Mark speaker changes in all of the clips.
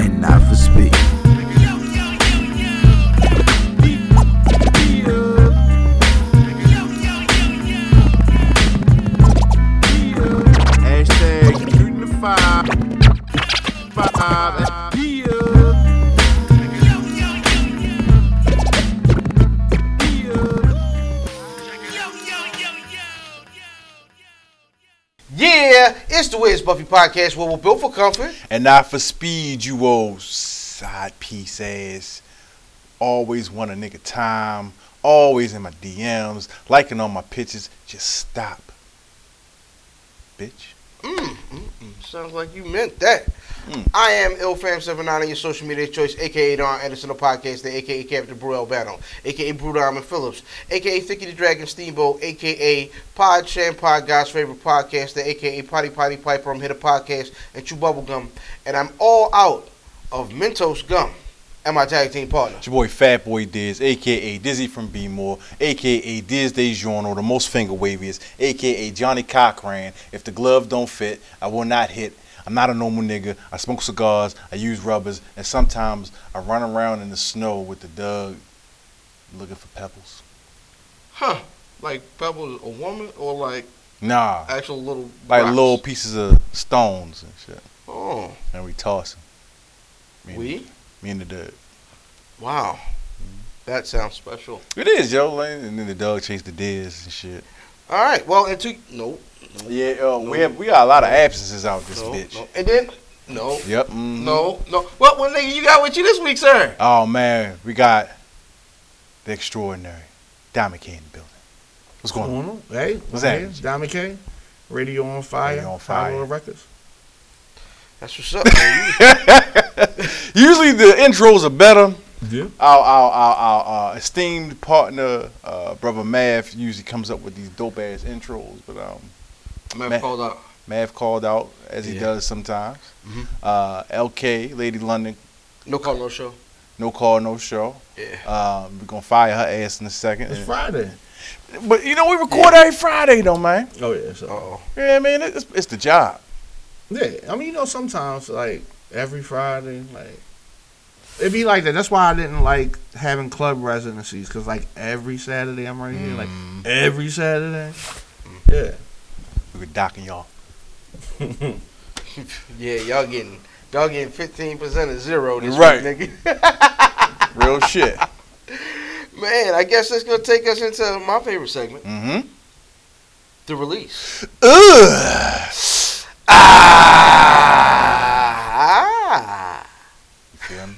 Speaker 1: and not for speed.
Speaker 2: Hashtag shooting the five. Five. Yeah.
Speaker 1: Yeah, it's the Where's Buffy podcast, where we're built for comfort.
Speaker 3: And not for speed, you old side piece ass. Always want a nigga time. Always in my DMs, liking all my pictures. Just stop, bitch.
Speaker 1: Sounds like you meant that. Hmm. I am IlFam79 on your social media choice, aka Don Edison the Podcast, the aka Captain Brew Albano, aka Brew Diamond Phillips, aka Thicky the Dragon Steamboat, aka Pod Sham Pod God's favorite podcast, the aka Potty Potty Piper. I'm here to podcast and chew bubble gum, and I'm all out of Mentos gum and my tag team partner.
Speaker 3: It's your boy Fat Boy Diz, aka Dizzy from B More, aka Diz DeJourno, the most finger waviest, aka Johnny Cochran. If the glove don't fit, I will not hit. I'm not a normal nigga. I smoke cigars, I use rubbers, and sometimes I run around in the snow with the dog looking for pebbles.
Speaker 4: Huh. Like Pebble a woman or like
Speaker 3: Nah,
Speaker 4: actual little
Speaker 3: like
Speaker 4: rocks?
Speaker 3: little pieces of stones and shit.
Speaker 4: Oh.
Speaker 3: And we toss 'em. Me and,
Speaker 4: We?
Speaker 3: Me and the dog.
Speaker 4: Wow. That sounds special.
Speaker 3: It is, yo. like, And then the dog chased the Diz and shit.
Speaker 4: Alright, well and two no,
Speaker 3: Yeah, uh, we have we got a lot of absences out this
Speaker 4: no,
Speaker 3: bitch.
Speaker 4: no. And then no.
Speaker 3: Yep. mhm.
Speaker 4: No, no. What one nigga you got with you this week, sir?
Speaker 3: Oh man, we got the extraordinary Diamond K in the building. What's going on?
Speaker 5: Hey,
Speaker 3: What's
Speaker 5: what's
Speaker 3: that?
Speaker 5: that? Diamond K, Radio on Fire,
Speaker 3: Radio on
Speaker 5: Radio
Speaker 3: Fire.
Speaker 5: Records.
Speaker 4: That's what's up. man. You-
Speaker 3: Usually the intros are better.
Speaker 5: Yeah.
Speaker 3: Our our our, our, uh esteemed partner, uh, brother Mav, usually comes up with these dope ass intros, but um,
Speaker 4: Man,
Speaker 3: Man.
Speaker 4: called out.
Speaker 3: Mav called out as he
Speaker 4: Yeah.
Speaker 3: does sometimes. Uh, LK, Lady London,
Speaker 4: No call, no show.
Speaker 3: no call, no show.
Speaker 4: Yeah.
Speaker 3: Um, we're gonna fire her ass in a second.
Speaker 5: It's Friday.
Speaker 3: But you know we record every Friday though, man.
Speaker 5: Oh yeah. So
Speaker 4: Uh-oh.
Speaker 3: Yeah, man, it's, it's the job.
Speaker 5: yeah, I mean, you know, sometimes like every Friday, like it'd be like that. That's why I didn't like having club residencies because like every Saturday I'm right here, like
Speaker 3: Mm.
Speaker 5: every Saturday. Yeah.
Speaker 3: We were docking y'all.
Speaker 4: Yeah, y'all getting y'all getting fifteen percent of zero this
Speaker 3: Right.
Speaker 4: week, nigga.
Speaker 3: Real shit.
Speaker 4: Man, I guess that's gonna take us into my favorite segment,
Speaker 3: Mm-hmm.
Speaker 4: the release.
Speaker 3: Ugh.
Speaker 4: Ah!
Speaker 3: You feel me?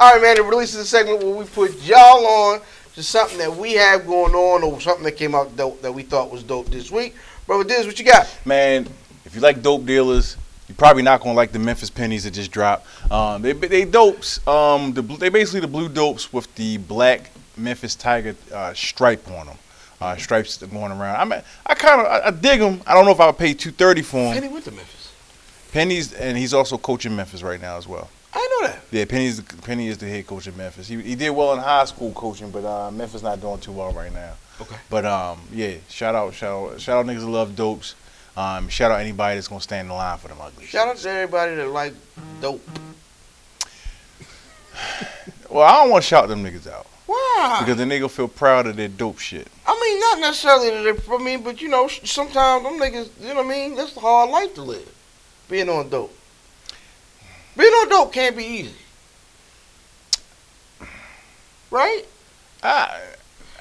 Speaker 4: All right, man. It releases a segment where we put y'all on to something that we have going on or something that came out dope that we thought was dope this week. Brother Diz, what you got?
Speaker 3: Man, if you like dope dealers, you're probably not gonna like the Memphis pennies that just dropped. Um, they they dopes. Um, the, bl- they basically the blue dopes with the black Memphis Tiger uh, stripe on them. Uh, stripes that are going around. I mean, I kind of I, I dig them. I don't know if I would pay two thirty for them.
Speaker 4: he went to Memphis.
Speaker 3: Pennies, and he's also coaching Memphis right now as well.
Speaker 4: I know that.
Speaker 3: Yeah, Penny's Penny is the head coach of Memphis. He, he did well in high school coaching, but uh, Memphis not doing too well right now.
Speaker 4: Okay.
Speaker 3: But um, yeah, shout out, shout out, shout out niggas that love dopes. Um, shout out anybody that's gonna stand in the line for them ugly.
Speaker 4: Shout out to everybody that like dope.
Speaker 3: Well, I don't want to shout them niggas out
Speaker 4: Wow.
Speaker 3: because the nigga feel proud of their dope shit.
Speaker 4: I mean, not necessarily that they- for me, but you know, s- sometimes them niggas, you know what I mean? That's a hard life to live, being on dope. Being on dope can't be easy. Right?
Speaker 3: I, Ah,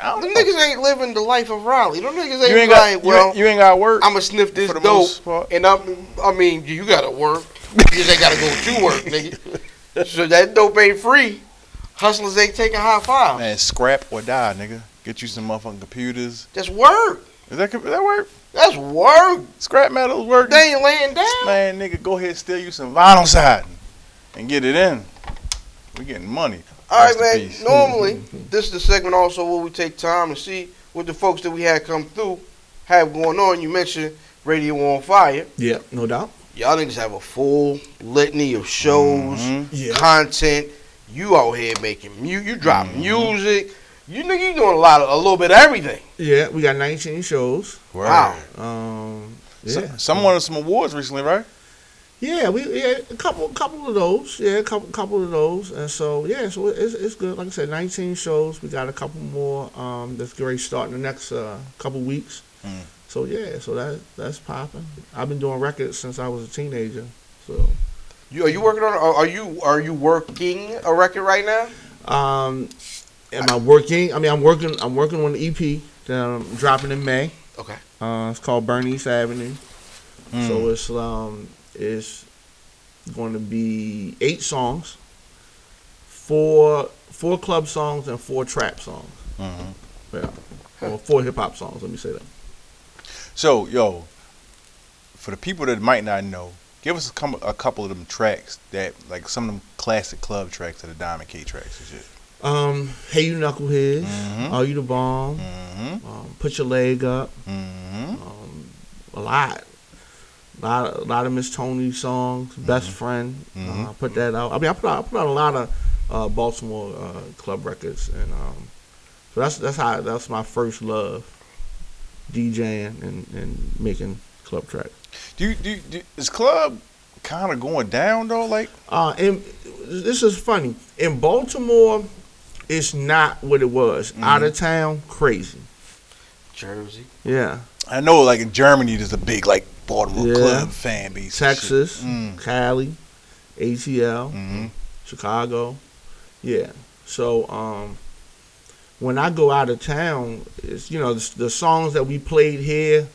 Speaker 3: I don't
Speaker 4: Them
Speaker 3: know.
Speaker 4: niggas ain't living the life of Raleigh. Them niggas ain't,
Speaker 3: you ain't
Speaker 4: like,
Speaker 3: got
Speaker 4: well,
Speaker 3: you, ain't- you ain't got work.
Speaker 4: I'm gonna sniff this
Speaker 3: for the
Speaker 4: dope,
Speaker 3: most part.
Speaker 4: and I'm. I mean, you gotta work. You just ain't gotta go to work, nigga. So that dope ain't free. Hustlers ain't taking high fives.
Speaker 3: Man, scrap or die, nigga. Get you some motherfucking computers.
Speaker 4: That's work.
Speaker 3: Is that is that work?
Speaker 4: That's work.
Speaker 3: Scrap metal's work.
Speaker 4: They ain't laying down.
Speaker 3: Man, nigga, go ahead, steal you some vinyl siding. and get it in. We're getting money.
Speaker 4: All right,
Speaker 3: Rest in
Speaker 4: man.
Speaker 3: peace.
Speaker 4: Normally, this is the segment also where we take time to see what the folks that we had come through have going on. You mentioned Radio on Fire.
Speaker 5: Yeah, no doubt.
Speaker 4: Y'all niggas have a full litany of shows,
Speaker 3: Mhm.
Speaker 5: Yeah.
Speaker 4: content. You out here making mu you drop music. You nigga, you doing a lot of a little bit of everything.
Speaker 5: Yeah, we got 19 shows.
Speaker 4: Wow.
Speaker 5: Um, yeah.
Speaker 3: So, someone won some awards recently, right?
Speaker 5: Yeah, we yeah a couple couple of those. Yeah, a couple couple of those, and so yeah, so it's it's good. Like I said, nineteen shows. We got a couple more. Um, that's great starting the next uh, couple weeks.
Speaker 3: Mm.
Speaker 5: So yeah, so that that's popping. I've been doing records since I was a teenager. So
Speaker 4: You, are you working on? Are, are you are you working a record right now?
Speaker 5: um, am I working? I mean, I'm working. I'm working on the EP that I'm dropping in May.
Speaker 4: Okay.
Speaker 5: Uh, it's called Bernice Avenue. So it's um it's going to be eight songs, four four club songs and four trap songs. Mm-hmm.
Speaker 3: Mhm.
Speaker 5: Yeah, or four hip hop songs. Let me say that.
Speaker 3: So, yo, for the people that might not know, give us a, com- a couple of them tracks that, like, some of them classic club tracks that are Diamond K tracks and shit.
Speaker 5: Um, hey you knuckleheads,
Speaker 3: Mhm.
Speaker 5: are you the bomb?
Speaker 3: Mm-hmm.
Speaker 5: Um, put your leg up.
Speaker 3: Mm-hmm.
Speaker 5: Um, a lot. A lot, a lot of Miss Tony songs,
Speaker 3: Mm-hmm.
Speaker 5: Best Friend.
Speaker 3: Mhm.
Speaker 5: Uh, I put that out. I mean, I put out, I put out a lot of uh, Baltimore uh, club records, and um, so that's that's how that's my first love, DJing and, and making club tracks.
Speaker 3: Do, you, do, you- do is club kind of going down though? Like,
Speaker 5: Uh, and this is funny. In Baltimore, it's not what it was.
Speaker 3: Mm-hmm.
Speaker 5: Out of town, crazy.
Speaker 4: Jersey.
Speaker 5: Yeah,
Speaker 3: I know, like in Germany, there's a big like Baltimore
Speaker 5: Yeah.
Speaker 3: club fan base. and shit.
Speaker 5: Texas,
Speaker 3: Mm.
Speaker 5: Cali, ATL.
Speaker 3: Mm-hmm.
Speaker 5: Chicago. Yeah. So um, when I go out of town, it's you know the, the songs that we played here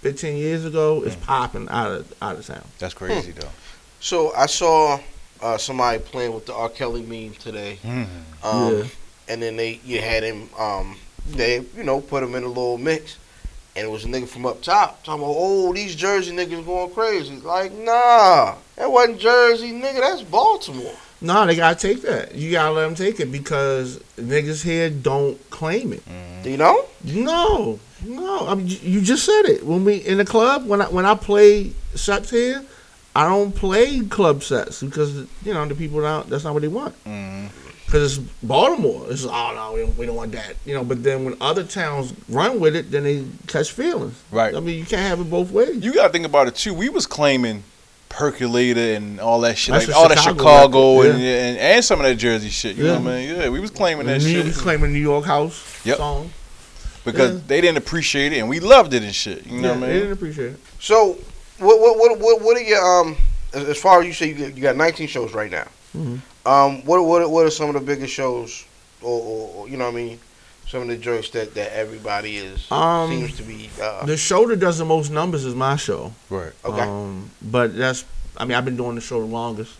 Speaker 5: 15 years ago is popping out of out of town.
Speaker 3: That's crazy though.
Speaker 4: So I saw uh, somebody playing with the R. Kelly meme today,
Speaker 5: Hmm.
Speaker 3: Mm.
Speaker 4: um,
Speaker 5: Yeah.
Speaker 4: and then they you had him. Um, they you know put him in a little mix, and it was a nigga from up top talking about oh these Jersey niggas going crazy. Like nah, that wasn't Jersey nigga, that's Baltimore.
Speaker 5: No, they gotta take that. You gotta let them take it because niggas here don't claim it.
Speaker 4: Do you know?
Speaker 5: No, no. I mean, you- you just said it when we in the club when I when I play sets here. I don't play club sets because you know the people don't. That's not what they want.
Speaker 3: Mm.
Speaker 5: because it's Baltimore. It's oh no, we don't, we don't want that, you know. But then when other towns run with it, then they catch feelings.
Speaker 3: Right.
Speaker 5: I mean, you can't have it both ways.
Speaker 3: You gotta think about it too. We was claiming percolator and all that shit,
Speaker 5: That's
Speaker 3: like
Speaker 5: a
Speaker 3: all that
Speaker 5: Chicago
Speaker 3: Chicago
Speaker 5: record,
Speaker 3: and, and and some of that Jersey shit. You know
Speaker 5: Yeah.
Speaker 3: what I mean? Yeah, we was claiming that
Speaker 5: New,
Speaker 3: shit
Speaker 5: claiming New York house
Speaker 3: Yep.
Speaker 5: song.
Speaker 3: because
Speaker 5: yeah.
Speaker 3: they didn't appreciate it and we loved it and shit. You know
Speaker 5: yeah,
Speaker 3: what I
Speaker 5: they didn't
Speaker 3: mean?
Speaker 5: appreciate it.
Speaker 4: So what what what what, what are your um as, as far as you say you, got- you got 19 shows right now.
Speaker 5: Mhm.
Speaker 4: Um, what what what are some of the biggest shows or, or, or you know what I mean? Some of the joints that, that everybody is
Speaker 5: Um,
Speaker 4: seems to be uh,
Speaker 5: The show that does the most numbers is my show.
Speaker 3: Right.
Speaker 4: okay.
Speaker 5: Um, but that's, I mean, I've been doing the show the longest.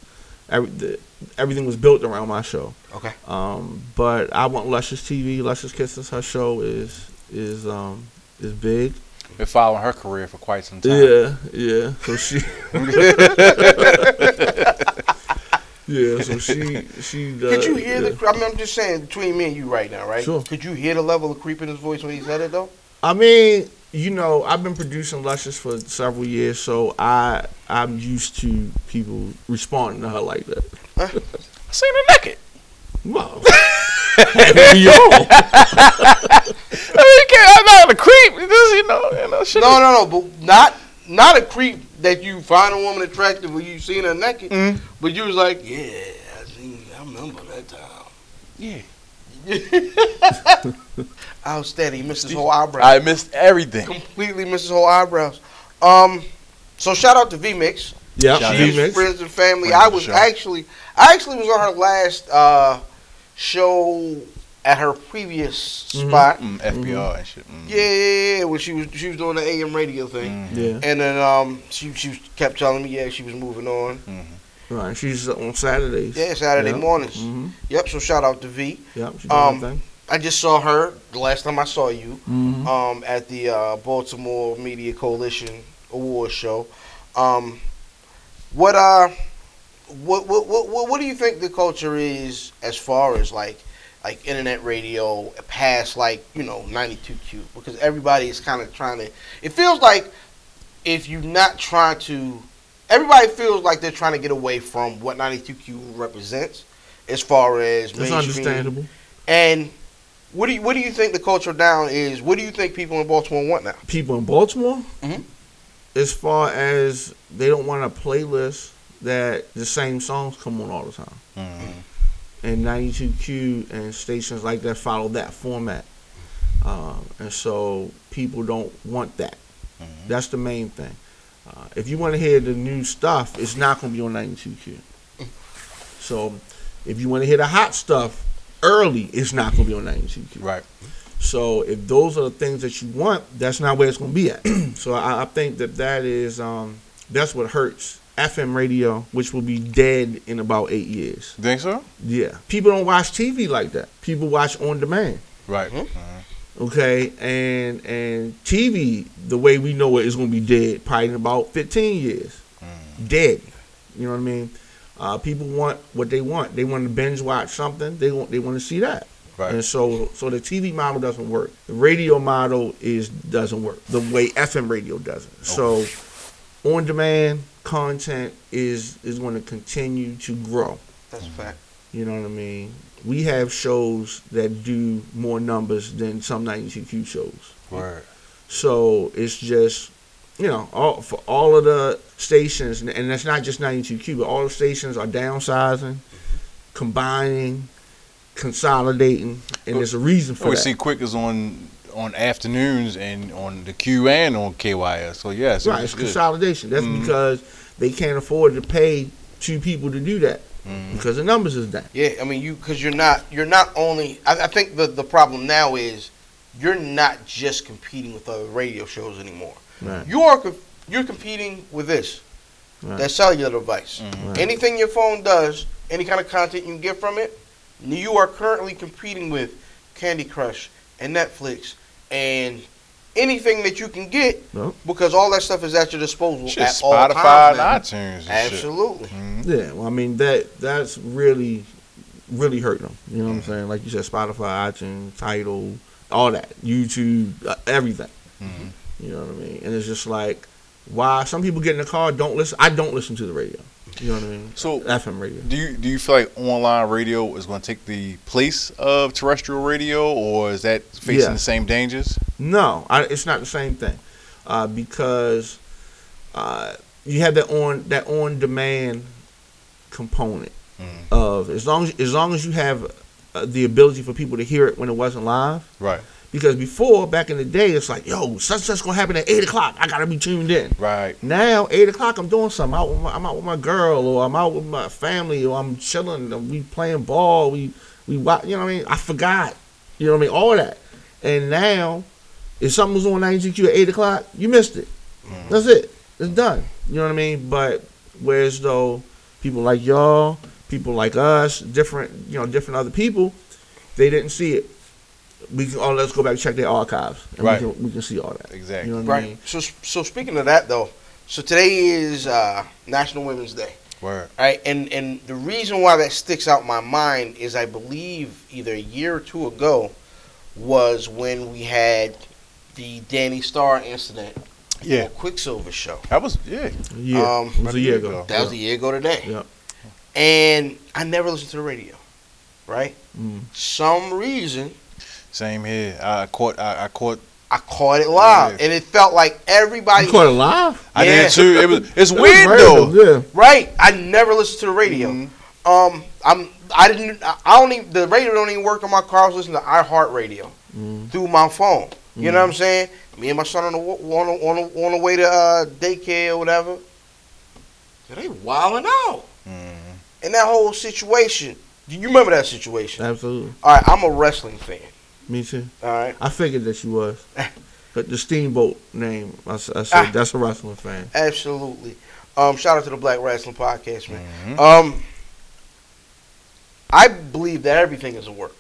Speaker 5: Every, the, everything was built around my show.
Speaker 4: Okay.
Speaker 5: Um, but I want Luscious TV. Luscious Kisses. Her show is is um is big.
Speaker 3: Been following her career for quite some time.
Speaker 5: Yeah, yeah. So she. yeah, so she she. Uh,
Speaker 4: Could you hear
Speaker 5: yeah.
Speaker 4: the? cre- I mean, I'm just saying between me and you right now, right?
Speaker 5: Sure.
Speaker 4: Could you hear the level of creep in his voice when he said it though?
Speaker 5: I mean, you know, I've been producing Luscious for several years, so I I'm used to people responding to her like that.
Speaker 3: I seen her naked.
Speaker 5: Wow. we all.
Speaker 3: I mean, can't, I'm not a creep. It Just, you know, you know, shit.
Speaker 4: No, no, no. But not not a creep that you find a woman attractive when you seen her naked.
Speaker 5: Mm-hmm.
Speaker 3: Mm.
Speaker 4: But you was like, yeah, I seen. I remember that time.
Speaker 3: Yeah.
Speaker 4: Outstanding. Missed his whole eyebrow.
Speaker 3: I missed everything.
Speaker 4: completely missed his whole eyebrows. Um, so shout out to V Mix.
Speaker 5: Yep.
Speaker 3: Shout out.
Speaker 4: She's
Speaker 5: remix.
Speaker 4: friends and family.
Speaker 3: Friends
Speaker 4: I
Speaker 3: of the
Speaker 4: was
Speaker 3: show.
Speaker 4: actually, I actually was on her last uh, show at her previous
Speaker 5: Mhm.
Speaker 4: spot.
Speaker 3: Mm, FBR
Speaker 5: Mm-hmm.
Speaker 3: and shit. Mm.
Speaker 4: Yeah, yeah, yeah, when she was she was doing the AM radio thing.
Speaker 3: Mm.
Speaker 5: Yeah.
Speaker 4: And then um, she she kept telling me yeah she was moving on.
Speaker 5: Right. She's on Saturdays.
Speaker 4: Yeah, Saturday
Speaker 5: Yep.
Speaker 4: mornings.
Speaker 5: Mm-hmm.
Speaker 4: Yep. So shout out to V.
Speaker 5: Yep. She's doing
Speaker 4: Um,
Speaker 5: her thing.
Speaker 4: I just saw her the last time I saw you.
Speaker 5: Mm-hmm.
Speaker 4: um, at the uh, Baltimore Media Coalition Award Show. Um, what uh, what, what what what what do you think the culture is as far as like like internet radio past like you know 92q because everybody is kind of trying to it feels like if you're not trying to everybody feels like they're trying to get away from what 92q represents as far as
Speaker 5: It's
Speaker 4: mainstream.
Speaker 5: understandable.
Speaker 4: and what do you what do you think the culture down is what do you think people in baltimore want now
Speaker 5: People in Baltimore,
Speaker 4: Mhm.
Speaker 5: as far as they don't want a playlist that the same songs come on all the time.
Speaker 3: mm-hmm,
Speaker 5: and 92Q and stations like that follow that format. Um, and so people don't want that.
Speaker 3: mm-hmm.
Speaker 5: That's the main thing. Uh, if you want to hear the new stuff, it's not going to be on 92Q. So if you want to hear the hot stuff early, it's not going to be on 92Q.
Speaker 3: Right.
Speaker 5: So if those are the things that you want, that's not where it's going to be at. so I, I think that that is um, that's what hurts FM radio, which will be dead in about eight years.
Speaker 3: You think so?
Speaker 5: Yeah. People don't watch TV like that. People watch on demand.
Speaker 3: Right.
Speaker 5: Mm-hmm.
Speaker 3: Mm-hmm,
Speaker 5: Okay. And and TV, the way we know it, is gonna be dead probably in about fifteen years.
Speaker 3: mm-hmm.
Speaker 5: Dead. You know what I mean? Uh, people want what they want. They want to binge watch something. They want they want to see that.
Speaker 3: Right.
Speaker 5: And so so the TV model doesn't work. The radio model is doesn't work the way FM radio doesn't. So on demand content is is going to continue to grow.
Speaker 4: that's a fact
Speaker 5: You know what I mean? We have shows that do more numbers than some 92Q shows.
Speaker 3: Word.
Speaker 5: So it's just, you know, all, for all of the stations, and- and that's not just 92Q, but all the stations are downsizing, combining, consolidating, and there's a reason for
Speaker 3: Oh, we
Speaker 5: that.
Speaker 3: see Quick is on on afternoons and on the Q and on KYS. So yes,
Speaker 5: right, it's consolidation. That's
Speaker 3: Mm-hmm.
Speaker 5: because they can't afford to pay two people to do that
Speaker 3: Mm.
Speaker 5: because the numbers is down.
Speaker 4: Yeah, I mean, you because you're not you're not only. I, I think the the problem now is you're not just competing with other radio shows anymore.
Speaker 5: Right.
Speaker 4: You are co- you're competing with this
Speaker 5: Right.
Speaker 4: that cellular device.
Speaker 3: Mm-hmm.
Speaker 5: Right.
Speaker 4: Anything your phone does, any kind of content you can get from it, you are currently competing with Candy Crush and Netflix and anything that you can get
Speaker 5: Yep.
Speaker 4: because all that stuff is at your disposal
Speaker 3: Shit,
Speaker 4: at all
Speaker 3: Spotify and
Speaker 4: times. now.
Speaker 3: iTunes. And Mm-hmm.
Speaker 4: Absolutely.
Speaker 5: Yeah, well, I mean that that's really really hurt them. You know what I'm
Speaker 3: Mm-hmm.
Speaker 5: saying? Like you said, Spotify, iTunes, Title, all that, YouTube, uh, everything. You know what I mean? And it's just like why some people get in the car don't listen. I don't listen to the radio. You know what I mean?
Speaker 3: So-
Speaker 5: FM radio.
Speaker 3: Shit. Do you do you feel like online radio is going to take the place of terrestrial radio, or is that facing
Speaker 5: Yeah.
Speaker 3: the same dangers?
Speaker 5: No, I, it's not the same thing uh, because uh, you have that on that on demand component of as long as as long as you have uh, the ability for people to hear it when it wasn't live.
Speaker 3: Right.
Speaker 5: Because before, back in the day, it's like, yo, such such gonna happen at eight o'clock. I gotta be tuned in.
Speaker 3: Right.
Speaker 5: Now, eight o'clock, I'm doing something. Out with my, I'm out with my girl, or I'm out with my family, or I'm chilling. Or we playing ball. We we watch. You know what I mean? I forgot. You know what I mean? All that. And now, if something was on 92Q at eight o'clock, you missed it.
Speaker 3: Mm.
Speaker 5: That's it. It's done. You know what I mean? But whereas though, people like y'all, people like us, different you know different other people, they didn't see it. We can oh let's go back and check their archives and
Speaker 3: Right.
Speaker 5: we can we can see all that.
Speaker 3: Exactly.
Speaker 5: You know what I
Speaker 4: Right.
Speaker 5: mean?
Speaker 4: So, so speaking of that though, so today is uh, National Women's Day,
Speaker 3: Word.
Speaker 4: right? And and the reason why that sticks out in my mind is I believe either a year or two ago was when we had the Danny Starr incident,
Speaker 3: Yeah.
Speaker 4: or Quicksilver show.
Speaker 3: That was yeah.
Speaker 5: Yeah,
Speaker 4: Um,
Speaker 5: it was a year ago.
Speaker 4: That was a year ago today.
Speaker 5: Yep.
Speaker 4: And I never listened to the radio, right?
Speaker 5: Mm.
Speaker 4: Some reason
Speaker 3: Same here. I caught. I, I caught.
Speaker 4: I caught it live,
Speaker 3: Yeah.
Speaker 4: and it felt like everybody
Speaker 5: You caught it live?
Speaker 3: I
Speaker 4: Yeah.
Speaker 3: did too. It was. It's
Speaker 5: That was
Speaker 3: weird
Speaker 5: random,
Speaker 3: though.
Speaker 5: Yeah.
Speaker 4: Right. I never listen to the radio.
Speaker 5: Mm-hmm.
Speaker 4: Um, I'm. I didn't. I I don't even. The radio don't even work on my car. I was listening to iHeartRadio
Speaker 5: Mm.
Speaker 4: through my phone. You know what I'm saying? Me and my son on the wa- on the, on the, on the way to uh, daycare or whatever. So They wilding out. And that whole situation. Do you remember that situation?
Speaker 5: Absolutely.
Speaker 4: All right. I'm a wrestling fan.
Speaker 5: Me too.
Speaker 4: All right.
Speaker 5: I figured that you was. But the Steamboat name, I, s- I said,
Speaker 4: Eh. Ah.
Speaker 5: that's a wrestling fan.
Speaker 4: Absolutely. Um, shout out to the Black Wrestling Podcast, man. Um, I believe that everything is a work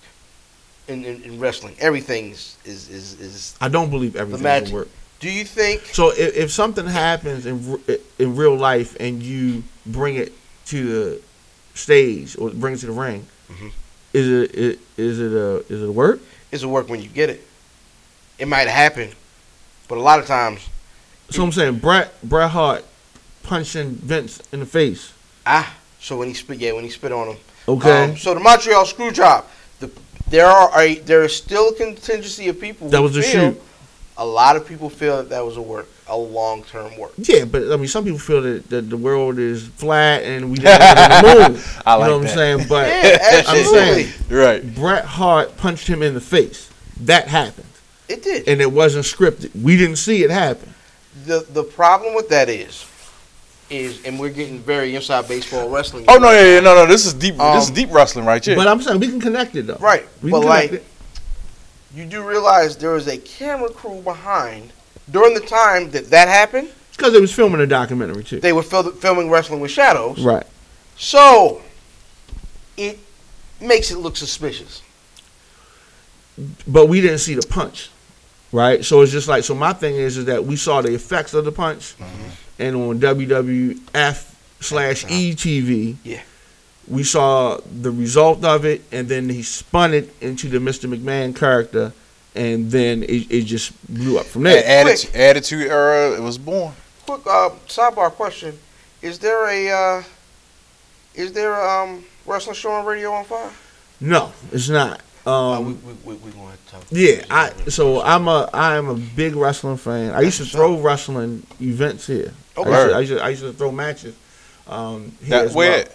Speaker 4: in, in, in wrestling. Everything is, is, is, is.
Speaker 5: I don't believe everything
Speaker 4: magic.
Speaker 5: will work.
Speaker 4: Do you think
Speaker 5: So if, if something happens in r- in real life and you bring it to the stage or bring it to the ring,
Speaker 4: Mm-hmm.
Speaker 5: is it it is it a is it a work?
Speaker 4: It's a work when you get it. It might happen, but a lot of times,
Speaker 5: So I'm saying Bret Bret Hart punching Vince in the face.
Speaker 4: ah. So when he spit, yeah, when he spit on him.
Speaker 5: Okay,
Speaker 4: Um, so the Montreal screw job. The, there are a, there is still a contingency of people.
Speaker 5: that
Speaker 4: who
Speaker 5: was a
Speaker 4: feel-
Speaker 5: shoot.
Speaker 4: A lot of people feel that that was a work, a long term work.
Speaker 5: Yeah, but I mean, some people feel that, that the world is flat and we didn't live in the moon.
Speaker 3: Mm-hmm. I
Speaker 5: you
Speaker 3: like
Speaker 5: know what
Speaker 3: that.
Speaker 5: I'm saying? But
Speaker 4: Yeah,
Speaker 5: I'm
Speaker 4: absolutely.
Speaker 5: saying
Speaker 3: You're right.
Speaker 5: Bret Hart punched him in the face. That happened,
Speaker 4: It did.
Speaker 5: and it wasn't scripted. We didn't see it happen.
Speaker 4: The the problem with that is, is and we're getting very inside baseball wrestling.
Speaker 3: Oh no, yeah, yeah, no, no. This is deep.
Speaker 4: Um,
Speaker 3: this is deep wrestling right here.
Speaker 5: But I'm saying we can connect it though.
Speaker 4: Right,
Speaker 5: We
Speaker 4: but
Speaker 5: can
Speaker 4: like
Speaker 5: connect it.
Speaker 4: you do realize there was a camera crew behind during the time that that happened.
Speaker 5: because they was filming a documentary too.
Speaker 4: They were fil- filming wrestling with shadows,
Speaker 5: Right.
Speaker 4: so it makes it look suspicious.
Speaker 5: but we didn't see the punch, right? So it's just like so. My thing is is that we saw the effects of the punch, and on WWF slash ETV,
Speaker 4: Yeah.
Speaker 5: we saw the result of it, and then he spun it into the Mr. McMahon character, and then it, it just blew up from
Speaker 3: That
Speaker 5: there.
Speaker 3: attitude, attitude era, it was born.
Speaker 4: Quick uh, sidebar question: Is there a uh, is there a, um, wrestling show on Radio on Fire?
Speaker 5: No, it's not.
Speaker 4: Uh, we
Speaker 5: Um,
Speaker 4: we we, we going to talk.
Speaker 5: yeah, I so I'm a I am a big wrestling fan. I used to throw wrestling events here.
Speaker 4: Okay.
Speaker 5: I used to, I used to, I used to throw matches. Um, here
Speaker 3: That
Speaker 5: as well.
Speaker 3: where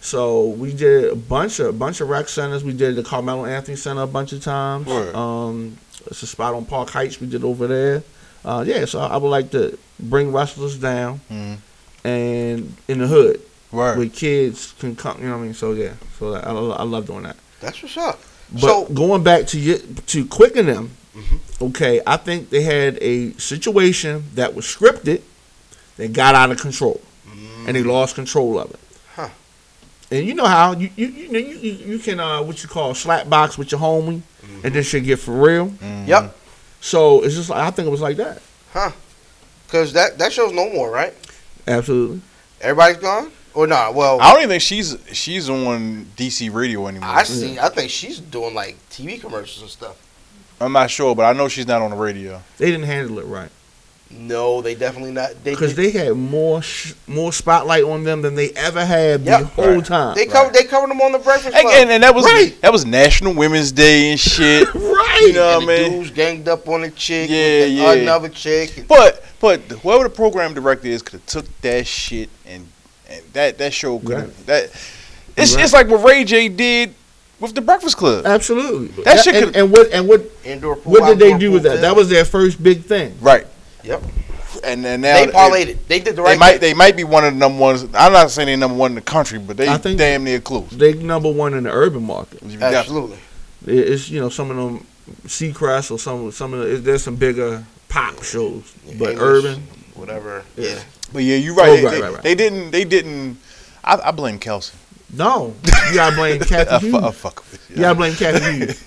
Speaker 5: So we did a bunch of a bunch of rec centers. We did the Carmelo Anthony Center a bunch of times.
Speaker 3: Word.
Speaker 5: Um, it's a spot on Park Heights we did over there. Uh, yeah, so I would like to bring wrestlers down
Speaker 3: Mhm.
Speaker 5: and in the hood
Speaker 3: where
Speaker 5: where kids can come. You know what I mean? So yeah, so I, I love doing that.
Speaker 4: That's what's up.
Speaker 5: But
Speaker 4: so
Speaker 5: going back to your, to Quicken them,
Speaker 4: Mhm.
Speaker 5: okay, I think they had a situation that was scripted that got out of control, and they lost control of it.
Speaker 4: Mm-hmm. Huh.
Speaker 5: And you know how you you you know, you, you, you can uh, what you call slap box with your homie,
Speaker 4: Mm-hmm.
Speaker 5: and then shit get for real.
Speaker 3: mm.
Speaker 4: Yep.
Speaker 5: So it's just like I think it was like that.
Speaker 4: Because that, that show's no more, right?
Speaker 5: Absolutely.
Speaker 4: Everybody's gone? Or not? Well, I,
Speaker 3: I don't even think she's she's on DC radio anymore. I,
Speaker 4: see. I think she's doing like TV commercials and stuff.
Speaker 3: am not sure, but I know she's not on the radio.
Speaker 5: They didn't handle it right
Speaker 4: No, they definitely not. They
Speaker 5: because they had more sh- more spotlight on them than they ever had
Speaker 4: Yep.
Speaker 5: the whole
Speaker 3: Right.
Speaker 5: time.
Speaker 4: they covered they covered them on the Breakfast
Speaker 3: And,
Speaker 4: Club.
Speaker 3: and, and that was
Speaker 5: Right.
Speaker 3: that was National Women's Day and shit.
Speaker 5: right.
Speaker 3: You know
Speaker 4: And
Speaker 3: what I
Speaker 4: the
Speaker 3: mean?
Speaker 4: dudes ganged up on a chick.
Speaker 3: Yeah,
Speaker 4: with the-
Speaker 3: yeah.
Speaker 4: Another chick. and-
Speaker 3: But but whoever the program director is could have took that shit and, and that that show could have that. It's
Speaker 5: Right.
Speaker 3: it's like what Ray J did with the Breakfast Club.
Speaker 5: Absolutely.
Speaker 3: That shit
Speaker 5: and,
Speaker 3: could-
Speaker 5: and what and what
Speaker 4: Indoor pool.
Speaker 5: what did they
Speaker 4: outdoor
Speaker 5: do
Speaker 4: pool,
Speaker 5: with that?
Speaker 4: field.
Speaker 5: That was their first big thing.
Speaker 3: Right.
Speaker 4: Yep.
Speaker 3: And then now
Speaker 4: They parlayed it. They did the right
Speaker 3: they might they might be one of the number ones. I'm not saying they're number one in the country, but they
Speaker 5: I think-
Speaker 3: damn near close.
Speaker 5: They number one in the urban market.
Speaker 4: thing. Absolutely.
Speaker 5: It- It's you know some of them Seacrest or some some of the, there's some bigger pop shows, but
Speaker 4: English,
Speaker 5: urban.
Speaker 4: Whatever.
Speaker 5: Yeah.
Speaker 4: Yeah.
Speaker 3: But yeah, you're right.
Speaker 5: Oh,
Speaker 3: they,
Speaker 5: right,
Speaker 3: they-
Speaker 5: right, right.
Speaker 3: they didn't they didn't. I, I blame Kelsey.
Speaker 5: No, you gotta blame
Speaker 3: I,
Speaker 5: Kathy
Speaker 3: fu- I
Speaker 5: Hughes.
Speaker 3: fuck with you.
Speaker 5: You gotta blame Kathy Hughes.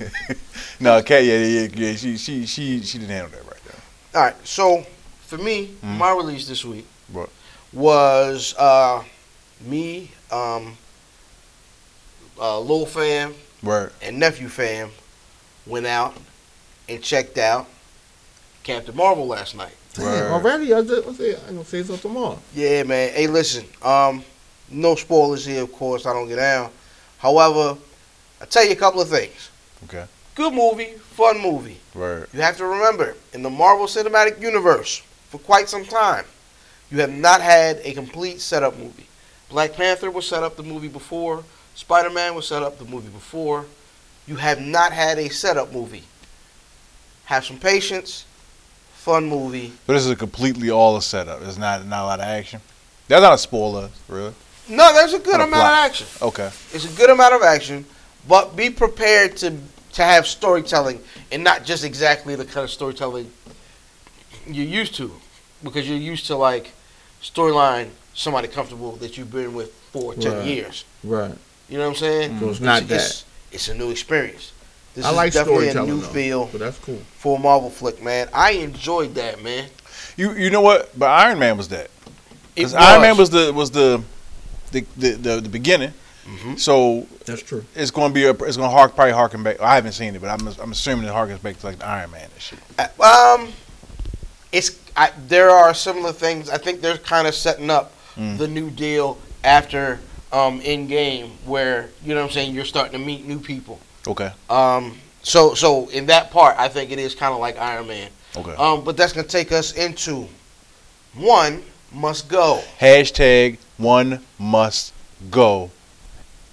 Speaker 3: No, Kat, yeah, yeah, yeah, yeah. She she she she didn't handle that right. There.
Speaker 4: All right. So for me, my release this week
Speaker 3: Mm-hmm. What?
Speaker 4: was uh, me, um, uh, Lil Fam,
Speaker 3: Word.
Speaker 4: and nephew fam went out and checked out Captain Marvel last night.
Speaker 5: Damn, already, I just, I say, I'm gonna say so tomorrow.
Speaker 4: Yeah, man. Hey, listen. Um, no spoilers here, of course. I don't get down. However, I tell you a couple of things.
Speaker 3: Okay.
Speaker 4: Good movie, fun movie.
Speaker 3: Word.
Speaker 4: You have to remember, in the Marvel Cinematic Universe, for quite some time, you have not had a complete setup movie. Black Panther was set up the movie before, Spider Man was set up the movie before. You have not had a setup movie. Have some patience, fun movie.
Speaker 3: But this is a completely all a setup. It's not not a lot of action. That's not a spoiler, really.
Speaker 4: No, there's a good
Speaker 3: What a
Speaker 4: amount
Speaker 3: flop.
Speaker 4: of action.
Speaker 3: Okay.
Speaker 4: It's a good amount of action, but be prepared to to have storytelling and not just exactly the kind of storytelling you're used to, because you're used to like storyline somebody comfortable that you've been with for ten
Speaker 5: Right.
Speaker 4: years.
Speaker 5: Right.
Speaker 4: You know what I'm saying?
Speaker 5: So it's not
Speaker 4: It's, it's a new experience. This
Speaker 5: I
Speaker 4: is
Speaker 5: like
Speaker 4: definitely a
Speaker 5: storytelling.
Speaker 4: new
Speaker 5: though,
Speaker 4: feel
Speaker 5: but that's cool.
Speaker 4: for a Marvel flick, man. I enjoyed that, man.
Speaker 3: You you know what? But Iron Man was that.
Speaker 4: It
Speaker 3: Because Iron Man was the was the the the, the, the beginning. So
Speaker 5: That's true.
Speaker 3: it's going to be a, it's going to hark, probably harken back. I haven't seen it, but I'm I'm assuming it harkens back to like the Iron Man and shit.
Speaker 4: Um, it's I, there are similar things. I think they're kind of setting up the new deal after um in game, where you know what I'm saying. You're starting to meet new people.
Speaker 3: Okay.
Speaker 4: Um, so so in that part, I think it is kind of like Iron Man.
Speaker 3: Okay.
Speaker 4: Um, but that's gonna take us into one must go.
Speaker 3: Hashtag one must go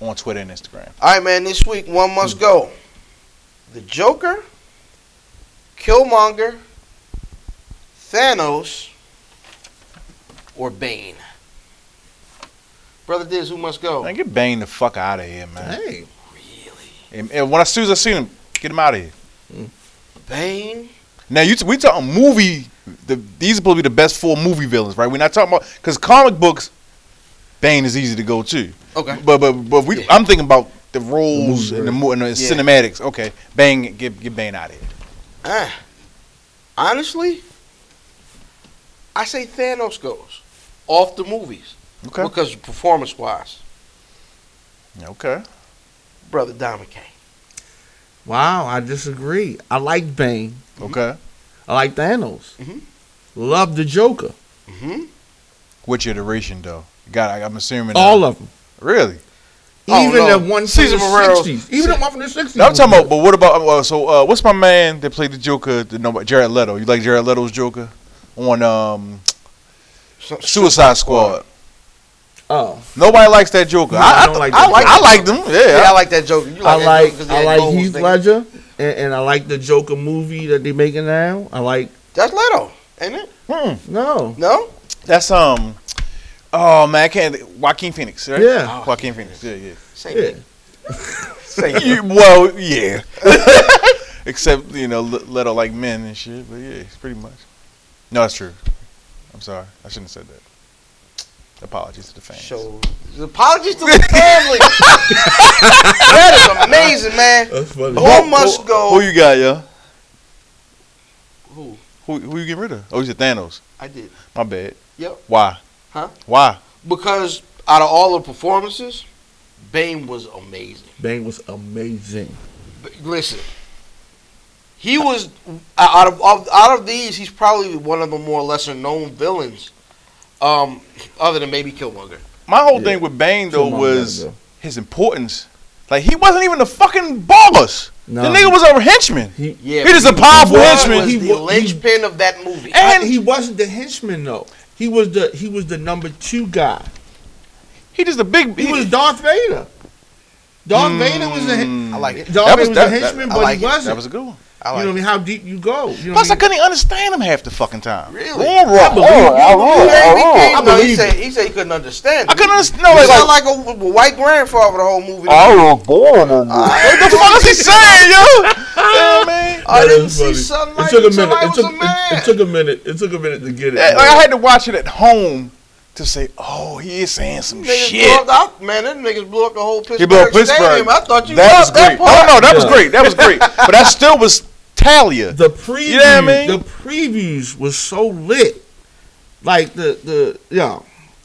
Speaker 3: on Twitter and Instagram.
Speaker 4: All right, man. This week, one must go. The Joker, Killmonger, Thanos, or Bane. Brother Diz, who must go?
Speaker 3: Man, get Bane the fuck out of here, man.
Speaker 5: Hey,
Speaker 3: And, and when I, as soon as I seen him, get him out of here.
Speaker 4: Bane.
Speaker 3: Now you t- we talking movie. The, these are supposed to be the best four movie villains, right? We're not talking about because comic books. Bane is easy to go to,
Speaker 4: Okay.
Speaker 3: but but but we. I'm thinking about the roles
Speaker 5: The
Speaker 3: and the, mo- and the
Speaker 4: Yeah.
Speaker 3: cinematics. Okay, Bane, get get Bane out of here.
Speaker 4: Ah, honestly, I say Thanos goes off the movies
Speaker 3: Okay,
Speaker 4: because performance-wise,
Speaker 3: okay.
Speaker 4: brother Dominic.
Speaker 5: wow, I disagree. I like Bane.
Speaker 3: Okay.
Speaker 5: I like Thanos.
Speaker 4: Mhm.
Speaker 5: Love the Joker.
Speaker 4: Mm-hmm.
Speaker 3: What's your iteration though? God, I, I'm assuming uh,
Speaker 5: All of them.
Speaker 3: Really?
Speaker 4: Oh,
Speaker 5: Even
Speaker 4: no.
Speaker 5: the one from
Speaker 4: Caesar
Speaker 5: the
Speaker 4: Romero.
Speaker 5: 60s. Even the one from the 60s.
Speaker 3: Now, I'm
Speaker 5: was
Speaker 3: talking
Speaker 5: good.
Speaker 3: about. But what about? Uh, so uh, what's my man that played the Joker? The, no, Jared Leto. You like Jared Leto's Joker on um, Suicide Squad?
Speaker 5: Oh,
Speaker 3: Nobody likes that Joker.
Speaker 5: No,
Speaker 3: I,
Speaker 5: I
Speaker 3: I
Speaker 5: don't
Speaker 3: th-
Speaker 5: like
Speaker 3: I
Speaker 5: that
Speaker 3: like.
Speaker 5: Joker.
Speaker 3: I like them.
Speaker 4: Yeah,
Speaker 3: Yeah.
Speaker 4: I like that Joker. You
Speaker 5: I
Speaker 4: that Joker
Speaker 5: like
Speaker 4: 'cause he
Speaker 5: I
Speaker 4: had
Speaker 5: like
Speaker 4: gold
Speaker 5: Heath
Speaker 4: thing.
Speaker 5: Ledger, and, and I like the Joker movie that they're making now. I like
Speaker 4: That's Leto, ain't it?
Speaker 3: Hmm.
Speaker 5: no,
Speaker 4: No.
Speaker 3: That's um. Oh man, I can't. Joaquin Phoenix, right?
Speaker 5: Yeah.
Speaker 3: Joaquin Phoenix. Yeah, yeah.
Speaker 4: Same
Speaker 5: yeah,
Speaker 4: thing. Same thing.
Speaker 3: You- well, yeah. Except you know, Le- Leto like men and shit. But yeah, it's pretty much. No, that's true. I'm sorry. I shouldn't have said that. Apologies to the fans.
Speaker 4: So, apologies to the family. that is amazing, man.
Speaker 5: that's funny.
Speaker 4: Who must go?
Speaker 3: Who you got, yo?
Speaker 4: Who?
Speaker 3: Who who you get rid of? Oh, you said Thanos.
Speaker 4: I did.
Speaker 3: My bad.
Speaker 4: Yep.
Speaker 3: Why?
Speaker 4: Huh?
Speaker 3: Why?
Speaker 4: Because out of all the performances, Bane was amazing.
Speaker 5: Bang was amazing.
Speaker 4: B- Listen, he was out of, of out of these, he's probably one of the more lesser known villains, um, other than maybe Killmonger.
Speaker 3: My whole
Speaker 5: Yeah.
Speaker 3: thing with Bane though
Speaker 5: Come on,
Speaker 3: was
Speaker 5: gotta go.
Speaker 3: his importance. Like he wasn't even a fucking boss.
Speaker 5: No.
Speaker 3: The nigga was a henchman.
Speaker 5: He-
Speaker 4: Yeah,
Speaker 3: he just a
Speaker 4: but
Speaker 3: powerful
Speaker 4: was
Speaker 3: henchman.
Speaker 5: He
Speaker 4: the
Speaker 5: wa- he-
Speaker 4: linchpin of that movie.
Speaker 3: And-
Speaker 5: I- he wasn't the henchman though. He was the he was the number two guy.
Speaker 3: He just a big.
Speaker 5: He was Darth Vader. Darth Vader was the hen-
Speaker 4: I like it.
Speaker 5: Darth
Speaker 3: Hmm. That was-
Speaker 5: Vader was,
Speaker 3: that-
Speaker 5: the
Speaker 3: that-
Speaker 5: henchman,
Speaker 4: I
Speaker 5: but
Speaker 4: like it.
Speaker 5: he wasn't.
Speaker 3: That was a good one.
Speaker 4: I
Speaker 5: you
Speaker 4: like
Speaker 5: know what I
Speaker 4: it.
Speaker 5: mean? How deep you go? You know
Speaker 3: Plus, I
Speaker 5: what I mean?
Speaker 3: couldn't even understand him half the fucking time.
Speaker 4: Really?
Speaker 3: Raw, raw,
Speaker 5: I believe
Speaker 3: raw,
Speaker 5: you.
Speaker 3: raw, raw,
Speaker 4: Man, he,
Speaker 3: raw.
Speaker 4: came-
Speaker 5: Oh, I
Speaker 4: no, he
Speaker 5: believe
Speaker 4: said he said he couldn't understand.
Speaker 3: I couldn't understand. No,
Speaker 4: He
Speaker 3: like,
Speaker 4: sounded like a, w- w- white grandfather the whole movie.
Speaker 5: Oh,
Speaker 3: what the fuck is he saying, yo? yeah, man.
Speaker 4: I
Speaker 5: That
Speaker 4: didn't
Speaker 5: is
Speaker 4: see
Speaker 5: funny.
Speaker 4: sunlight until I
Speaker 5: It
Speaker 4: was
Speaker 5: took,
Speaker 4: a man.
Speaker 5: it, it took a minute. It took a minute to get it.
Speaker 3: Like, I had to watch it at home to say, oh, he is saying some
Speaker 4: Niggas
Speaker 3: shit.
Speaker 4: blew up, man, them niggas blew up the whole Pittsburgh,
Speaker 3: He blew up Pittsburgh.
Speaker 4: stadium. I thought you
Speaker 3: that was
Speaker 4: loved
Speaker 3: great. Oh,
Speaker 4: that part.
Speaker 3: No, no, that was
Speaker 5: Yeah.
Speaker 3: great. That was great. But that still was Talia.
Speaker 5: the preview,
Speaker 3: You know what I mean?
Speaker 5: the previews was so lit. Like the the yeah,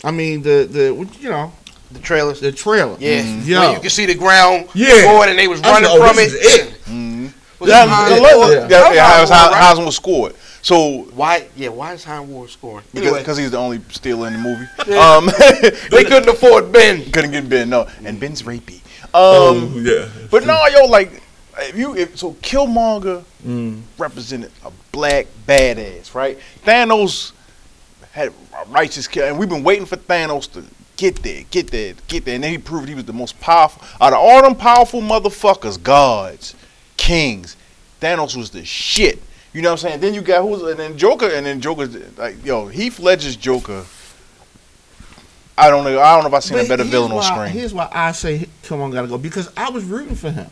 Speaker 5: I mean the the you know
Speaker 4: The trailers.
Speaker 5: the trailer.
Speaker 4: Yeah.
Speaker 5: yeah.
Speaker 4: When you could see the ground
Speaker 5: Yeah.
Speaker 4: going and they was
Speaker 5: I said,
Speaker 4: running
Speaker 5: oh,
Speaker 4: from it.
Speaker 5: this is it. Mm-hmm.
Speaker 4: Was
Speaker 3: That-
Speaker 4: it Hines-
Speaker 3: the lo-
Speaker 5: Yeah.
Speaker 3: that- yeah,
Speaker 4: That's
Speaker 3: how-
Speaker 4: not
Speaker 3: how-
Speaker 4: right.
Speaker 3: How's one scored? So
Speaker 4: Why? Yeah. Why is Hein Ward scoring?
Speaker 3: because
Speaker 4: Anyway,
Speaker 3: because he's the only steal in the movie.
Speaker 4: Yeah.
Speaker 3: Um,
Speaker 4: they couldn't afford Ben.
Speaker 3: couldn't get Ben. No, and Ben's rapey. Um,
Speaker 5: Oh, yeah.
Speaker 3: But no, yo, like if you if, so Killmonger represented a black badass, right? Thanos had a righteous kill, and we've been waiting for Thanos to get there, get there, get there, and then he proved he was the most powerful out of all them powerful motherfuckers, gods, kings. Thanos was the shit. You know what I'm saying? Then you got who's and then Joker, and then Joker, like yo, Heath Ledger's Joker. I don't know. I don't know if I've seen
Speaker 5: But
Speaker 3: a better
Speaker 5: here's
Speaker 3: villain on
Speaker 5: why-
Speaker 3: screen.
Speaker 5: Here's why I say, "Come on, gotta go," because I was rooting for him.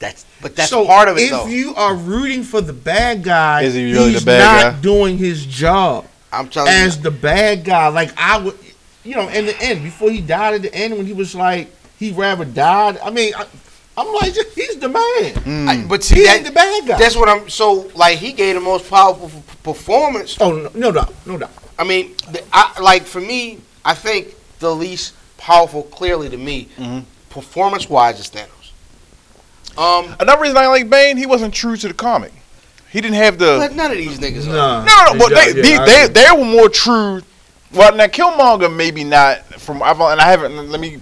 Speaker 4: That's but that's
Speaker 5: so
Speaker 4: part of it
Speaker 5: If
Speaker 4: though.
Speaker 5: you are rooting for the bad guy,
Speaker 3: Is he really the
Speaker 5: he's
Speaker 3: bad
Speaker 5: not
Speaker 3: guy?
Speaker 5: doing his job
Speaker 4: I'm
Speaker 3: Oh,
Speaker 4: telling
Speaker 5: as
Speaker 4: you.
Speaker 5: the bad guy. Like I would, you know, in the end, before he died, at the end when he was like, he rather died. I mean, I, I'm like, he's the man.
Speaker 3: Mm.
Speaker 4: I- but see
Speaker 5: Mm. He
Speaker 4: that,
Speaker 5: ain't the bad guy.
Speaker 4: That's what I'm. So like he gave the most powerful f- performance.
Speaker 5: Oh no, no doubt, no doubt.
Speaker 4: I mean, the, I, like for me, I think the least powerful clearly to me, performance wise, is Thanos. Um,
Speaker 3: Another reason I like Bane, he wasn't true to the comic. He didn't have the.
Speaker 4: but none of these niggas are.
Speaker 5: Nah.
Speaker 3: No, no, no but they,
Speaker 5: Yeah, yeah,
Speaker 3: they,
Speaker 5: I
Speaker 3: they,
Speaker 5: agree.
Speaker 3: they were more true. Well, now Killmonger maybe not from I've and I haven't. Let me,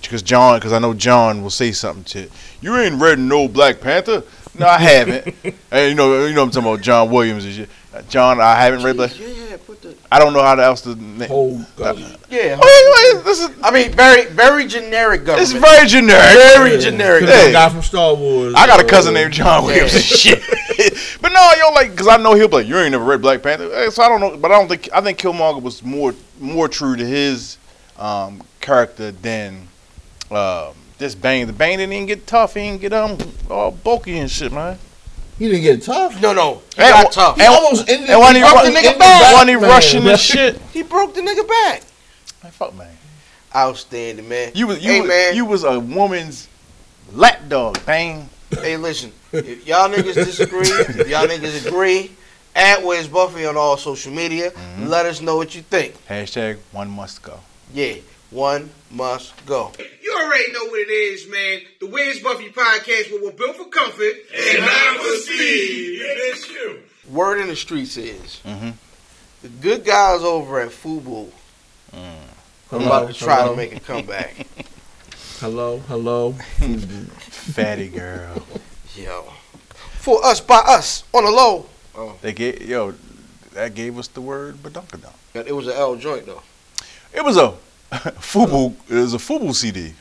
Speaker 3: because John, because I know John will say something to it. You ain't read no Black Panther. No, I haven't. and you know, you know, what I'm talking about John Williams and shit. Uh, John, I haven't read Black.
Speaker 4: Yeah, yeah, put the.
Speaker 3: I don't know how else to. name.
Speaker 5: Whole gut.
Speaker 4: Yeah.
Speaker 3: Oh, wait, wait, this is
Speaker 4: I mean, very, very generic
Speaker 3: it's
Speaker 4: government.
Speaker 3: very generic.
Speaker 4: Very
Speaker 5: Yeah.
Speaker 4: generic.
Speaker 5: Could've been a
Speaker 3: Hey.
Speaker 5: guy from Star Wars. Oh.
Speaker 3: I got a
Speaker 5: or-
Speaker 3: cousin named John Williams and shit. but no, yo, like, cause I know he'll be like, you ain't never read Black Panther, Eh, so I don't know. But I don't think I think Killmonger was more more true to his um, character than um, this Bane. The Bane didn't even get tough. He didn't get um all bulky and shit, man.
Speaker 5: He didn't get tough.
Speaker 4: No, no, he
Speaker 3: Hey,
Speaker 4: got
Speaker 3: wha-
Speaker 4: tough.
Speaker 5: He
Speaker 3: And-
Speaker 5: almost ended.
Speaker 3: And when he,
Speaker 4: broke
Speaker 3: ru-
Speaker 4: the nigga
Speaker 3: and
Speaker 4: back,
Speaker 3: when he rushing and shit,
Speaker 4: He broke the nigga back.
Speaker 3: man, fuck man.
Speaker 4: Outstanding, man.
Speaker 3: You was you
Speaker 4: hey,
Speaker 3: was,
Speaker 4: man.
Speaker 3: you was a woman's lapdog, Bane.
Speaker 4: hey, listen. If y'all niggas disagree, if y'all niggas agree, at Wiz Buffy on all social media. Let us know what you think.
Speaker 3: Hashtag one must go.
Speaker 4: Yeah, one must go. You already know what it is, man. The Wiz Buffy podcast, where we're built for comfort and not for speed. Word in the streets is
Speaker 3: Mhm.
Speaker 4: the good guys over at Fubu are
Speaker 5: Hello,
Speaker 4: about to try
Speaker 5: hello,
Speaker 4: to make a comeback.
Speaker 5: Hello, hello.
Speaker 3: Fatty girl.
Speaker 4: Yo. For us, by us, on the low.
Speaker 3: They get yo. That gave us the word badunkadunk.
Speaker 4: But It was an L joint, though.
Speaker 3: It was a Fubu. It was a Fubu CD.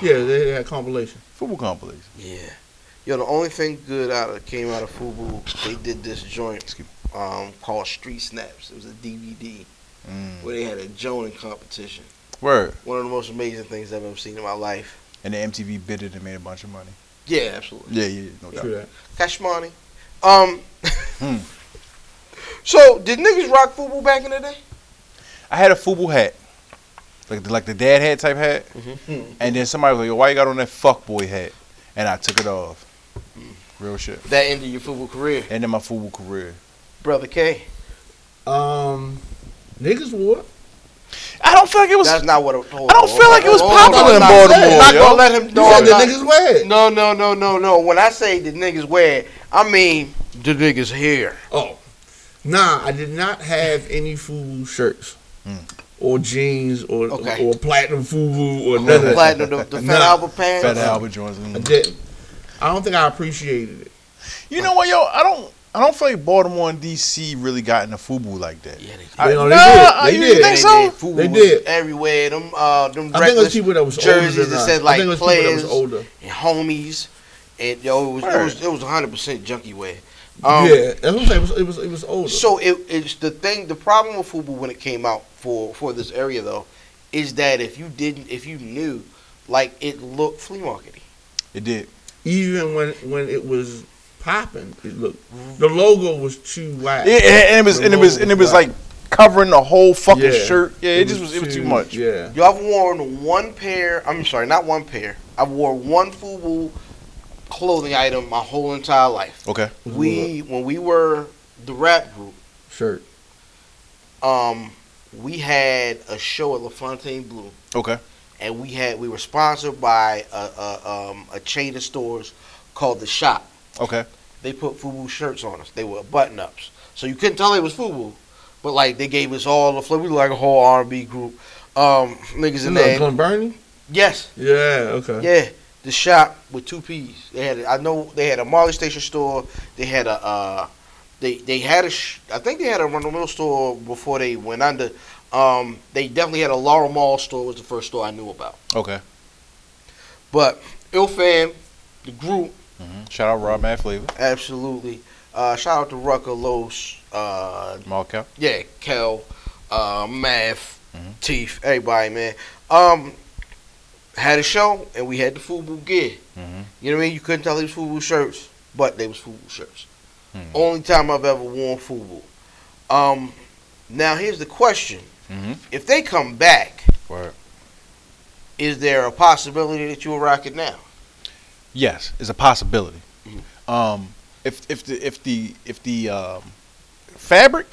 Speaker 5: Yeah, they had compilation.
Speaker 3: Fubu compilation.
Speaker 4: Yeah. Yo, the only thing good out of came out of Fubu, they did this joint
Speaker 3: Excuse
Speaker 4: um, called Street Snaps. It was a DVD
Speaker 3: Mm.
Speaker 4: where they had a joning competition.
Speaker 3: Word.
Speaker 4: One of the most amazing things I've ever seen in my life.
Speaker 3: And the MTV bid it and made a bunch of money.
Speaker 4: Yeah, absolutely.
Speaker 3: Yeah, yeah, no doubt.
Speaker 5: True that.
Speaker 4: Cash money. Um.
Speaker 3: Hmm.
Speaker 4: So, did niggas rock Fubu back in the day?
Speaker 3: I had a Fubu hat, like the, like the dad hat type hat. And then somebody was like, "Yo, why you got on that fuckboy hat?" And I took it off. Real shit.
Speaker 4: That ended your Fubu career.
Speaker 3: And then my Fubu career.
Speaker 4: Brother K.
Speaker 5: Um, niggas wore. it.
Speaker 3: I don't feel like it was.
Speaker 4: That's not what it
Speaker 3: I don't feel like it was popular in
Speaker 5: I'm Oh, not-
Speaker 3: Baltimore.
Speaker 4: I'm not
Speaker 3: yo.
Speaker 4: gonna let him
Speaker 5: You
Speaker 4: know.
Speaker 5: said
Speaker 4: I'm
Speaker 5: the
Speaker 4: not-
Speaker 5: niggas wear. it.
Speaker 4: No, no, no, no, no. When I say the niggas wear, I mean the niggas here.
Speaker 5: Oh, nah. I did not have any FUBU shirts
Speaker 3: Hmm.
Speaker 5: or jeans or
Speaker 4: Okay.
Speaker 5: or platinum FUBU or none of
Speaker 4: The
Speaker 5: that.
Speaker 4: platinum, the, the Fat
Speaker 5: Nah.
Speaker 4: Albert pants.
Speaker 3: Fat Albert Jones.
Speaker 5: I didn't. I don't think I appreciated it.
Speaker 3: You know what, yo? I don't. I don't feel like Baltimore and DC really got into Fubu like that.
Speaker 4: Yeah, they did.
Speaker 3: I,
Speaker 5: They know, they
Speaker 3: nah,
Speaker 5: did. They
Speaker 3: you
Speaker 5: did.
Speaker 3: think
Speaker 4: They
Speaker 3: so?
Speaker 4: did. Fubu
Speaker 5: They
Speaker 4: was
Speaker 5: did.
Speaker 4: everywhere. Them, uh,
Speaker 5: I
Speaker 4: them
Speaker 5: think it was
Speaker 4: reckless
Speaker 5: people that was older
Speaker 4: jerseys
Speaker 5: than
Speaker 4: that
Speaker 5: us.
Speaker 4: said
Speaker 5: I
Speaker 4: like
Speaker 5: think it was people that
Speaker 4: players
Speaker 5: was older.
Speaker 4: and homies, and yo, it was it
Speaker 3: Word.
Speaker 4: was it was 100 percent junkie wear. Um,
Speaker 5: yeah, that's what I'm saying. It was, it was, it was older.
Speaker 4: So it, it's the thing. The problem with Fubu when it came out for for this area though, is that if you didn't, if you knew, like it looked flea markety.
Speaker 3: It did.
Speaker 5: even when when it was popping, it looked the logo was too wide.
Speaker 3: Yeah, and, and it was
Speaker 5: The
Speaker 3: and it was and it was
Speaker 5: logo
Speaker 3: like covering the whole fucking
Speaker 5: Yeah.
Speaker 3: shirt. Yeah, it, just was it was too much.
Speaker 5: Yeah,
Speaker 4: Y'all have worn one pair. I'm sorry, not one pair. I've worn one Fubu clothing item my whole entire life.
Speaker 3: Okay.
Speaker 4: We when we were the rap group,
Speaker 5: shirt.
Speaker 4: um, we had a show at LaFontaine Blue,
Speaker 3: Okay.
Speaker 4: and we had we were sponsored by a, a, um, a chain of stores called the Shop.
Speaker 3: Okay.
Speaker 4: They put Fubu shirts on us. They were button ups, so you couldn't tell it was Fubu. But like they gave us all the flavor. We were like a whole R&B group, um, niggas
Speaker 5: You
Speaker 4: in
Speaker 5: know,
Speaker 4: there.
Speaker 5: Glen Burnie.
Speaker 4: Yes.
Speaker 5: Yeah. Okay.
Speaker 4: Yeah, the shop with two P's. They had, I know they had a Marley Station store. They had a, uh, they they had a, sh- I think they had a Rundle Mill store before they went under. Um, they definitely had a Laurel Mall store was the first store I knew about.
Speaker 3: Okay.
Speaker 4: But Ilfam, the group,
Speaker 3: Mhm. Shout out Rob Mad Flavor,
Speaker 4: absolutely. Uh, shout out to Rucker Los, uh,
Speaker 3: Mall Cap.
Speaker 4: yeah, Kel, uh, Math, Teeth, everybody, man. Um, had a show and we had the Fubu gear.
Speaker 3: Mhm.
Speaker 4: You know what I mean? You couldn't tell they was Fubu shirts, but they was Fubu shirts.
Speaker 3: Mm-hmm. Oh.
Speaker 4: Only time I've ever worn Fubu. Um, now here's the question:
Speaker 3: Mhm.
Speaker 4: If they come back,
Speaker 3: Word.
Speaker 4: is there a possibility that you will rock it now?
Speaker 3: Yes, it's a possibility. Um, if if the if the if the um, fabric,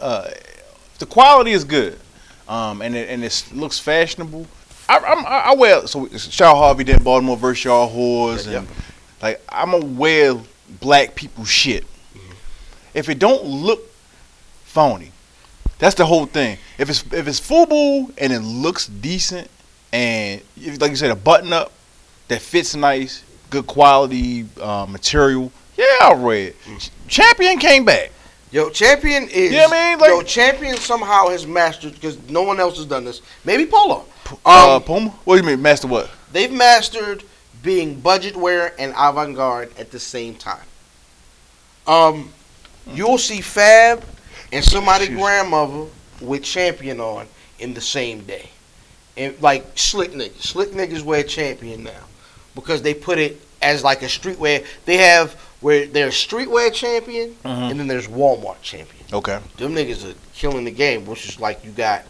Speaker 3: uh, if the quality is good, um, and it, and it looks fashionable, I, I'm, I, I wear so Shaw Harvey did Baltimore versus Shaw Whores and like I'm aware black people shit. If it don't look phony, that's the whole thing. If it's if it's FUBU and it looks decent and if, like you said a button up that fits nice, good quality uh, material, yeah, I'll wear it. Champion came back.
Speaker 4: Yo, champion is.
Speaker 3: Yeah, I mean, like-
Speaker 4: yo, champion somehow has mastered because no one else has done this. Maybe Polo. Um,
Speaker 3: Uh, Puma. What do you mean, master? What?
Speaker 4: they've mastered being budget wear and avant garde at the same time. Um, you'll see Fab and somebody grandmother with champion on in the same day, and like slick niggas. Slick niggas wear champion now because they put it as like a streetwear. They have where there's streetwear champion
Speaker 3: Uh-huh.
Speaker 4: and then there's Walmart champion
Speaker 3: Okay.
Speaker 4: them niggas are killing the game, which is like you got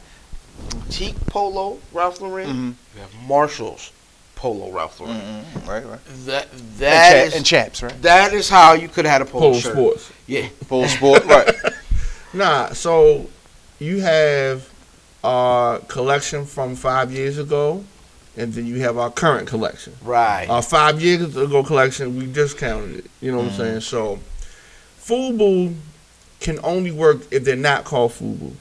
Speaker 4: boutique polo Ralph Lauren,
Speaker 3: Mhm.
Speaker 4: you have Marshalls polo Ralph Lauren.
Speaker 3: Mm-hmm. Right, right.
Speaker 4: That
Speaker 3: Mm. And,
Speaker 4: that
Speaker 3: cha-
Speaker 4: is
Speaker 3: and chaps, right?
Speaker 4: that is how you could have had a polo,
Speaker 5: Polo
Speaker 4: shirt.
Speaker 5: sports.
Speaker 4: Yeah,
Speaker 3: Full sport, right?
Speaker 5: Nah, so you have our collection from five years ago, and then you have our current collection.
Speaker 3: Uh,
Speaker 4: right.
Speaker 5: Our five years ago collection, we discounted it. You know what I'm saying? So, FUBU can only work if they're not called FUBU.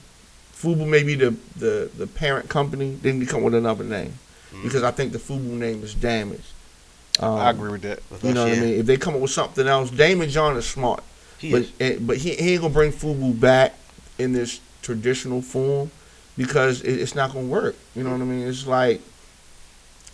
Speaker 5: FUBU may be the, the, the parent company, then you come with another name. Because I think the FUBU name is damaged. Um,
Speaker 3: I agree with that.
Speaker 4: With
Speaker 5: You
Speaker 4: us,
Speaker 5: know what
Speaker 4: yeah.
Speaker 5: I mean? If they come up with something else, Damon John is smart.
Speaker 4: He
Speaker 5: but
Speaker 4: is.
Speaker 5: eh, but he, he ain't gonna bring FUBU back in this traditional form because it, it's not gonna work. You know what I mean? It's like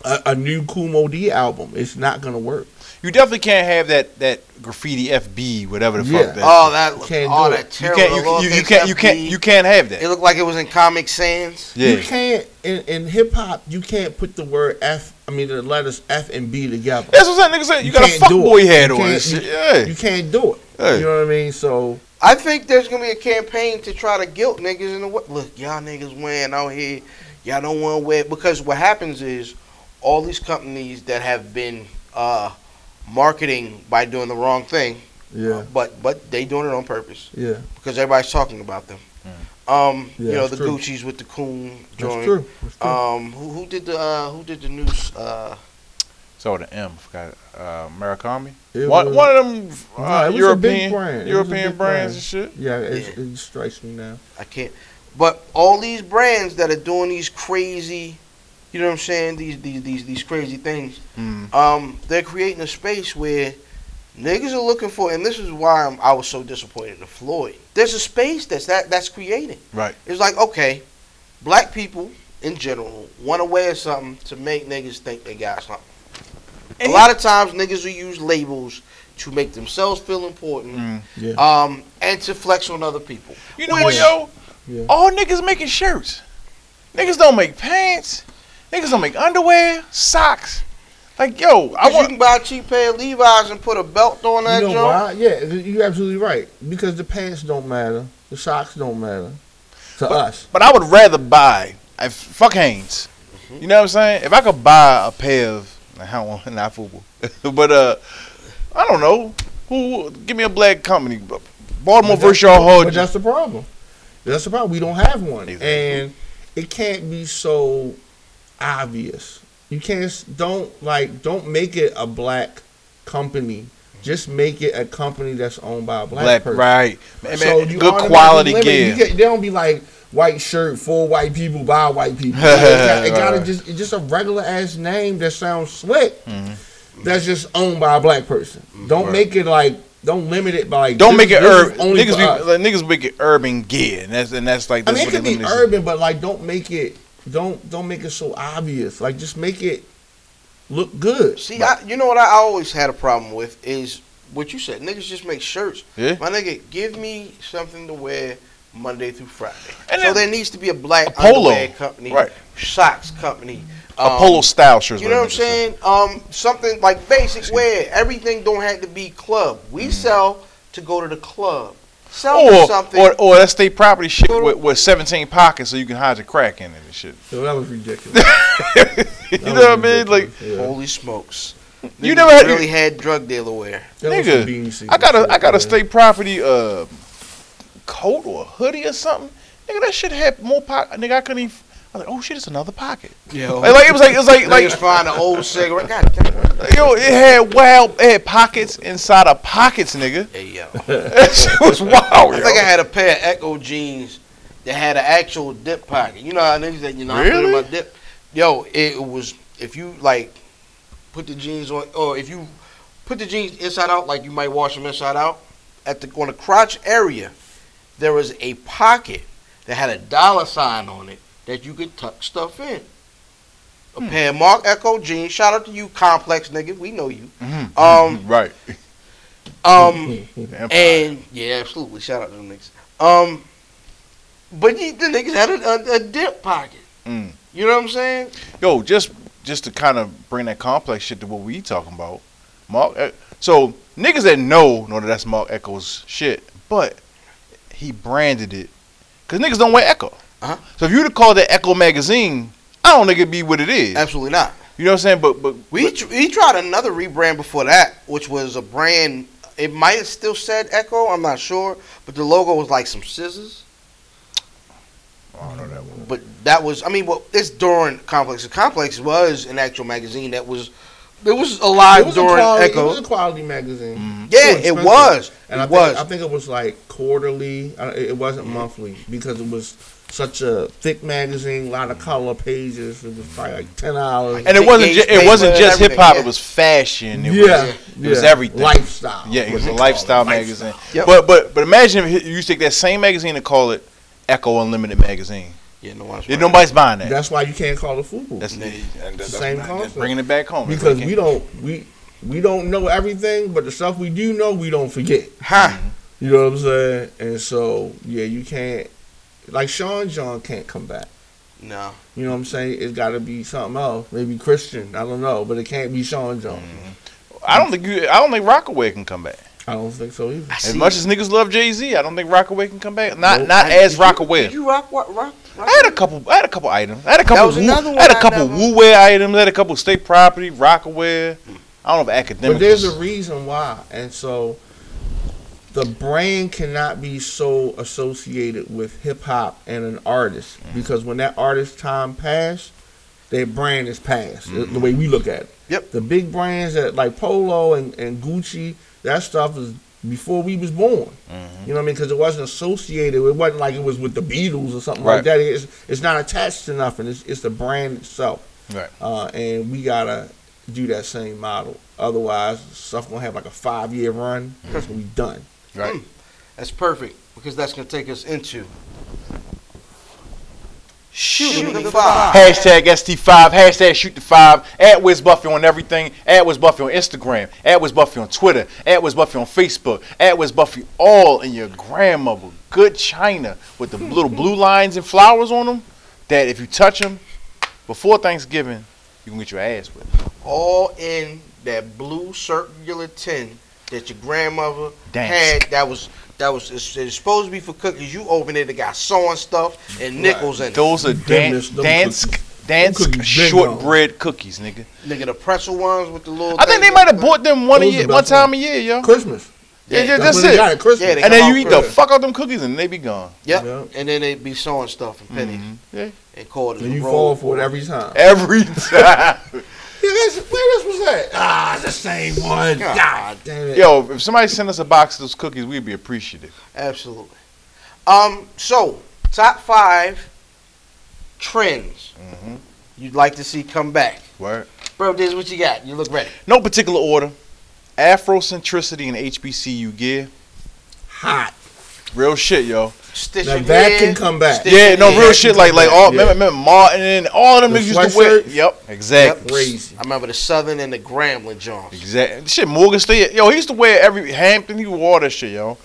Speaker 5: a, a new Kumo D album. It's not gonna work.
Speaker 3: You definitely can't have that that graffiti FB, whatever the
Speaker 5: Yeah.
Speaker 3: fuck that.
Speaker 4: Oh, that
Speaker 5: You can't
Speaker 4: all
Speaker 5: do
Speaker 4: that
Speaker 5: it.
Speaker 3: you
Speaker 4: terrible.
Speaker 3: can't. You, you, you can't. You can't. You can't have
Speaker 4: It
Speaker 3: that.
Speaker 4: looked like it was in Comic Sans.
Speaker 3: Yeah.
Speaker 5: You can't in, in hip hop. You can't put the word F. I mean the letters F and B together.
Speaker 3: That's what I'm saying. Nigga said you, got a
Speaker 5: can't do it.
Speaker 3: fuckboy hat
Speaker 5: You
Speaker 3: on. and
Speaker 5: can't-
Speaker 3: shit.
Speaker 5: you-
Speaker 3: Yeah.
Speaker 5: You can't do it.
Speaker 3: Hey.
Speaker 5: You know what I mean? So
Speaker 4: I think there's gonna be a campaign to try to guilt niggas in the way. Look, y'all niggas wearing out here, y'all don't want to wear it. because what happens is all these companies that have been uh, marketing by doing the wrong thing,
Speaker 3: Uh,
Speaker 5: yeah,
Speaker 4: but but they doing it on purpose
Speaker 5: yeah,
Speaker 4: because everybody's talking about them. Um,
Speaker 5: Mm. Yeah,
Speaker 4: you know
Speaker 5: that's
Speaker 4: the
Speaker 5: true.
Speaker 4: Gucci's with the coon
Speaker 5: that's
Speaker 4: joint.
Speaker 5: true. That's
Speaker 3: Uh,
Speaker 5: true.
Speaker 4: Um, who, who did the uh, who did the news? Uh,
Speaker 3: So the M, forgot uh, Murakami.
Speaker 5: It
Speaker 3: one,
Speaker 5: was-
Speaker 3: one of them uh,
Speaker 5: Nah, it was a
Speaker 3: European
Speaker 5: big brand. It was a
Speaker 3: European
Speaker 5: big
Speaker 3: brands
Speaker 5: brand.
Speaker 3: and shit.
Speaker 5: yeah, it, it strikes me now.
Speaker 4: I can't. But all these brands that are doing these crazy, you know what I'm saying? These these these these crazy things.
Speaker 3: Mm.
Speaker 4: Um, they're creating a space where niggas are looking for, and this is why I'm, I was so disappointed in Floyd. There's a space that's that that's created.
Speaker 3: Right.
Speaker 4: It's like okay, black people in general want to wear something to make niggas think they got something. a lot of times niggas will use labels to make themselves feel important.
Speaker 3: Mm.
Speaker 5: Yeah.
Speaker 4: Um, and to flex on other people.
Speaker 3: You know
Speaker 4: Which-
Speaker 3: what, yo?
Speaker 5: Yeah.
Speaker 3: All niggas making shirts. Niggas don't make pants. Niggas don't make underwear, socks. Like yo, I
Speaker 4: Cause you
Speaker 3: want.
Speaker 4: can buy a cheap pair of Levi's and put a belt on that
Speaker 5: You know
Speaker 4: joint.
Speaker 5: why? Yeah, you're absolutely right. Because the pants don't matter, the socks don't matter to us.
Speaker 3: But I would rather buy if fuck Hanes.
Speaker 5: Mm-hmm.
Speaker 3: You know what I'm saying? If I could buy a pair of I don't want not football, but uh, I don't know who give me a black company. Baltimore
Speaker 5: But
Speaker 3: versus
Speaker 5: that's-
Speaker 3: your
Speaker 5: But
Speaker 3: hard.
Speaker 5: that's the problem. That's the problem. We don't have one,
Speaker 3: Exactly.
Speaker 5: and it can't be so obvious. You can't s- don't like don't make it a black company. Just make it a company that's owned by a black,
Speaker 3: black,
Speaker 5: person.
Speaker 3: right? Man,
Speaker 5: So
Speaker 3: man,
Speaker 5: you
Speaker 3: good
Speaker 5: automatically
Speaker 3: quality
Speaker 5: limit-
Speaker 3: gear.
Speaker 5: You get, they don't be like white shirt for white people by white people. it got, it
Speaker 3: Right,
Speaker 5: gotta
Speaker 3: right.
Speaker 5: just it's just a regular ass name that sounds slick.
Speaker 3: Mm-hmm.
Speaker 5: That's just owned by a black person. Don't make it like don't limit it by like,
Speaker 3: Don't
Speaker 5: this-
Speaker 3: make it
Speaker 5: this is
Speaker 3: urban.
Speaker 5: only
Speaker 3: Niggas,
Speaker 5: for
Speaker 3: be,
Speaker 5: us.
Speaker 3: like, niggas make it urban gear, and that's and that's like.
Speaker 5: I
Speaker 3: That's
Speaker 5: mean, it
Speaker 3: what
Speaker 5: could
Speaker 3: they
Speaker 5: be
Speaker 3: limit
Speaker 5: urban, but like don't make it don't don't make it so obvious. Like just make it look good.
Speaker 4: See, I, you know what I always had a problem with is what you said. Niggas just make shirts.
Speaker 3: Yeah.
Speaker 4: My nigga, give me something to wear Monday through Friday.
Speaker 3: And
Speaker 4: so
Speaker 3: then-
Speaker 4: there needs to be a black
Speaker 3: A polo.
Speaker 4: underwear company,
Speaker 3: Right.
Speaker 4: socks company, um,
Speaker 3: A polo style shirt. is
Speaker 4: You
Speaker 3: what
Speaker 4: know
Speaker 3: I
Speaker 4: what I'm
Speaker 3: meant to say.
Speaker 4: saying? Um, something like basic wear. Everything don't have to be club. We sell to go to the club. Sell me something.
Speaker 3: Mm. Or, or, or that state property shit
Speaker 4: Go to-
Speaker 3: with, with 17 pockets so you can hide your crack in it and shit.
Speaker 5: So that was ridiculous.
Speaker 3: you know what I mean? Like,
Speaker 4: Holy smokes!
Speaker 3: You
Speaker 4: Niggas
Speaker 3: never had-
Speaker 4: really had drug dealer wear.
Speaker 3: nigga, I got a, I got a state property uh, coat or hoodie or something. Nigga, that shit had more pockets. Nigga, I couldn't even. I was like, oh shit, it's another pocket.
Speaker 4: Yo.
Speaker 3: Like, like, it was like it was like like
Speaker 4: Niggas find an old cigarette. God damn it.
Speaker 3: yo, it had wild, it had pockets inside of pockets, nigga.
Speaker 4: Hey, yo.
Speaker 3: That shit was wild.
Speaker 4: I
Speaker 3: yo.
Speaker 4: think I had a pair of Echo jeans that had an actual dip pocket. You know how niggas that you know I put in my
Speaker 3: Really?
Speaker 4: dip. Yo, it was if you like put the jeans on, or if you put the jeans inside out, like you might wash them inside out. At the on the crotch area, there was a pocket that had a dollar sign on it that you could tuck stuff in. A pair of Mark Echo jeans. Shout out to you, Complex nigga. We know you.
Speaker 3: Mhm.
Speaker 4: Um,
Speaker 3: right.
Speaker 5: Mm-hmm.
Speaker 4: um.
Speaker 3: Damn.
Speaker 4: And yeah, absolutely. Shout out to them niggas. Um, but the, the niggas had a, a, a dip pocket.
Speaker 3: Mm.
Speaker 4: You know what I'm saying?
Speaker 3: Yo, just just to kind of bring that complex shit to what we talking about, Mark. E- So niggas that know know that that's Mark Echo's shit, but he branded it because niggas don't wear Echo.
Speaker 4: Uh-huh.
Speaker 3: So if you would call that Echo magazine, I don't think it'd be what it is.
Speaker 4: Absolutely not.
Speaker 3: You know what I'm saying? But but
Speaker 4: We tr- we tried another rebrand before that, which was a brand. It might have still said Echo. I'm not sure, but the logo was like some scissors.
Speaker 3: I don't know that one.
Speaker 4: But that was, I mean, well, it's during Complex. Complex was an actual magazine that was, it was alive
Speaker 5: It was, a
Speaker 4: during
Speaker 5: quality,
Speaker 4: Echo.
Speaker 5: it was a quality magazine.
Speaker 3: Mm-hmm.
Speaker 4: yeah,
Speaker 5: It was
Speaker 4: it
Speaker 5: expensive.
Speaker 4: was.
Speaker 5: And
Speaker 4: it
Speaker 5: I think,
Speaker 4: was.
Speaker 5: I think it was like quarterly. I- It it wasn't
Speaker 3: Mm-hmm.
Speaker 5: monthly because it was such a thick magazine, a lot of color pages. It was probably like ten dollars.
Speaker 3: And it wasn't
Speaker 4: Engage
Speaker 3: ju- it wasn't
Speaker 4: paper,
Speaker 3: just hip hop.
Speaker 4: everything,
Speaker 3: It was fashion. It
Speaker 5: yeah,
Speaker 3: was it was everything.
Speaker 5: Lifestyle.
Speaker 3: Yeah, it
Speaker 5: what
Speaker 3: was
Speaker 5: they
Speaker 3: a
Speaker 5: call
Speaker 3: lifestyle
Speaker 5: it,
Speaker 3: magazine.
Speaker 4: Yep.
Speaker 3: But but but imagine if you take that same magazine and call it Echo Unlimited magazine.
Speaker 4: yeah, no one's
Speaker 3: Yeah, nobody's buying that.
Speaker 5: That's why you can't call it FUBU.
Speaker 3: That's, and that's,
Speaker 5: Same
Speaker 3: that's
Speaker 5: concept.
Speaker 3: bringing it back home.
Speaker 5: because we don't we we don't know everything, but the stuff we do know, we don't forget.
Speaker 4: Huh.
Speaker 5: You know what I'm saying? And so yeah, you can't like Sean John can't come back.
Speaker 4: No.
Speaker 5: You know what I'm saying? It's got to be something else, maybe Christian. I don't know, but it can't be Sean John.
Speaker 3: I don't think you. I don't think Rockaway can come back.
Speaker 5: I don't think so either.
Speaker 3: As much as niggas love Jay Z, I don't think Rockaway can come back. Not
Speaker 5: Nope.
Speaker 3: not as
Speaker 4: Did
Speaker 3: Rockaway.
Speaker 4: you rock what rock? rock
Speaker 3: I had a couple. I had a couple items. I had a couple.
Speaker 4: was
Speaker 3: woo,
Speaker 4: another one
Speaker 3: I had a
Speaker 4: I
Speaker 3: couple
Speaker 4: never-
Speaker 3: woo wear items. I had a couple state property. Rockaway. I don't know if academic.
Speaker 5: But there's a reason why, and so the brand cannot be so associated with hip hop and an artist because when that artist time passed, their brand is passed. the- The way we look at it.
Speaker 4: Yep.
Speaker 5: The big brands that like Polo and, and Gucci, that stuff is before we was born. You know what I mean? Because it wasn't associated. It wasn't like it was with the Beatles or something
Speaker 3: Right.
Speaker 5: like that. It's, it's not attached to nothing. It's, it's the brand itself.
Speaker 3: Right.
Speaker 5: Uh, and we gotta do that same model. Otherwise, stuff gonna have like a five year run. and It's gonna be done.
Speaker 3: right.
Speaker 4: That's perfect because that's gonna take us into shooting, the five.
Speaker 3: Hashtag ST5, hashtag shoot the five, at Wiz Buffy on everything, at Wiz Buffy on Instagram, at Wiz Buffy on Twitter, at Wiz Buffy on Facebook, at Wiz Buffy all in your grandmother good china with the little blue lines and flowers on them. That if you touch them before Thanksgiving, you can get your ass whipped.
Speaker 4: All in that blue circular tin that your grandmother
Speaker 3: Damn.
Speaker 4: had. That was that was it's, it's supposed to be for cookies. You opened it, it got sewing stuff and nickels in it.
Speaker 3: Those are dan-
Speaker 5: Goodness, them
Speaker 3: dance
Speaker 5: cookies.
Speaker 3: dance
Speaker 5: cookies been
Speaker 3: shortbread cookies, nigga.
Speaker 4: Nigga, the pretzel ones with the little.
Speaker 3: I think they
Speaker 4: things
Speaker 3: might have
Speaker 4: on
Speaker 3: bought them one a
Speaker 5: Those are
Speaker 3: year,
Speaker 5: the
Speaker 3: one
Speaker 5: best
Speaker 3: time a year, yo.
Speaker 5: Christmas.
Speaker 3: Yeah, yeah,
Speaker 5: That's
Speaker 3: that's,
Speaker 5: what they
Speaker 3: it.
Speaker 5: got at Christmas.
Speaker 4: Yeah, they
Speaker 3: and then
Speaker 4: come
Speaker 3: you
Speaker 4: out
Speaker 3: eat the
Speaker 4: fresh.
Speaker 3: fuck out them cookies and they be gone.
Speaker 4: it. Yep.
Speaker 5: Yep.
Speaker 4: And then they be sewing stuff and pennies
Speaker 3: Mm-hmm. Yeah.
Speaker 4: and quarters.
Speaker 5: and you fall
Speaker 4: roll.
Speaker 5: for it every time.
Speaker 3: Every time.
Speaker 5: Yeah, that's, where this was at? Ah, it's the same one.
Speaker 4: God.
Speaker 5: God, damn it.
Speaker 3: Yo, if somebody sent us a box of those cookies, we'd be appreciative.
Speaker 4: Absolutely. Um. So, top five trends
Speaker 3: Mm-hmm.
Speaker 4: you'd like to see come back,
Speaker 3: Word.
Speaker 4: bro. This is what you got. You look ready.
Speaker 3: No particular order. Afrocentricity and HBCU gear.
Speaker 5: hot.
Speaker 3: Real shit, yo.
Speaker 4: Stitch
Speaker 5: Now
Speaker 4: your
Speaker 5: that
Speaker 4: hair,
Speaker 5: can come back.
Speaker 4: stitch
Speaker 3: Yeah,
Speaker 4: your
Speaker 3: no
Speaker 4: hair.
Speaker 3: real shit. Like like all remember, remember Martin and all them
Speaker 5: The
Speaker 3: niggas used to wear.
Speaker 5: sweatshirts?
Speaker 3: Yep, exactly.
Speaker 5: Crazy.
Speaker 4: I remember the Southern and the Grambling Johns.
Speaker 3: Exactly. Shit, Morgan State. Yo, he used to wear every Hampton. He wore that shit, yo.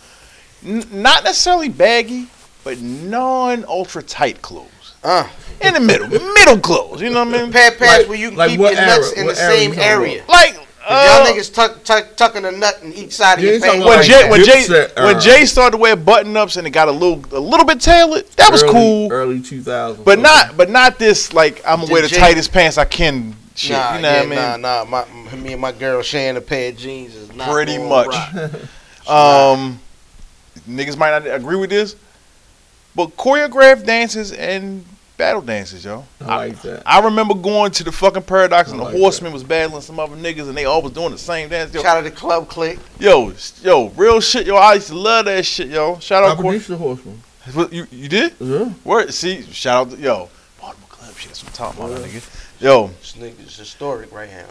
Speaker 3: N- not necessarily baggy, but non ultra tight clothes.
Speaker 4: Uh,
Speaker 3: In the middle, middle clothes. You know what I mean?
Speaker 4: pad pads
Speaker 5: Like-
Speaker 4: where you can
Speaker 5: like
Speaker 4: keep your
Speaker 5: what era?
Speaker 4: nuts in
Speaker 5: What
Speaker 4: the
Speaker 5: era you
Speaker 4: same
Speaker 5: talking about?
Speaker 4: area.
Speaker 3: Like uh,
Speaker 4: y'all niggas tuck, tuck, tucking a nut in each side of
Speaker 5: You
Speaker 4: your
Speaker 5: ain't talking
Speaker 4: pants.
Speaker 5: about
Speaker 3: when
Speaker 5: like uh,
Speaker 3: Jay when
Speaker 5: that.
Speaker 3: Jay
Speaker 5: Dipset
Speaker 3: when
Speaker 5: era.
Speaker 3: Jay started to wear button ups and it got a little a little bit tailored, that was
Speaker 5: Early-
Speaker 3: cool.
Speaker 5: Early 2000s.
Speaker 3: But not but not this like I'm gonna
Speaker 4: The
Speaker 3: wear the
Speaker 4: Jay-
Speaker 3: tightest pants I can shit.
Speaker 4: Nah,
Speaker 3: you know
Speaker 4: yeah,
Speaker 3: what I mean?
Speaker 4: nah, nah. My, me and my girl sharing a pair of jeans is not
Speaker 3: Pretty
Speaker 4: gonna
Speaker 3: much.
Speaker 4: rock.
Speaker 3: Um, niggas might not agree with this, but choreographed dances and battle dances, yo.
Speaker 5: I like that.
Speaker 3: I remember going to the fucking Paradox and the
Speaker 5: I like that.
Speaker 3: Horsemen was battling some other niggas and they all was doing the same dance. Yo,
Speaker 4: Shout out to Club Click.
Speaker 3: yo, s- yo, real shit, yo. I used to love that shit, yo. Shout
Speaker 5: I
Speaker 3: out, Cor-
Speaker 5: produced the horseman.
Speaker 3: What, you, you did?
Speaker 5: Yeah.
Speaker 3: Where? See, shout out, to, yo. Baltimore Club shit. That's what I'm talking about, nigga. Yo,
Speaker 4: This nigga's historic right now.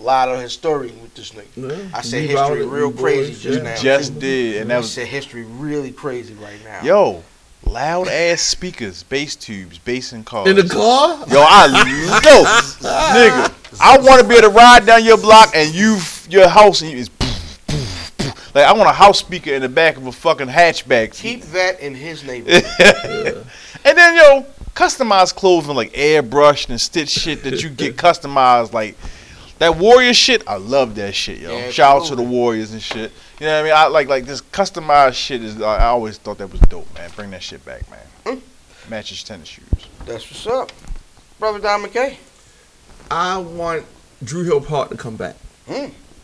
Speaker 4: a lot of historic with this nigga.
Speaker 5: yeah.
Speaker 4: I said
Speaker 5: Lee
Speaker 4: history
Speaker 5: Rowley,
Speaker 4: real
Speaker 5: Lee
Speaker 4: crazy
Speaker 5: Boyce,
Speaker 4: just
Speaker 5: yeah.
Speaker 4: now.
Speaker 3: just did, and that
Speaker 4: I
Speaker 3: was
Speaker 4: said history really crazy right now.
Speaker 3: yo. Loud ass speakers, bass tubes, bass and cars.
Speaker 5: In the car?
Speaker 3: Yo, I yo, nigga, I want to be able to ride down your block and you your house and you is like I want a house speaker in the back of a fucking hatchback.
Speaker 4: Keep that in his neighborhood.
Speaker 3: And then yo, customized clothing like airbrushed and stitch shit that you get customized like that warrior shit. I love that shit, yo.
Speaker 4: Yeah,
Speaker 3: Shout out to the
Speaker 4: absolutely.
Speaker 3: warriors and shit. You know what I mean? I like like this customized shit is. I I always thought that was dope, man. Bring that shit back, man.
Speaker 4: Mm.
Speaker 3: Matches tennis shoes.
Speaker 4: That's what's up. Brother Don McKay.
Speaker 5: I want Drew Hill Park to come back.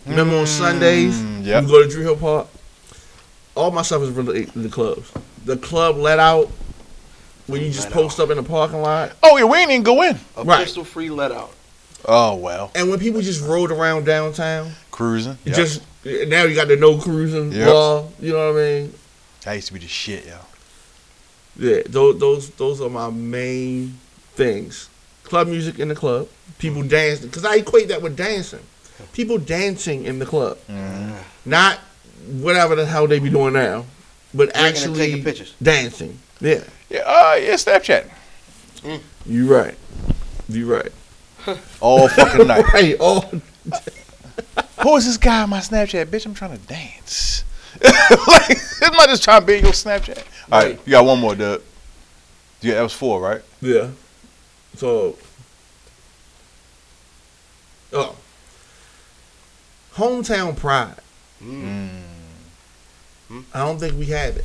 Speaker 5: Remember on Sundays,
Speaker 3: Mm, yep.
Speaker 5: you go to Drew Hill Park. All my stuff is related to the clubs. The club let out, where you just
Speaker 4: Let
Speaker 5: post up in the parking lot,
Speaker 3: Oh yeah, we ain't even go in.
Speaker 4: A
Speaker 5: Right.
Speaker 4: pistol free let out.
Speaker 3: Oh well,
Speaker 5: and when people just rode around downtown,
Speaker 3: cruising.
Speaker 5: you
Speaker 3: Yep.
Speaker 5: just now you got the no cruising
Speaker 3: Yep.
Speaker 5: law. You know what I mean?
Speaker 3: That used to be the shit, yo.
Speaker 5: Yeah, those those those are my main things. Club music in the club, people dancing. Because I equate that with dancing. People dancing in the club,
Speaker 3: Mm-hmm.
Speaker 5: not whatever the hell they be doing now, but
Speaker 4: and
Speaker 5: actually
Speaker 4: taking pictures.
Speaker 5: dancing. Yeah,
Speaker 3: Yeah, uh, yeah, Snapchat.
Speaker 5: you right. You right.
Speaker 3: All fucking night.
Speaker 5: Hey, all
Speaker 3: Who is this guy on my Snapchat? Bitch, I'm trying to dance. like, am I just trying to be in your Snapchat? All right,
Speaker 5: Right.
Speaker 3: you got one more, Doug. Yeah, that was four, right?
Speaker 5: yeah. So, oh, hometown pride. I don't think we have it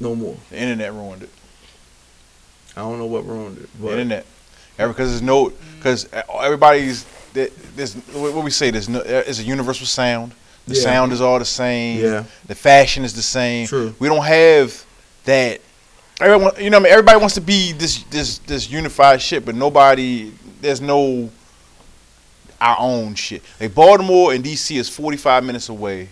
Speaker 5: no more.
Speaker 3: The internet ruined it.
Speaker 5: I don't know what ruined it,
Speaker 3: The
Speaker 5: but
Speaker 3: internet. Because there's no, because everybody's, there- there's, what what we say, there's no, it's a universal sound. The
Speaker 5: Yeah.
Speaker 3: sound is all the same.
Speaker 5: Yeah.
Speaker 3: The fashion is the same.
Speaker 5: True.
Speaker 3: We don't have that. Everyone, you know, what I mean, everybody wants to be this, this, this unified shit, but nobody. There's no our own shit. Like Baltimore and DC is 45 minutes away.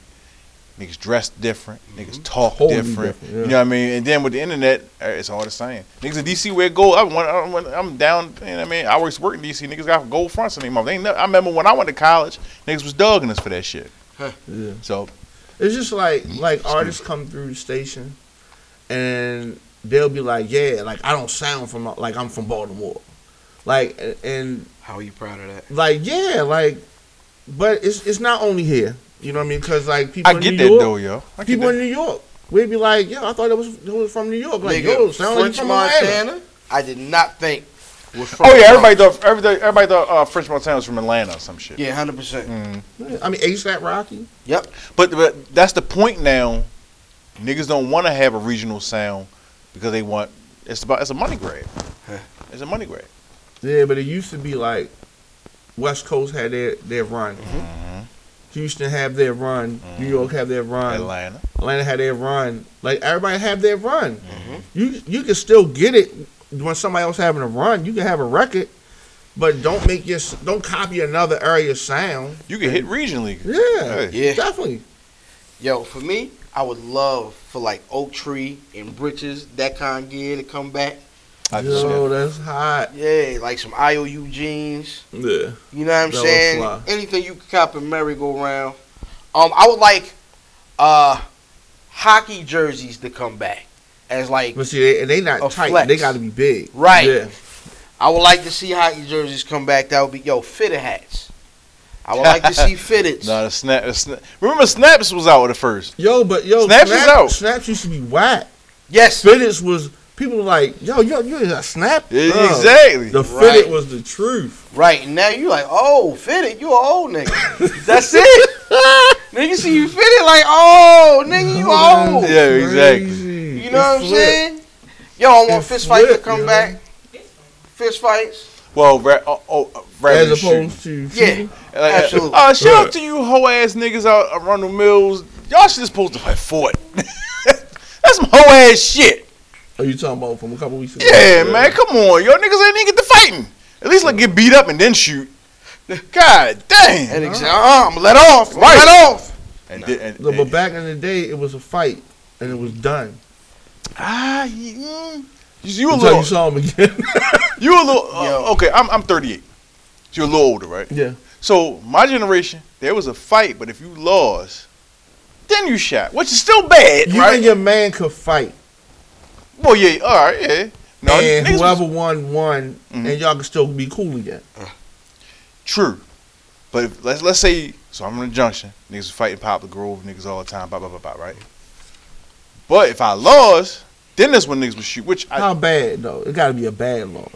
Speaker 3: Niggas dress different. Niggas talk
Speaker 5: Mm-hmm. Totally
Speaker 3: different.
Speaker 5: different, yeah.
Speaker 3: You know what I mean? And then with the internet, eh, it's all the same. Niggas in DC wear gold. I'm, one- I'm, one- I'm down. You know what I mean? I work work in DC. Niggas got gold fronts in their mouth. They ain't never, I remember when I went to college, niggas was dogging us for that shit.
Speaker 5: yeah.
Speaker 3: So
Speaker 5: It's just like like artists come through the station, and they'll be like, "Yeah, like I don't sound from like I'm from Baltimore," like a- and
Speaker 4: How are you proud of that?
Speaker 5: like yeah, like, but it's it's not only here. You know what I mean? Because like people
Speaker 3: I
Speaker 5: in
Speaker 3: get
Speaker 5: New
Speaker 3: that
Speaker 5: York,
Speaker 3: though, yo. I get
Speaker 5: people
Speaker 3: that.
Speaker 5: in New York, we'd be like, "Yo, I thought that was that was from New York." Like,
Speaker 4: Nigga,
Speaker 5: yo, sound like you
Speaker 4: French
Speaker 5: from Montana.
Speaker 4: Montana. I did not think. We're from
Speaker 3: Oh yeah, everybody
Speaker 4: Montana.
Speaker 3: thought everybody, everybody thought uh, French Montana was from Atlanta or some shit. Mm.
Speaker 4: Yeah, hundred percent.
Speaker 5: I mean, ASAP Rocky.
Speaker 4: Yep.
Speaker 3: But, but that's the point now. Niggas don't want to have a regional sound because they want it's about it's a money grab. It's a money grab.
Speaker 5: Yeah, but it used to be like West Coast had their their run.
Speaker 3: Mm-hmm.
Speaker 5: Houston have their run. New York have their run.
Speaker 3: Atlanta.
Speaker 5: Atlanta had their run. Like everybody have their run. You you can still get it when somebody else having a run. You can have a record, but don't make your s- don't copy another area's sound.
Speaker 3: You can hit regionally.
Speaker 5: Yeah,
Speaker 3: Hey.
Speaker 4: Yeah.
Speaker 5: definitely.
Speaker 4: Yo, for me, I would love for like Oak Tree and Britches, that kind of gear to come back.
Speaker 3: I just-
Speaker 5: Yo, that's hot.
Speaker 4: Yeah, like some IOU jeans.
Speaker 5: Yeah,
Speaker 4: You know what I'm
Speaker 5: That would
Speaker 4: saying?
Speaker 5: fly.
Speaker 4: Anything you could cop in merry-go-round. Um, I would like uh hockey jerseys to come back as like
Speaker 5: but see, they, they not
Speaker 4: A
Speaker 5: tight.
Speaker 4: flex.
Speaker 5: They got to be big.
Speaker 4: Right.
Speaker 5: Yeah.
Speaker 4: I would like to see hockey jerseys come back. That would be yo fitted hats. I would like to see fitteds.
Speaker 3: Nah, the snap, the snap. Remember, snaps was out at first.
Speaker 5: Yo, but yo,
Speaker 3: Snaps is out.
Speaker 5: Snaps used to be whack.
Speaker 4: yes,
Speaker 5: Fitteds was people were like, yo, yo, you got snap.
Speaker 3: Yeah,
Speaker 5: Uh,
Speaker 3: exactly.
Speaker 5: The
Speaker 4: Right.
Speaker 5: fitted was the truth.
Speaker 4: right. And now you like oh fitted. You an old nigga. That's it. nigga see you fitted like oh nigga you old.
Speaker 3: Yeah, exactly.
Speaker 5: Crazy.
Speaker 4: You know what I'm
Speaker 5: It flipped.
Speaker 4: saying? Yo, I want
Speaker 5: It
Speaker 4: fist fight to
Speaker 5: flipped,
Speaker 4: come
Speaker 5: yo.
Speaker 4: back. Fist fights.
Speaker 3: Well, ra- oh, oh, uh, rabbit
Speaker 5: As
Speaker 3: shooting.
Speaker 5: opposed to
Speaker 4: Yeah.
Speaker 5: shooting.
Speaker 3: Like, uh,
Speaker 4: absolutely.
Speaker 3: Uh, shout out
Speaker 5: Right.
Speaker 3: to you hoe ass niggas out around the mills. Y'all should just supposed to fight for it. That's some hoe ass shit.
Speaker 5: Are Oh, you talking about from a couple weeks ago?
Speaker 3: Yeah, man, come on, yo, niggas ain't even get to fighting. At least like get beat up and then shoot. God damn.
Speaker 4: And exa- uh, I'm let off. I'm Let off.
Speaker 3: And di- and-
Speaker 5: No, but
Speaker 3: and-
Speaker 5: back in the day, it was a fight and it was done.
Speaker 3: ah, you, mm, you- you a
Speaker 5: Until you
Speaker 3: little,
Speaker 5: saw him again.
Speaker 3: you a little. uh, okay, I'm I'm 38. So you're a little older, right?
Speaker 5: yeah.
Speaker 3: So my generation, there was a fight, but if you lost, then you shot, which is still bad,
Speaker 5: You
Speaker 3: right?
Speaker 5: and your man could fight.
Speaker 3: well, yeah, all right, yeah. No,
Speaker 5: and
Speaker 3: niggas was-
Speaker 5: whoever won won,
Speaker 3: Mhm.
Speaker 5: and y'all could still be cool again.
Speaker 3: True. But if, let's let's say so I'm in the junction. Niggas was fighting Poplar Grove, niggas all the time, blah blah blah blah, right? But if I lost, then that's when niggas would shoot. Which I,
Speaker 5: How bad though? It got to be a bad loss.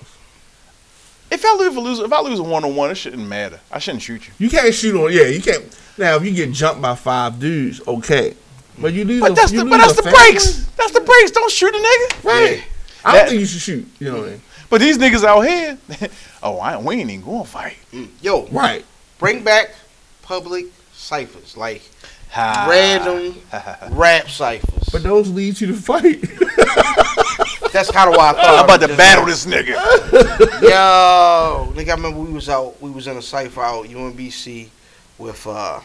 Speaker 3: if I lose, lose if I lose a one on one, it shouldn't matter. I shouldn't shoot you.
Speaker 5: You can't shoot on. Yeah, you can't. Now, if you get jumped by five dudes, okay. But you lose.
Speaker 3: But
Speaker 5: a,
Speaker 3: that's
Speaker 5: you
Speaker 3: the
Speaker 5: lose
Speaker 3: but that's
Speaker 5: a
Speaker 3: the
Speaker 5: family.
Speaker 3: breaks. That's the breaks. Don't shoot a nigga.
Speaker 5: Right. I don't
Speaker 3: That-
Speaker 5: think you should shoot. You know what I mean?
Speaker 3: But these niggas out here, oh, I, we ain't even gonna fight.
Speaker 4: Mm. Yo,
Speaker 5: Right.
Speaker 4: bring back public ciphers like
Speaker 3: Ha.
Speaker 4: random rap ciphers.
Speaker 5: But those lead you to fight.
Speaker 4: That's kind of why I thought.
Speaker 3: I'm about to
Speaker 4: Just-
Speaker 3: battle this nigga.
Speaker 4: Yo, nigga, I remember we was out. We was in a cipher out UMBC with uh,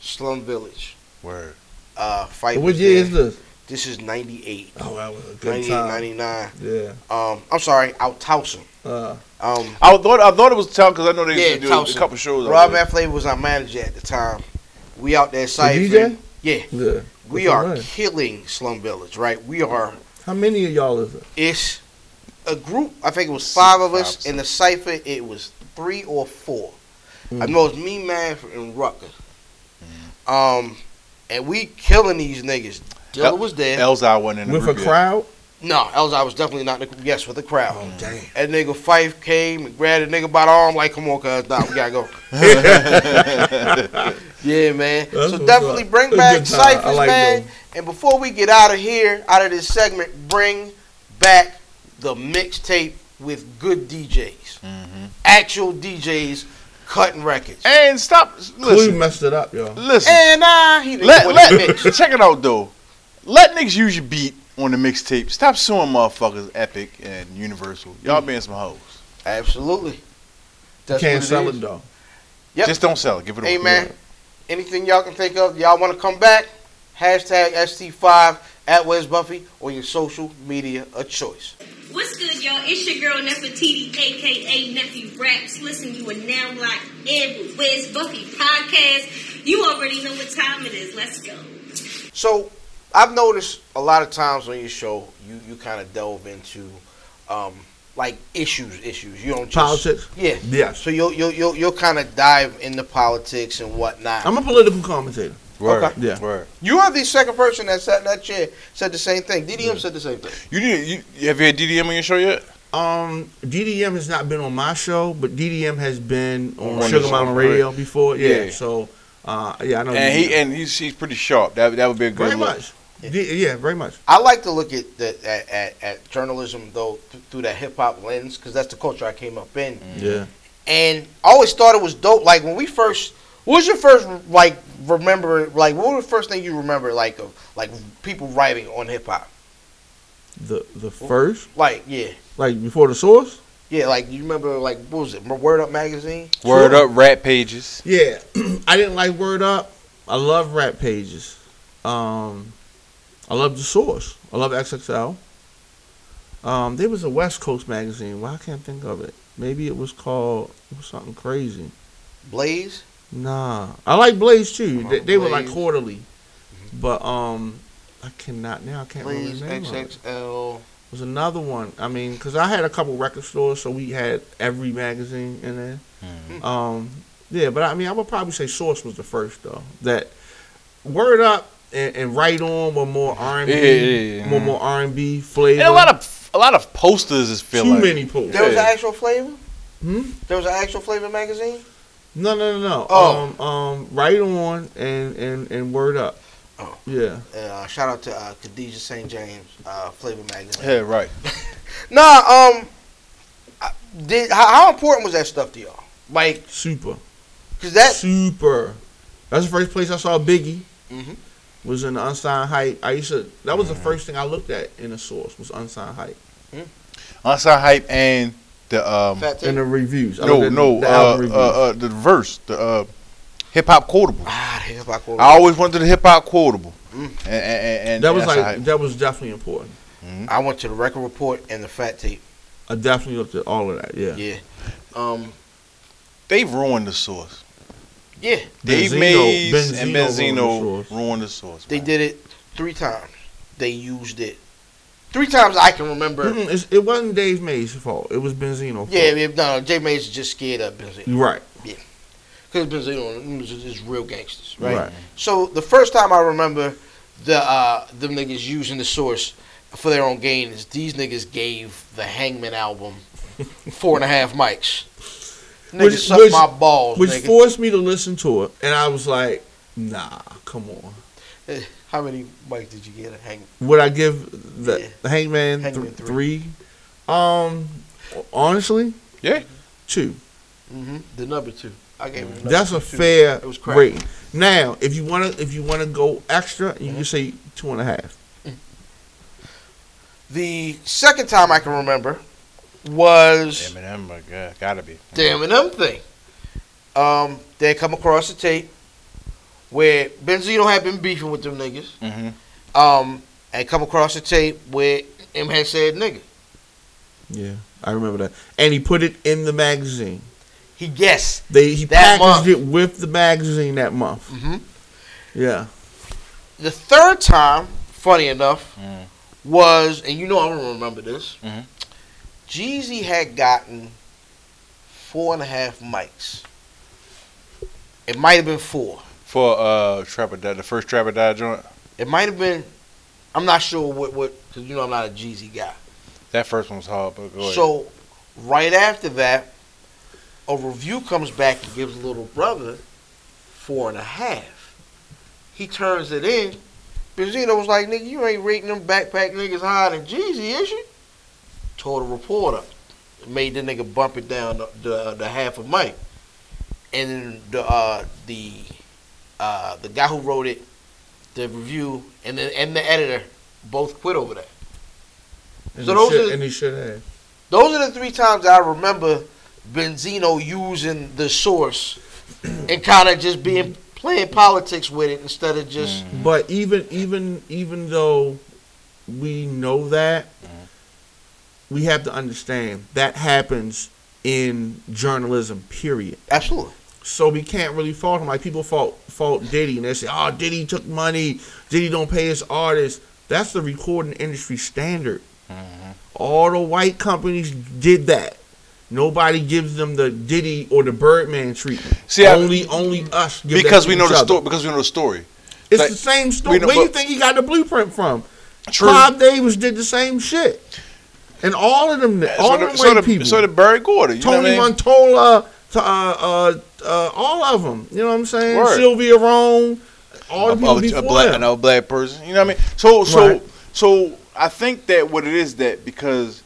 Speaker 4: Slum Village.
Speaker 3: Word.
Speaker 4: Uh, fight.
Speaker 5: what
Speaker 4: was
Speaker 5: year is
Speaker 4: there.
Speaker 5: this?
Speaker 4: This is 98,
Speaker 5: Oh, that was a good
Speaker 4: 98,
Speaker 5: time.
Speaker 4: 99.
Speaker 5: Yeah.
Speaker 4: Um, I'm sorry, out Towson.
Speaker 5: Uh,
Speaker 4: Um,
Speaker 3: I thought I thought it was tough because I know they
Speaker 4: Yeah,
Speaker 3: used to do
Speaker 4: Towson.
Speaker 3: a couple shows. out
Speaker 4: Rob
Speaker 3: there.
Speaker 4: Van Flavor was our manager at the time. We out there
Speaker 5: the
Speaker 4: ciphering.
Speaker 5: DJ.
Speaker 4: Yeah,
Speaker 5: Yeah. Okay,
Speaker 4: we are
Speaker 5: right.
Speaker 4: killing Slum Village, right? We are.
Speaker 5: How many of y'all is it?
Speaker 4: It's a group. I think it was five of us
Speaker 3: Five,
Speaker 4: in the cipher. It was three or four. I
Speaker 5: Mm.
Speaker 4: know it's me, man, and Rucker.
Speaker 5: Mm.
Speaker 4: Um, and we killing these niggas. Dilla
Speaker 3: Yep.
Speaker 4: was there.
Speaker 3: Elzai wasn't in the
Speaker 5: With a
Speaker 3: group yet.
Speaker 5: crowd?
Speaker 4: no, else I was definitely not. in The, yes, with the crowd.
Speaker 5: Oh, damn.
Speaker 4: And nigga Fife came and grabbed a nigga by the arm, like, come on, cuz, nah, we gotta go. yeah, man.
Speaker 5: That's
Speaker 4: so
Speaker 5: what's
Speaker 4: definitely
Speaker 5: up.
Speaker 4: bring
Speaker 5: It's
Speaker 4: back
Speaker 5: good time. I
Speaker 4: Cyphers,
Speaker 5: like
Speaker 4: man.
Speaker 5: those.
Speaker 4: And before we get out of here, out of this segment, bring back the mixtape with good DJs.
Speaker 3: Mm-hmm.
Speaker 4: Actual DJs cutting records.
Speaker 3: And stop.
Speaker 5: Clue
Speaker 3: Listen,
Speaker 5: messed it up, y'all.
Speaker 3: listen.
Speaker 4: And I, he the
Speaker 3: Let,
Speaker 4: one that
Speaker 3: let
Speaker 4: mixed.
Speaker 3: check it out though. Let niggas use your beat on the mixtape. Stop suing motherfuckers, Epic and Universal. Y'all being some hoes.
Speaker 4: Absolutely.
Speaker 5: You
Speaker 4: That's
Speaker 5: can't
Speaker 4: what
Speaker 5: sell
Speaker 4: is.
Speaker 5: it though.
Speaker 4: Yep.
Speaker 3: Just don't sell it. Give it away.
Speaker 4: Hey man, anything y'all can think of, y'all want to come back? Hashtag ST5 at Wes Buffy on your social media of choice.
Speaker 6: What's good, y'all? It's your girl Nefertiti, aka Nephew Raps. Listen, you are now locked in with Wiz Buffy Podcast. You already know what time it is. Let's go.
Speaker 4: So I've noticed a lot of times on your show, you you kind of delve into um, like issues, issues. You don't just
Speaker 5: Politics?
Speaker 4: Yeah.
Speaker 5: Yes.
Speaker 4: So you'll you'll you'll, you'll kind of dive into politics and whatnot.
Speaker 5: I'm a political commentator.
Speaker 3: Word.
Speaker 5: Okay. Yeah.
Speaker 3: Word.
Speaker 4: you are the second person that sat in that chair said the same thing. DDM said the same thing.
Speaker 3: You need. You, you have you had DDM on your show yet?
Speaker 5: Um, DDM has not been on my show, but DDM has been
Speaker 3: On
Speaker 5: on Sugar
Speaker 3: your
Speaker 5: Mountain
Speaker 3: show,
Speaker 5: Radio before. Yeah.
Speaker 3: Yeah.
Speaker 5: So, uh, yeah, I know.
Speaker 3: And
Speaker 5: DDM.
Speaker 3: he and he's he's pretty sharp. That that would be a good
Speaker 5: very
Speaker 3: look.
Speaker 5: much. D- yeah, very much.
Speaker 4: I like to look at the, at, at, at journalism though th- through that hip hop lens because that's the culture I came up in,
Speaker 5: Yeah.
Speaker 4: and I always thought it was dope. Like when we first, what was your first like remember? Like what was the first thing you remember? Like of like people writing on hip hop?
Speaker 5: The the first,
Speaker 4: Like yeah,
Speaker 5: like before the source.
Speaker 4: yeah. Like you remember like what was it? Word Up magazine.
Speaker 3: Word up, rap pages.
Speaker 5: Yeah, I didn't like Word Up. I love Rap Pages. Um, I love the source. I love XXL. Um, there was a West Coast magazine. Well, I can't think of it. Maybe it was called it was something crazy.
Speaker 4: Blaze.
Speaker 5: Nah, I like Blaze too.
Speaker 4: I
Speaker 5: They,
Speaker 4: love
Speaker 5: they were like
Speaker 4: Blaze. Mm-hmm.
Speaker 5: quarterly, but um, I cannot now. I can't
Speaker 4: Blaze
Speaker 5: remember the name of it.
Speaker 4: XXL.
Speaker 5: was another one. I mean, because I had a couple record stores, so we had every magazine in there.
Speaker 3: Mm-hmm.
Speaker 5: Um, yeah, but I mean, I would probably say Source was the first though. That Word Up and, and Right On were more R and
Speaker 3: Yeah, yeah,
Speaker 5: B,
Speaker 3: yeah.
Speaker 5: more more R and B flavor.
Speaker 3: And a lot of a lot of posters is
Speaker 5: too
Speaker 3: feel like.
Speaker 5: many posts.
Speaker 4: There was an
Speaker 3: Yeah.
Speaker 4: actual flavor.
Speaker 5: Hmm?
Speaker 4: There was an actual flavor magazine.
Speaker 5: No, no, no, no.
Speaker 4: Oh.
Speaker 5: Um, um, Right On and and and Word Up.
Speaker 4: Oh.
Speaker 5: Yeah,
Speaker 4: Uh, shout out to uh, Khadijah St. James uh, Flavor Magazine.
Speaker 3: Yeah, right.
Speaker 4: Nah, um, I- did how, how important was that stuff to y'all? Like,
Speaker 5: super,
Speaker 4: cause that
Speaker 5: super. That's the first place I saw Biggie.
Speaker 4: Mhm.
Speaker 5: was in the unsigned hype. I used to. That was the
Speaker 3: Mm-hmm.
Speaker 5: first thing I looked at in the source was unsigned hype
Speaker 3: Unsigned hype and the um
Speaker 4: Fat
Speaker 5: and
Speaker 4: Tape.
Speaker 5: the reviews. I looked
Speaker 3: no
Speaker 5: at
Speaker 3: no
Speaker 5: the
Speaker 3: uh,
Speaker 5: album
Speaker 3: uh, uh the verse the uh hip hop quotable.
Speaker 4: Ah, the hip hop quote.
Speaker 3: I always wanted the hip hop quotable. And, and, and
Speaker 5: that was
Speaker 3: Unsigned
Speaker 5: like
Speaker 3: Hype.
Speaker 5: that was definitely important.
Speaker 4: I went to the record report and the Fat Tape.
Speaker 5: I definitely looked at all of that. Yeah.
Speaker 4: Yeah. Um.
Speaker 3: they've ruined the source.
Speaker 4: Yeah.
Speaker 3: Dave
Speaker 5: Benzino-
Speaker 3: Mays and
Speaker 5: Benzino
Speaker 3: Benzino
Speaker 5: ruined the source.
Speaker 3: ruined the source.
Speaker 4: They
Speaker 3: man.
Speaker 4: did it three times. They used it three times. I can remember.
Speaker 5: Mm-mm, Mm-hmm, it's- it wasn't Dave Mays' fault. It was Benzino.
Speaker 4: Yeah, yeah, no, Jay Mays is just scared of Benzino
Speaker 5: Fault. Right.
Speaker 4: because Benzino is, is real gangsters, right?
Speaker 5: Right.
Speaker 4: So the first time I remember the uh, them niggas using the source for their own gain is these niggas gave the Hangman album four and a half mics. Niggas
Speaker 5: Which-
Speaker 4: suck
Speaker 5: which-
Speaker 4: my balls,
Speaker 5: Which
Speaker 4: nigga.
Speaker 5: forced me to listen to it, and I was like, Nah, come on.
Speaker 4: Eh, How many mics did you get at Hangman?
Speaker 5: Would I give the
Speaker 4: Yeah.
Speaker 5: the Hangman, th-
Speaker 4: Hangman three.
Speaker 5: three? Um, honestly,
Speaker 3: Yeah.
Speaker 5: two.
Speaker 4: Mm-hmm. The number two. I gave it.
Speaker 5: That's a fair
Speaker 4: It was crap.
Speaker 5: rating. Now, if you wanna if you wanna go extra, you
Speaker 4: Mm-hmm.
Speaker 5: can say two and a half.
Speaker 4: The second time I can remember was
Speaker 3: Eminem, my God, gotta be.
Speaker 4: the Eminem thing. Um, they come across a tape where Benzino had been beefing with them niggas.
Speaker 3: Mm-hmm.
Speaker 4: Um, and come across a tape where M had said nigga.
Speaker 5: Yeah, I remember that. And he put it in the magazine.
Speaker 4: He guessed.
Speaker 5: They he
Speaker 4: That
Speaker 5: packaged
Speaker 4: month.
Speaker 5: it with the magazine that month.
Speaker 4: Mhm.
Speaker 5: Yeah.
Speaker 4: The third time, funny enough,
Speaker 3: Mm.
Speaker 4: was and you know I'm gonna remember this.
Speaker 3: Mhm.
Speaker 4: Jeezy had gotten four and a half mics. It might have been four.
Speaker 3: For uh, Trapper Dad, the first Trapper Dad joint,
Speaker 4: It might have been. I'm not sure what what because you know I'm not a Jeezy guy.
Speaker 3: that first one was hard, but go ahead.
Speaker 4: So right after that, a review comes back and gives little brother four and a half. He turns it in. Benzino was like, nigga, you ain't rating them backpack niggas higher than Jeezy, is you? Told the reporter. Made the nigga bump it down the the, the half of Mike. And then the uh, the uh, the guy who wrote it, the review, and the and the editor both quit over that.
Speaker 5: And,
Speaker 4: So
Speaker 5: he
Speaker 4: those
Speaker 5: should,
Speaker 4: are-
Speaker 5: and he should have.
Speaker 4: Those are the three times I remember Benzino using the source and kind of just being playing politics with it instead of just
Speaker 5: But even even even though we know that, we have to understand that happens in journalism. Period.
Speaker 4: absolutely.
Speaker 5: So we can't really fault him. Like people fault fault Diddy, and they say, "Oh, Diddy took money. Diddy don't pay his artists." That's the recording industry standard.
Speaker 3: Mm-hmm.
Speaker 5: All the white companies did that. Nobody gives them the Diddy or the Birdman treatment.
Speaker 3: See, I-
Speaker 5: only only us give that
Speaker 3: because
Speaker 5: to
Speaker 3: we know
Speaker 5: each
Speaker 3: the
Speaker 5: other.
Speaker 3: story. Because we know the story.
Speaker 5: It's
Speaker 3: Like,
Speaker 5: the same story.
Speaker 3: we know-
Speaker 5: Where you
Speaker 3: but-
Speaker 5: think he got the blueprint from?
Speaker 3: True.
Speaker 5: Clive Davis did the same shit, and all of them, all
Speaker 3: so
Speaker 5: of them
Speaker 3: the, so
Speaker 5: white
Speaker 3: the,
Speaker 5: people,
Speaker 3: So the Barry Gordy, you
Speaker 5: Tony
Speaker 3: know what I mean?
Speaker 5: Montola, to, uh, uh, uh, all of them. You know what I'm saying?
Speaker 3: Word.
Speaker 5: Sylvia Rome, all the
Speaker 3: A-
Speaker 5: people
Speaker 3: a-
Speaker 5: before
Speaker 3: a black,
Speaker 5: them.
Speaker 3: another black person. You know what I mean? So, so,
Speaker 5: Right.
Speaker 3: so I think that what it is that because,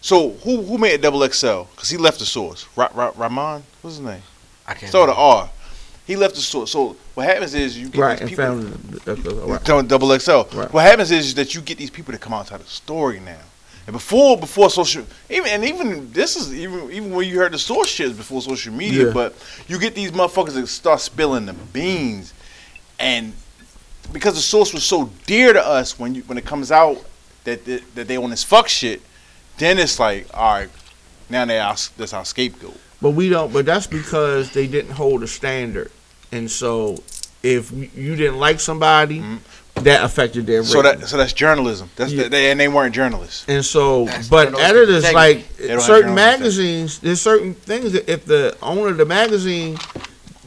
Speaker 3: so who who made Double XL? Because he left the source. Ra- Ra- Rahman, what's his name?
Speaker 4: I can't.
Speaker 3: Start with a R. He left the source. So what happens is you get
Speaker 5: Right,
Speaker 3: these
Speaker 5: and
Speaker 3: people.
Speaker 5: found the- the- the- the- right.
Speaker 3: Tell double XL.
Speaker 5: Right.
Speaker 3: What happens is that you get these people to come outside the story now. And before before social even and even this is even even when you heard the source shit is before social media,
Speaker 5: Yeah.
Speaker 3: but you get these motherfuckers that start spilling the beans and because the source was so dear to us when you when it comes out that that, that they on this fuck shit, then it's like, all right, now they our, that's our scapegoat.
Speaker 5: But we don't. But that's because they didn't hold a standard, and so if we- you didn't like somebody, that affected their.
Speaker 3: Mm-hmm. So
Speaker 5: rating.
Speaker 3: that so that's journalism. That's
Speaker 5: Yeah.
Speaker 3: the, they, and they weren't journalists.
Speaker 5: And so,
Speaker 4: That's- they
Speaker 5: but
Speaker 4: don't have
Speaker 5: editors
Speaker 4: integrity.
Speaker 5: like
Speaker 3: don't have
Speaker 5: certain
Speaker 3: journalism.
Speaker 5: magazines. There's certain things that if the owner of the magazine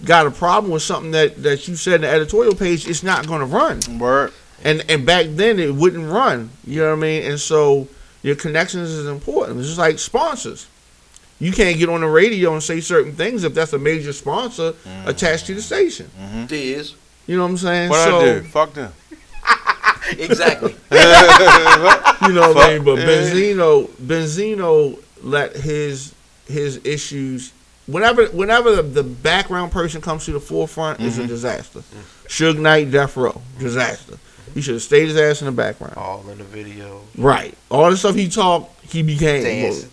Speaker 5: got a problem with something that that you said in the editorial page, it's not going to run.
Speaker 3: Word.
Speaker 5: And and back then it wouldn't run. You know what I mean? And so your connections is important. It's just like sponsors. You can't get on the radio and say certain things if that's a major sponsor attached to the station.
Speaker 4: It is
Speaker 5: You know what I'm saying?
Speaker 3: Mm. What
Speaker 5: so,
Speaker 3: I do? Fuck them.
Speaker 4: exactly.
Speaker 5: you know what I mean?
Speaker 3: Fuck.
Speaker 5: But
Speaker 3: Yeah.
Speaker 5: Benzino, Benzino let his his issues whenever whenever the, the background person comes to the forefront, it's
Speaker 3: Mm-hmm.
Speaker 5: a disaster. Suge Knight, Death Row, disaster. He should have stayed his ass in the background.
Speaker 4: All in the video.
Speaker 5: Right. All the stuff he talked, he became.
Speaker 4: Dance.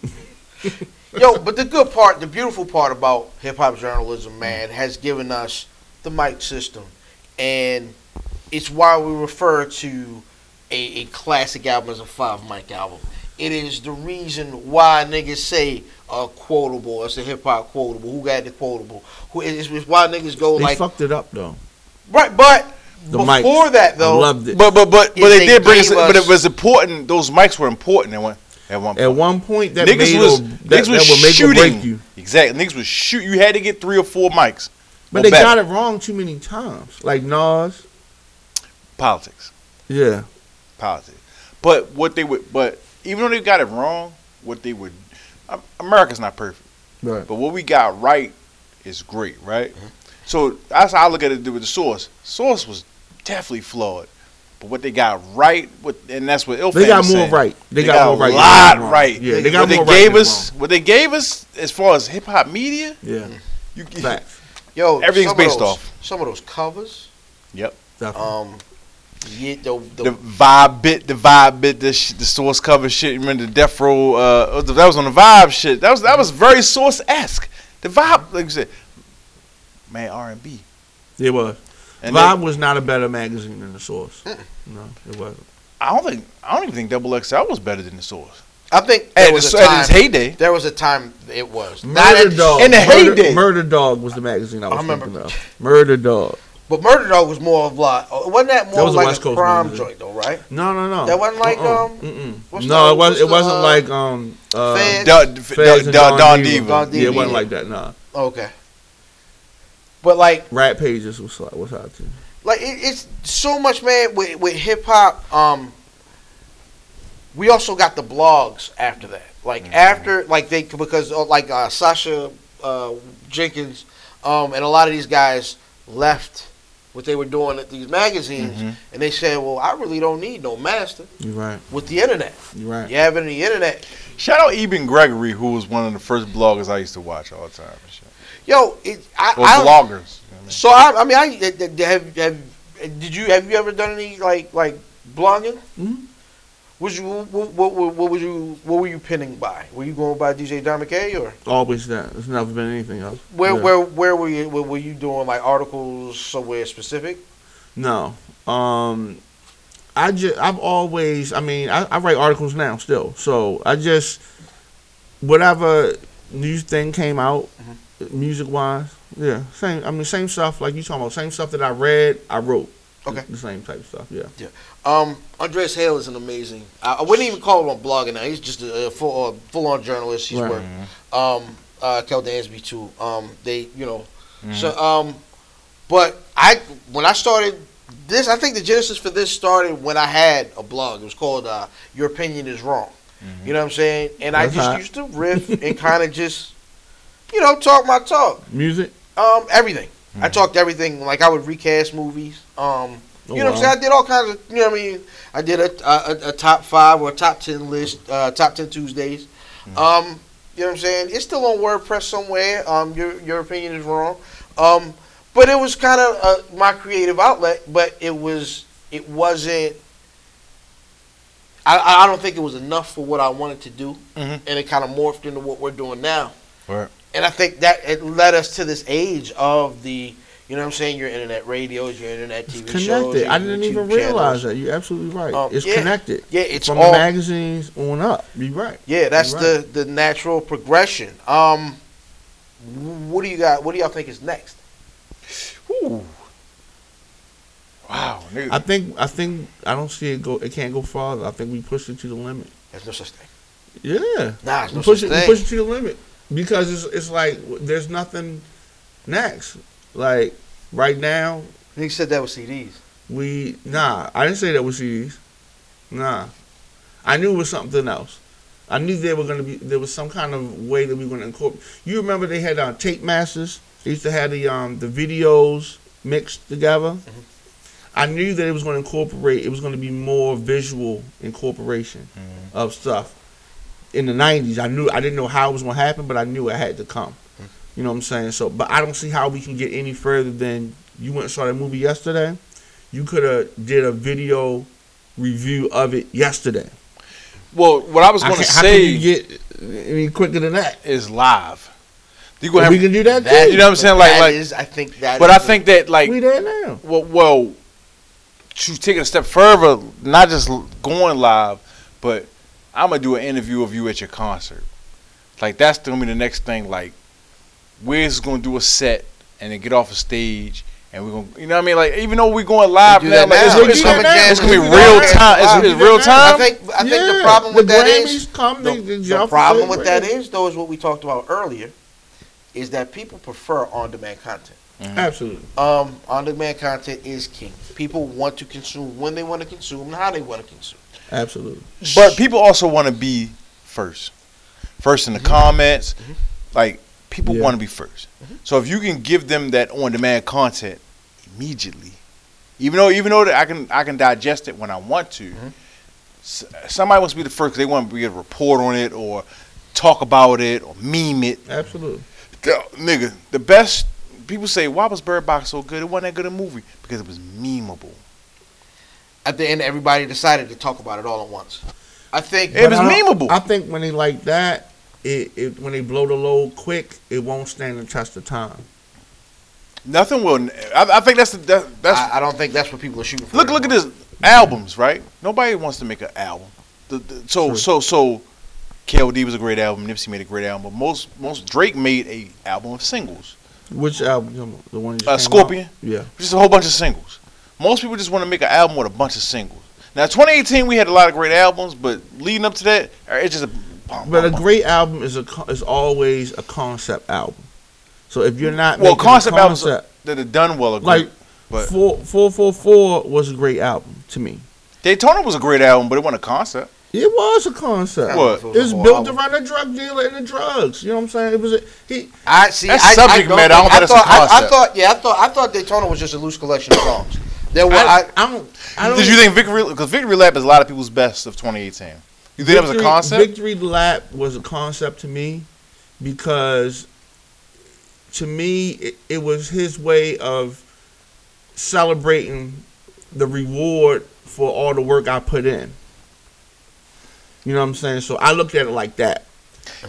Speaker 4: Yo, but the good part, the beautiful part about hip hop journalism, man, has given us the mic system. And it's why we refer to a, a classic album as a five mic album. It is the reason why niggas say a quotable, it's a hip hop quotable. Who got the quotable? Who is it's why niggas go
Speaker 5: They
Speaker 4: like
Speaker 5: fucked it up though.
Speaker 4: Right, but
Speaker 5: The mics.
Speaker 4: before that
Speaker 5: I
Speaker 4: though
Speaker 5: loved it.
Speaker 3: But but but
Speaker 4: If
Speaker 3: but they,
Speaker 4: they
Speaker 3: did bring
Speaker 4: gave
Speaker 3: us, But it
Speaker 4: us-
Speaker 3: was important. Those mics were important at one at one.
Speaker 5: At
Speaker 3: point.
Speaker 5: one point, that
Speaker 3: niggas
Speaker 5: made
Speaker 3: was
Speaker 5: or, that,
Speaker 3: niggas
Speaker 5: that
Speaker 3: was
Speaker 5: would make
Speaker 3: shooting.
Speaker 5: or break you.
Speaker 3: Exactly. Niggas was shoot. You had to get three or four mics.
Speaker 5: But
Speaker 3: Or
Speaker 5: they
Speaker 3: better.
Speaker 5: got it wrong too many times. Like Nas.
Speaker 3: Politics.
Speaker 5: Yeah.
Speaker 3: Politics. But what they would. But even though they got it wrong, what they would. Am- America's not perfect.
Speaker 5: Right.
Speaker 3: But what we got right is great, right?
Speaker 5: Mm-hmm.
Speaker 3: So that's how I look at it with the source. Source was definitely flawed, but what they got right, with, and that's what Ilfan
Speaker 5: They got
Speaker 3: was
Speaker 5: more
Speaker 3: saying.
Speaker 5: right. They, got, more right.
Speaker 3: a
Speaker 5: than
Speaker 3: lot
Speaker 5: wrong.
Speaker 3: right.
Speaker 5: Yeah. They got
Speaker 3: what
Speaker 5: more
Speaker 3: they
Speaker 5: right
Speaker 3: gave
Speaker 5: than
Speaker 3: us, Mm-hmm. what they gave us, as far as hip hop media,
Speaker 5: wrong. Yeah.
Speaker 3: you
Speaker 5: Facts.
Speaker 3: Uh,
Speaker 4: yo
Speaker 3: Everything's
Speaker 4: some of
Speaker 3: based
Speaker 4: those-
Speaker 3: off.
Speaker 4: some of those covers.
Speaker 5: Definitely.
Speaker 4: Um yeah, the, the,
Speaker 3: the vibe bit, the vibe bit, the sh- the source cover shit. Remember the Death Row? Uh, that was on the vibe shit. That was that was very source esque. The vibe, like you said, man, R and B.
Speaker 5: It was.
Speaker 3: And Mm. then-
Speaker 5: Vibe was not a better magazine than The Source. No, it wasn't.
Speaker 3: I don't think I don't even think Double XL was better than the Source.
Speaker 4: I think there
Speaker 3: At,
Speaker 4: was
Speaker 3: its,
Speaker 4: a
Speaker 3: at
Speaker 4: time
Speaker 3: its heyday,
Speaker 4: There was a time it was. Not
Speaker 5: Murder
Speaker 4: at the-
Speaker 5: Dog.
Speaker 3: in the
Speaker 5: Murder,
Speaker 3: heyday.
Speaker 5: Murder Dog was the magazine I was
Speaker 4: remember.
Speaker 5: thinking of. Murder Dog.
Speaker 4: But Murder Dog was more of like, uh, wasn't that more
Speaker 5: That was a
Speaker 4: like
Speaker 5: West
Speaker 4: a
Speaker 5: Coast
Speaker 4: prom
Speaker 5: magazine.
Speaker 4: joint though, right?
Speaker 5: No, no, no.
Speaker 4: That wasn't like,
Speaker 5: Uh-uh.
Speaker 4: um,
Speaker 5: Mm-mm.
Speaker 4: what's
Speaker 5: No,
Speaker 4: the-
Speaker 5: it was.
Speaker 4: what's
Speaker 5: It
Speaker 4: the,
Speaker 5: wasn't
Speaker 4: uh,
Speaker 5: like um. Uh,
Speaker 4: Feds?
Speaker 3: Don, Don,
Speaker 5: Feds
Speaker 3: Don,
Speaker 5: and
Speaker 3: Don,
Speaker 5: Don
Speaker 3: Diva.
Speaker 5: Diva.
Speaker 4: Don
Speaker 5: Yeah,
Speaker 4: Diva,
Speaker 5: it wasn't
Speaker 4: yeah.
Speaker 5: like that. Nah.
Speaker 4: Okay. But like,
Speaker 5: Rat Pages was like was out there.
Speaker 4: like it, it's so much, man. With with hip hop, um, we also got the blogs after that. Like
Speaker 5: Mm-hmm.
Speaker 4: after, like they because uh, like uh, Sasha uh, Jenkins, um, and a lot of these guys left what they were doing at these magazines,
Speaker 5: Mm-hmm.
Speaker 4: and they said, "Well, I really don't need no master
Speaker 5: You right.
Speaker 4: with the internet.
Speaker 5: You right.
Speaker 4: You having the internet."
Speaker 3: Shout out Eben Gregory, who was one of the first bloggers I used to watch all the time. and shit.
Speaker 4: Yo, it, I,
Speaker 3: Or
Speaker 4: I
Speaker 3: bloggers. you know what I mean?
Speaker 4: So I, I mean, I th- th- have, have did you have you ever done any like like blogging?
Speaker 5: Mhm.
Speaker 4: Was you what, what, what, what was you what were you pinning by? Were you going by DJ Dominic A or
Speaker 5: Always that. It's never been anything else.
Speaker 4: where
Speaker 5: Yeah.
Speaker 4: where where were you were, were you doing like articles somewhere specific?
Speaker 5: No. Um I just I've always I mean I, I write articles now still. So I just whatever new thing came out
Speaker 4: Mm-hmm.
Speaker 5: music wise, yeah. Same I mean same stuff like you talking about, same stuff that I read, I wrote.
Speaker 4: Okay.
Speaker 5: The same type of stuff, yeah.
Speaker 4: Um, Andreas Hale is an amazing. I, I wouldn't even call him a blogger now. He's just a, full uh, full on journalist. He's
Speaker 5: Right. Mm-hmm.
Speaker 4: worked. Um, uh, Kel Dansby too. Um, they you know.
Speaker 5: Mm-hmm.
Speaker 4: So um, but I when I started this, I think the genesis for this started when I had a blog. It was called uh, Your Opinion Is Wrong. You know what I'm saying? And I
Speaker 5: Mm-hmm. That's
Speaker 4: just
Speaker 5: hot.
Speaker 4: used to riff and kind of just you know talk my talk.
Speaker 5: Music?
Speaker 4: Um, everything.
Speaker 5: Mm-hmm.
Speaker 4: I talked everything. Like I would recast movies. Um,
Speaker 5: Oh,
Speaker 4: you know what
Speaker 5: wow.
Speaker 4: I'm saying? I did all kinds of. You know what I mean? I did a a, a top five or a top ten list. Uh, top ten Tuesdays.
Speaker 5: Mm-hmm.
Speaker 4: Um, you know what I'm saying? It's still on WordPress somewhere. Um, your your opinion is wrong. Um, but it was kind of uh, my creative outlet. But it was it wasn't. I- I, I don't think it was enough for what I wanted to do,
Speaker 3: Mhm.
Speaker 5: Mm-hmm.
Speaker 4: and it kind of morphed into what we're doing now.
Speaker 3: Right.
Speaker 4: And I think that it led us to this age of the, you know what I'm saying, your internet radios, your internet TV
Speaker 5: It's
Speaker 4: shows.
Speaker 5: connected.
Speaker 4: your
Speaker 5: I didn't
Speaker 4: YouTube
Speaker 5: even realize
Speaker 4: channels.
Speaker 5: that. You're absolutely right.
Speaker 4: Um,
Speaker 5: it's
Speaker 4: yeah.
Speaker 5: connected.
Speaker 4: Yeah, it's
Speaker 5: From
Speaker 4: all.
Speaker 5: the magazines on up. You're right.
Speaker 4: yeah, that's
Speaker 5: You're
Speaker 4: the the natural progression. Um, wh- what do you got? What do y'all think is next?
Speaker 3: Ooh. Wow. Nigga.
Speaker 5: I think I think I don't see it go it can't go farther. I think we pushed it to the limit.
Speaker 4: There's no such thing.
Speaker 5: Yeah.
Speaker 4: Nah, there's
Speaker 5: We
Speaker 4: no
Speaker 5: push it,
Speaker 4: such
Speaker 5: we
Speaker 4: thing.
Speaker 5: push it to the limit because it's it's like w- there's nothing next. Like right now,
Speaker 4: Nigga said that with CDs.
Speaker 5: we nah. I didn't say that was CDs. Nah, I knew it was something else. I knew they were gonna be there was some kind of way that we were gonna incorporate. You remember they had uh, tape masters. They used to have the um the videos mixed together. I knew that it was gonna incorporate. It was gonna be more visual incorporation of stuff in the '90s. I knew I didn't know how it was gonna happen, but I knew it had to come. You know what I'm saying? So, but I don't see how we can get any further than you went and saw that movie yesterday. You could have did a video review of it yesterday.
Speaker 3: Well, what I was going to
Speaker 5: I can't- how can
Speaker 3: say
Speaker 5: you get any quicker than that?
Speaker 3: is live. You
Speaker 5: We
Speaker 3: gonna have,
Speaker 5: can do that,
Speaker 3: That-
Speaker 5: too.
Speaker 3: you know what I'm saying? Like,
Speaker 7: That
Speaker 3: like.
Speaker 7: is- I think that.
Speaker 3: but
Speaker 7: is
Speaker 3: I
Speaker 7: a-
Speaker 3: think that like
Speaker 5: we there now.
Speaker 3: well, well, to take it a step further, not just l- going live, but I'm gonna do an interview of you at your concert. Like that's gonna be the next thing. Like Wiz is gonna do a set and then get off a stage. And we're gonna, you know what I mean? Like, even though we're going live
Speaker 7: do
Speaker 3: now,
Speaker 7: that
Speaker 3: like,
Speaker 7: now. We do
Speaker 3: it's, it's, gonna-
Speaker 7: that now.
Speaker 3: it's gonna be
Speaker 7: We do that
Speaker 3: real
Speaker 7: now.
Speaker 3: time. It's,
Speaker 7: Live.
Speaker 3: it's real
Speaker 7: I
Speaker 3: time.
Speaker 7: think I think the
Speaker 5: Um, Yeah.
Speaker 7: problem with that is
Speaker 5: Grammys come,
Speaker 7: the,
Speaker 5: they- they
Speaker 7: the
Speaker 5: y'all
Speaker 7: problem
Speaker 5: say
Speaker 7: with that
Speaker 5: great.
Speaker 7: is though is what we talked about earlier, is that people prefer on-demand content.
Speaker 5: Absolutely.
Speaker 7: Um, on-demand content is king. People want to consume when they want to consume and how they want to consume.
Speaker 5: Absolutely.
Speaker 3: But people also want to be first, first in the comments. Like people
Speaker 5: Yeah.
Speaker 3: want to be 1st So if you can give them that on-demand content immediately, even though even though that I can I can digest it when I want to, s- somebody wants to be the first 'cause they want to be able to report on it or talk about it or meme it.
Speaker 5: Absolutely.
Speaker 3: The- nigga, the best people say why was Bird Box so good? It wasn't that good a movie because it was memeable.
Speaker 7: At the end, everybody decided to talk about it all at once. I think
Speaker 3: It was
Speaker 5: I don't-
Speaker 3: memeable.
Speaker 5: I think when they like that, it, it when they blow the load quick, it won't stand the test of time.
Speaker 3: Nothing will. I, I think that's the that, that's
Speaker 7: I, I don't think that's what people are shooting for.
Speaker 3: look look at this albums right nobody wants to make an album the, the, so so so KLD was a great album Nipsey made a great album but most most Drake made a album of singles
Speaker 5: Which album? Come on, The one that just
Speaker 3: uh,
Speaker 5: came
Speaker 3: Scorpion
Speaker 5: out? Yeah.
Speaker 3: just a whole bunch of singles most people just want to make an album with a bunch of singles now 2018 we had a lot of great albums but leading up to that uh, it's just a bum,
Speaker 5: But a
Speaker 3: bum, bum.
Speaker 5: great album is a co- is always a concept album. So if you're not
Speaker 3: well
Speaker 5: making a
Speaker 3: concept, albums that are done well are great
Speaker 5: like
Speaker 3: but
Speaker 5: four four four four was a great album to me.
Speaker 3: Daytona was a great album but it wasn't a concept
Speaker 5: It was a concept.
Speaker 3: What?
Speaker 5: It was built around a drug dealer and the drugs. You know what I'm saying? It was a, he.
Speaker 7: I see.
Speaker 3: That's
Speaker 7: I,
Speaker 3: subject
Speaker 7: I don't
Speaker 3: matter. I don't
Speaker 7: think-
Speaker 3: think that's a
Speaker 7: thought, I, I
Speaker 3: concept.
Speaker 7: thought. Yeah, I thought. I thought Daytona was just a loose collection of songs. There were.
Speaker 5: I,
Speaker 7: I,
Speaker 5: I don't. I don't
Speaker 3: did you think Victory because Victory Lap is a lot of people's best of 2018 you think that was a concept
Speaker 5: Victory lap was a concept to me because to me it, it was his way of celebrating the reward for all the work I put in. You know what I'm saying? So I looked at it like that.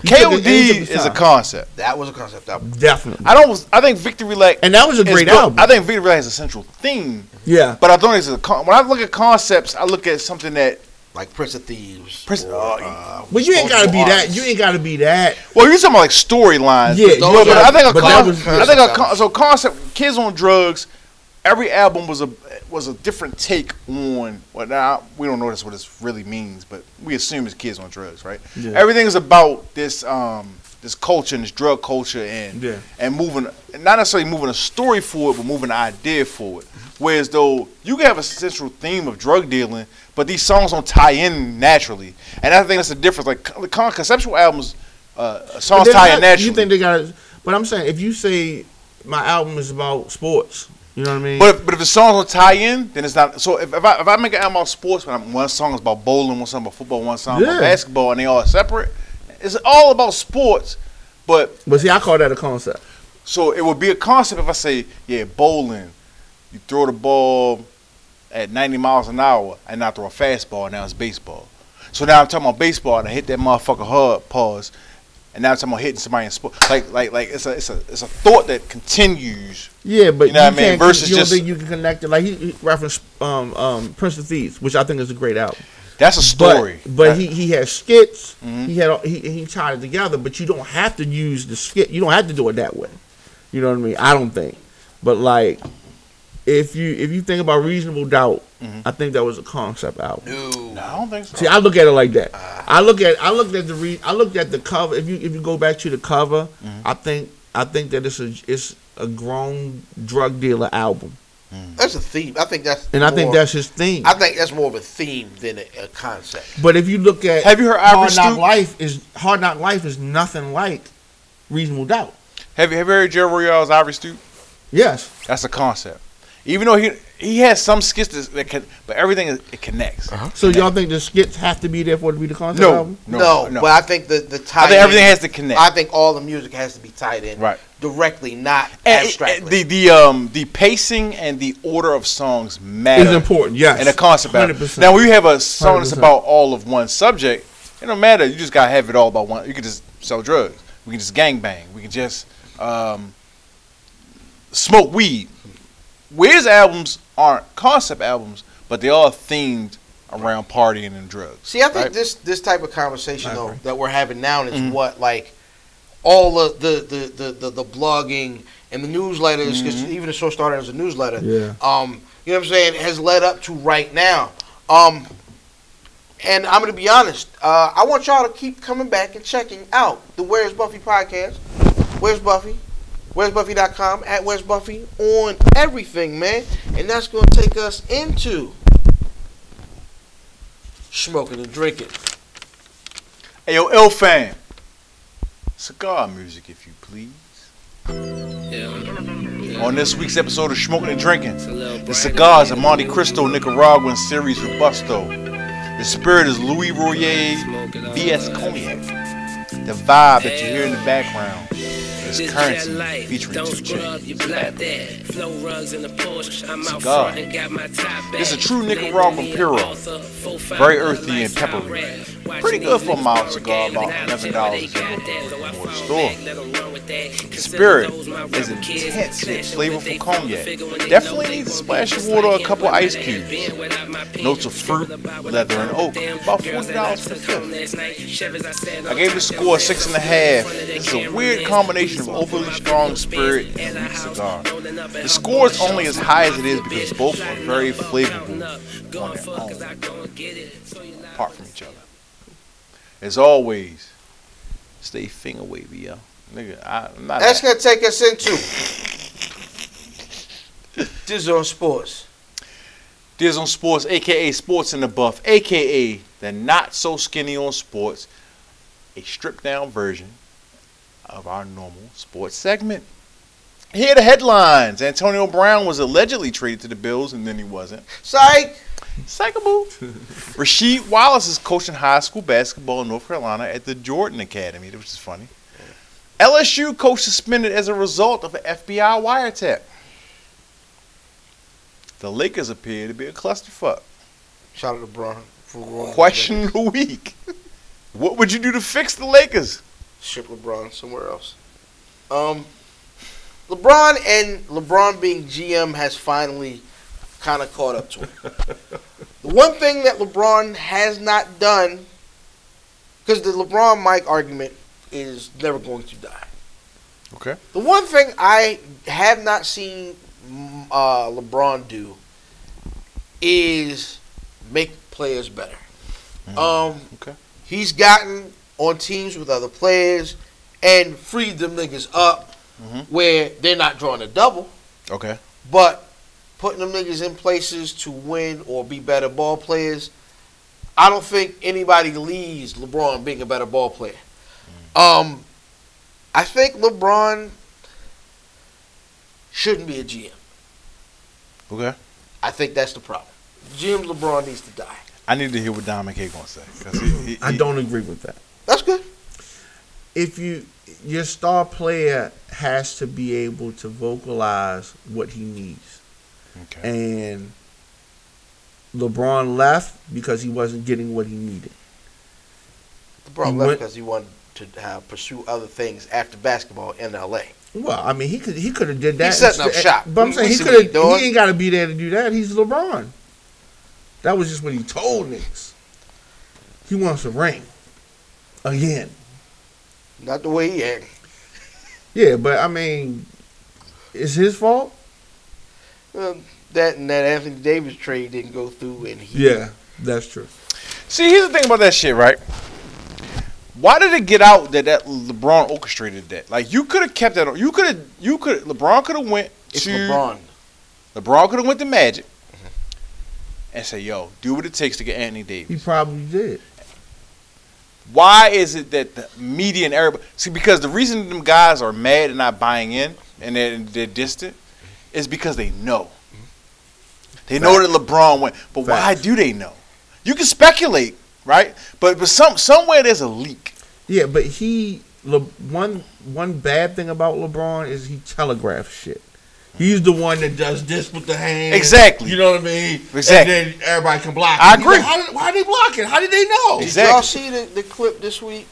Speaker 5: He took
Speaker 3: KOD
Speaker 5: advantage of his
Speaker 3: is a
Speaker 5: time.
Speaker 3: concept.
Speaker 7: that was a concept album.
Speaker 5: Definitely.
Speaker 3: I don't. I think Victory Lap.
Speaker 5: and that was a
Speaker 3: is
Speaker 5: great
Speaker 3: good.
Speaker 5: album.
Speaker 3: I think Victory Lap has a central theme,
Speaker 5: yeah.
Speaker 3: but I don't think it's a con- when I look at concepts, I look at something that.
Speaker 7: Like Prince of Thieves.
Speaker 3: Prince-
Speaker 7: or,
Speaker 3: oh,
Speaker 7: uh,
Speaker 5: But you ain't gotta be
Speaker 7: Arts.
Speaker 5: that. You ain't gotta be that.
Speaker 3: Well, you're talking about like storylines.
Speaker 5: Yeah,
Speaker 3: but,
Speaker 5: yeah,
Speaker 3: but I think a
Speaker 5: but that
Speaker 3: con-
Speaker 5: was-
Speaker 3: I think a con- so concept. Kids on drugs. Every album was a was a different take on. Well, now we don't know that's what it really means, but we assume it's kids on drugs, right?
Speaker 5: Yeah.
Speaker 3: Everything is about this um this culture and this drug culture and
Speaker 5: Yeah.
Speaker 3: and moving not necessarily moving a story forward, but moving an idea forward. Whereas though you can have a central theme of drug dealing, but these songs don't tie in naturally, and I think that's the difference. Like con- con- conceptual albums, uh,
Speaker 5: But
Speaker 3: songs
Speaker 5: they're
Speaker 3: tie
Speaker 5: not-
Speaker 3: in naturally.
Speaker 5: You think they got? But I'm saying if you say my album is about sports, you know what I mean?
Speaker 3: but if, but if the songs don't tie in, then it's not. So if, if I if I make an album about sports, when I'm, one song is about bowling, one song about football, one song about
Speaker 5: Yeah.
Speaker 3: basketball, and they all separate, it's all about sports. But
Speaker 5: but see, I call that a concept.
Speaker 3: So it would be a concept if I say, yeah, bowling, you throw the ball at 90 miles an hour and I throw a fastball, now it's baseball. So now I'm talking about baseball and I hit that motherfucker hard, pause, and now I'm talking about hitting somebody in sport. Like, like, like it's a, it's a, it's a thought that continues.
Speaker 5: Yeah, but
Speaker 3: You
Speaker 5: you,
Speaker 3: know what I mean?
Speaker 5: can't.
Speaker 3: Versus
Speaker 5: you don't
Speaker 3: just-
Speaker 5: think you can connect it. Like he, he referenced um, um, Prince of Thieves, which I think is a great album.
Speaker 3: That's a story. Mm-hmm.
Speaker 5: But, but he he had skits. He had he he tied it together. But you don't have to use the skit. You don't have to do it that way. You know what I mean? I don't think. But like, if you if you think about reasonable doubt,
Speaker 3: Mm-hmm.
Speaker 5: I think that was a concept album.
Speaker 3: No, I don't think so.
Speaker 5: See, I look at it like that. I look at I looked at the re, I looked at the cover. If you if you go back to the cover, I think I think that it's a it's a grown drug dealer album,
Speaker 7: That's a theme. I think that's.
Speaker 5: and I think
Speaker 7: more-
Speaker 5: that's his thing.
Speaker 7: I think that's more of a theme than a, a concept.
Speaker 5: but if you look at
Speaker 3: Have you heard Ivory
Speaker 5: Hard Knock
Speaker 3: Stoop?
Speaker 5: Life is Hard Knock Life is nothing like Reasonable Doubt.
Speaker 3: Have you, have you heard Jerry Royale's Ivory Stoop?
Speaker 5: Yes,
Speaker 3: That's a concept. Even though he he has some skits that, that can, but everything is, it connects.
Speaker 5: So y'all think the skits have to be there for it to be the concept
Speaker 3: No,
Speaker 5: album?
Speaker 3: no,
Speaker 4: no,
Speaker 3: no.
Speaker 4: but I think the the tie
Speaker 3: I think everything
Speaker 4: in-
Speaker 3: has to connect.
Speaker 4: I think all the music has to be tied in
Speaker 3: Right.
Speaker 4: directly, not
Speaker 3: And-
Speaker 4: abstractly.
Speaker 3: and Eh, the the um the pacing and the order of songs matter.
Speaker 5: It's important, yes.
Speaker 3: And a concept matter.
Speaker 5: 100%.
Speaker 3: Now, when you have a song that's
Speaker 5: 100%.
Speaker 3: about all of one subject, it don't matter. You just gotta have it all about one. You can just sell drugs. We can just gang bang. We can just um, smoke weed. Wiz albums aren't concept albums, but they are themed around partying and drugs.
Speaker 4: See, I think
Speaker 3: Right.
Speaker 4: this this type of conversation though that we're having now is
Speaker 5: Mm-hmm.
Speaker 4: what like all of the the the the, the blogging and the newsletters because even the show started as a newsletter.
Speaker 5: Yeah.
Speaker 4: Um, you know what I'm saying has led up to right now. Um, and I'm gonna be honest. Uh, I want y'all to keep coming back and checking out the Where's Buffy podcast. Where's Buffy? Where's Buffy.com at Where's Buffy on everything, man. And that's gonna take us into smoking and drinking.
Speaker 3: Hey, yo, L fan. Cigar music, if you please. On this week's episode of Smoking and Drinking, the cigars of Monte Cristo Nicaraguan series Robusto. The spirit is Louis Royer VS Cognac. The vibe that you hear in the background is
Speaker 8: Just that
Speaker 3: currency
Speaker 8: life,
Speaker 3: featuring
Speaker 8: don't
Speaker 3: 2J.
Speaker 8: scrub, you block that. Flow rugs in the Porsche, I'm out
Speaker 3: Cigar.
Speaker 8: front and got my top back.
Speaker 3: It's a true Nicaraguan
Speaker 8: Lately,
Speaker 3: Puro.
Speaker 8: author, four, five,
Speaker 3: Very
Speaker 8: other
Speaker 3: earthy and
Speaker 8: lifestyle
Speaker 3: peppery.
Speaker 8: rap. Watching
Speaker 3: Pretty good
Speaker 8: these
Speaker 3: for a
Speaker 8: niggas
Speaker 3: mild
Speaker 8: borrow
Speaker 3: cigar,
Speaker 8: game,
Speaker 3: about
Speaker 8: and I'll
Speaker 3: $11
Speaker 8: check what they
Speaker 3: is what
Speaker 8: got
Speaker 3: it
Speaker 8: there, though I
Speaker 3: was
Speaker 8: fall
Speaker 3: store.
Speaker 8: back, let 'em run with that.
Speaker 3: The
Speaker 8: Consider
Speaker 3: spirit
Speaker 8: those my
Speaker 3: is
Speaker 8: rubber kids,
Speaker 3: intense with
Speaker 8: snatching what
Speaker 3: flavorful
Speaker 8: they
Speaker 3: cognac.
Speaker 8: figure when they
Speaker 3: Definitely
Speaker 8: know they
Speaker 3: need to
Speaker 8: gon'
Speaker 3: splash
Speaker 8: be
Speaker 3: of water,
Speaker 8: just
Speaker 3: a
Speaker 8: like
Speaker 3: couple
Speaker 8: him, but
Speaker 3: ice
Speaker 8: I ain't
Speaker 3: cubes.
Speaker 8: been without my pen.
Speaker 3: Notes of fruit,
Speaker 8: Thinking about what
Speaker 3: leather,
Speaker 8: I
Speaker 3: and
Speaker 8: done
Speaker 3: oak.
Speaker 8: with them
Speaker 3: About
Speaker 8: girls that
Speaker 3: $40
Speaker 8: I
Speaker 3: for the
Speaker 8: took
Speaker 3: fifth.
Speaker 8: home last night. Shivers, I sat
Speaker 3: I
Speaker 8: on
Speaker 3: gave the
Speaker 8: top,
Speaker 3: score a
Speaker 8: there
Speaker 3: six and a
Speaker 8: was something in
Speaker 3: half.
Speaker 8: front of that
Speaker 3: It's a
Speaker 8: camera
Speaker 3: weird
Speaker 8: lens.
Speaker 3: combination of
Speaker 8: Smoking
Speaker 3: overly
Speaker 8: my
Speaker 3: strong
Speaker 8: people's
Speaker 3: spirit
Speaker 8: biz
Speaker 3: and
Speaker 8: at
Speaker 3: weak
Speaker 8: her house,
Speaker 3: cigar.
Speaker 8: rolling up at
Speaker 3: The
Speaker 8: her
Speaker 3: score is
Speaker 8: porch,
Speaker 3: only as
Speaker 8: I'm
Speaker 3: high as
Speaker 8: off
Speaker 3: it is
Speaker 8: the
Speaker 3: because
Speaker 8: bitch,
Speaker 3: both are
Speaker 8: lighting
Speaker 3: very
Speaker 8: up, I'm
Speaker 3: flavorful
Speaker 8: counting up, going
Speaker 3: their
Speaker 8: for it 'cause I go and get it. So you lie
Speaker 3: apart
Speaker 8: with
Speaker 3: from each
Speaker 8: yourself.
Speaker 3: other. As always, stay finger wavy, yo. Nigga, I, I'm not.
Speaker 4: That's gonna take us into Diz on Sports.
Speaker 3: Diz on Sports, aka Sports in the Buff, aka the not so skinny on sports, a stripped down version of our normal sports segment. Here are the headlines. Antonio Brown was allegedly traded to the Bills and then he wasn't.
Speaker 4: Psych.
Speaker 3: Psychable. Rasheed Wallace is coaching high school basketball in North Carolina at the Jordan Academy, which is funny. LSU coach suspended as a result of an FBI wiretap. The Lakers appear to be a clusterfuck.
Speaker 4: Shout out to Bron for ruining
Speaker 3: Question of the week. What would you do to fix the Lakers?
Speaker 4: LeBron. Ship LeBron somewhere else. Um, LeBron and LeBron being GM has finally kind of caught up to him. the one thing that LeBron has not done, because the LeBron Mike argument is never going to die.
Speaker 3: Okay.
Speaker 4: The one thing I have not seen mm, uh, LeBron do is make players better. Um,
Speaker 3: Mm. okay.
Speaker 4: He's gotten on teams with other players and freed them niggas up
Speaker 3: Mhm.
Speaker 4: where they're not drawing a double,
Speaker 3: Okay.
Speaker 4: but putting them niggas in places to win or be better ball players. I don't think anybody leaves LeBron being a better ball player. Um, I think LeBron shouldn't be a GM.
Speaker 3: Okay.
Speaker 4: I think that's the problem. GM LeBron needs to die.
Speaker 3: I need to hear what Diamond K gonna say. 'cause he- he-
Speaker 5: I
Speaker 3: he-
Speaker 5: don't agree with that.
Speaker 4: That's good.
Speaker 5: If you your star player has to be able to vocalize what he needs.
Speaker 3: Okay.
Speaker 5: And LeBron left because he wasn't getting what he needed.
Speaker 4: LeBron
Speaker 5: He
Speaker 4: left
Speaker 5: went-
Speaker 4: because he wanted to uh, pursue other things after basketball in LA.
Speaker 5: Well, I mean, he could he could have did that.
Speaker 4: setting up
Speaker 5: instead-
Speaker 4: shop.
Speaker 5: But I'm
Speaker 4: We-
Speaker 5: saying
Speaker 4: we
Speaker 5: he
Speaker 4: see what he
Speaker 5: could
Speaker 4: doing.
Speaker 5: have. He ain't got to be there to do that. He's LeBron. That was just what he told niggas. He wants a ring again.
Speaker 4: Not the way he had.
Speaker 5: Yeah, but I mean, it's his fault.
Speaker 4: Um, that and that Anthony Davis trade didn't go through, and he
Speaker 5: Yeah, that's true.
Speaker 3: See, here's the thing about that shit, right? Why did it get out that that LeBron orchestrated that? Like you could have kept that. on- You could have. You could. LeBron could have went
Speaker 4: it's
Speaker 3: to
Speaker 4: LeBron.
Speaker 3: LeBron could have went to Magic and say, "Yo, do what it takes to get Anthony Davis."
Speaker 5: He probably did.
Speaker 3: Why is it that the media and everybody see? Because the reason them guys are mad and not buying in and they're, they're distant is because they know They know that LeBron went, but why do they know? You can speculate, right? But but some somewhere there's a leak.
Speaker 5: Yeah, but he Le, one one bad thing about LeBron is he telegraphs shit. He's the one that does this with the hand.
Speaker 3: Exactly.
Speaker 5: You know what I mean?
Speaker 3: Exactly.
Speaker 5: And then everybody can block.
Speaker 3: I
Speaker 5: it. He's
Speaker 3: agree.
Speaker 5: like, how, did, why are they blocking? How did they know?
Speaker 3: Exactly.
Speaker 4: Did y'all see the, the clip this week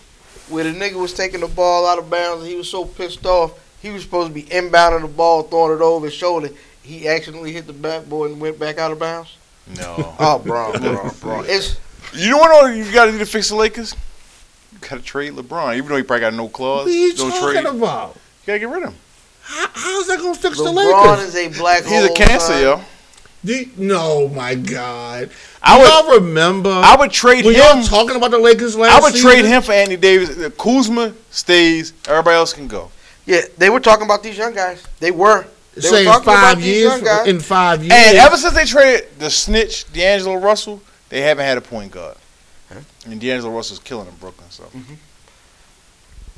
Speaker 4: where the nigga was taking the ball out of bounds and he was so pissed off he was supposed to be inbounding the ball, throwing it over his shoulder. He accidentally hit the bat boy and went back out of bounds.
Speaker 3: No.
Speaker 4: Oh, bro, bro, bro. It's
Speaker 3: you know what you got to do to fix the Lakers? You got to trade LeBron, even though he probably got no clause,
Speaker 5: What are you
Speaker 3: no
Speaker 5: talking
Speaker 3: trade. You
Speaker 5: about?
Speaker 3: got to get rid of him.
Speaker 5: How, how's that gonna fix the
Speaker 4: LeBron
Speaker 5: Lakers?
Speaker 4: is a black hole.
Speaker 3: He's
Speaker 5: Oh,
Speaker 3: a cancer,
Speaker 4: son.
Speaker 3: yo.
Speaker 5: Do you- no, my God.
Speaker 3: I
Speaker 5: I
Speaker 3: would-
Speaker 5: y'all remember?
Speaker 3: I would trade
Speaker 5: when
Speaker 3: him.
Speaker 5: y'all talking about the Lakers last
Speaker 3: I would
Speaker 5: season?
Speaker 3: trade him for Andy Davis. Kuzma stays. Everybody else can go.
Speaker 4: Yeah, they were talking about these young guys. They were. They were
Speaker 5: Saying
Speaker 4: talking
Speaker 5: five
Speaker 4: about these
Speaker 5: years
Speaker 4: young guys.
Speaker 5: in five years.
Speaker 3: And ever since they traded the snitch D'Angelo Russell, they haven't had a point guard. And D'Angelo Russell's killing in Brooklyn. So
Speaker 4: Um,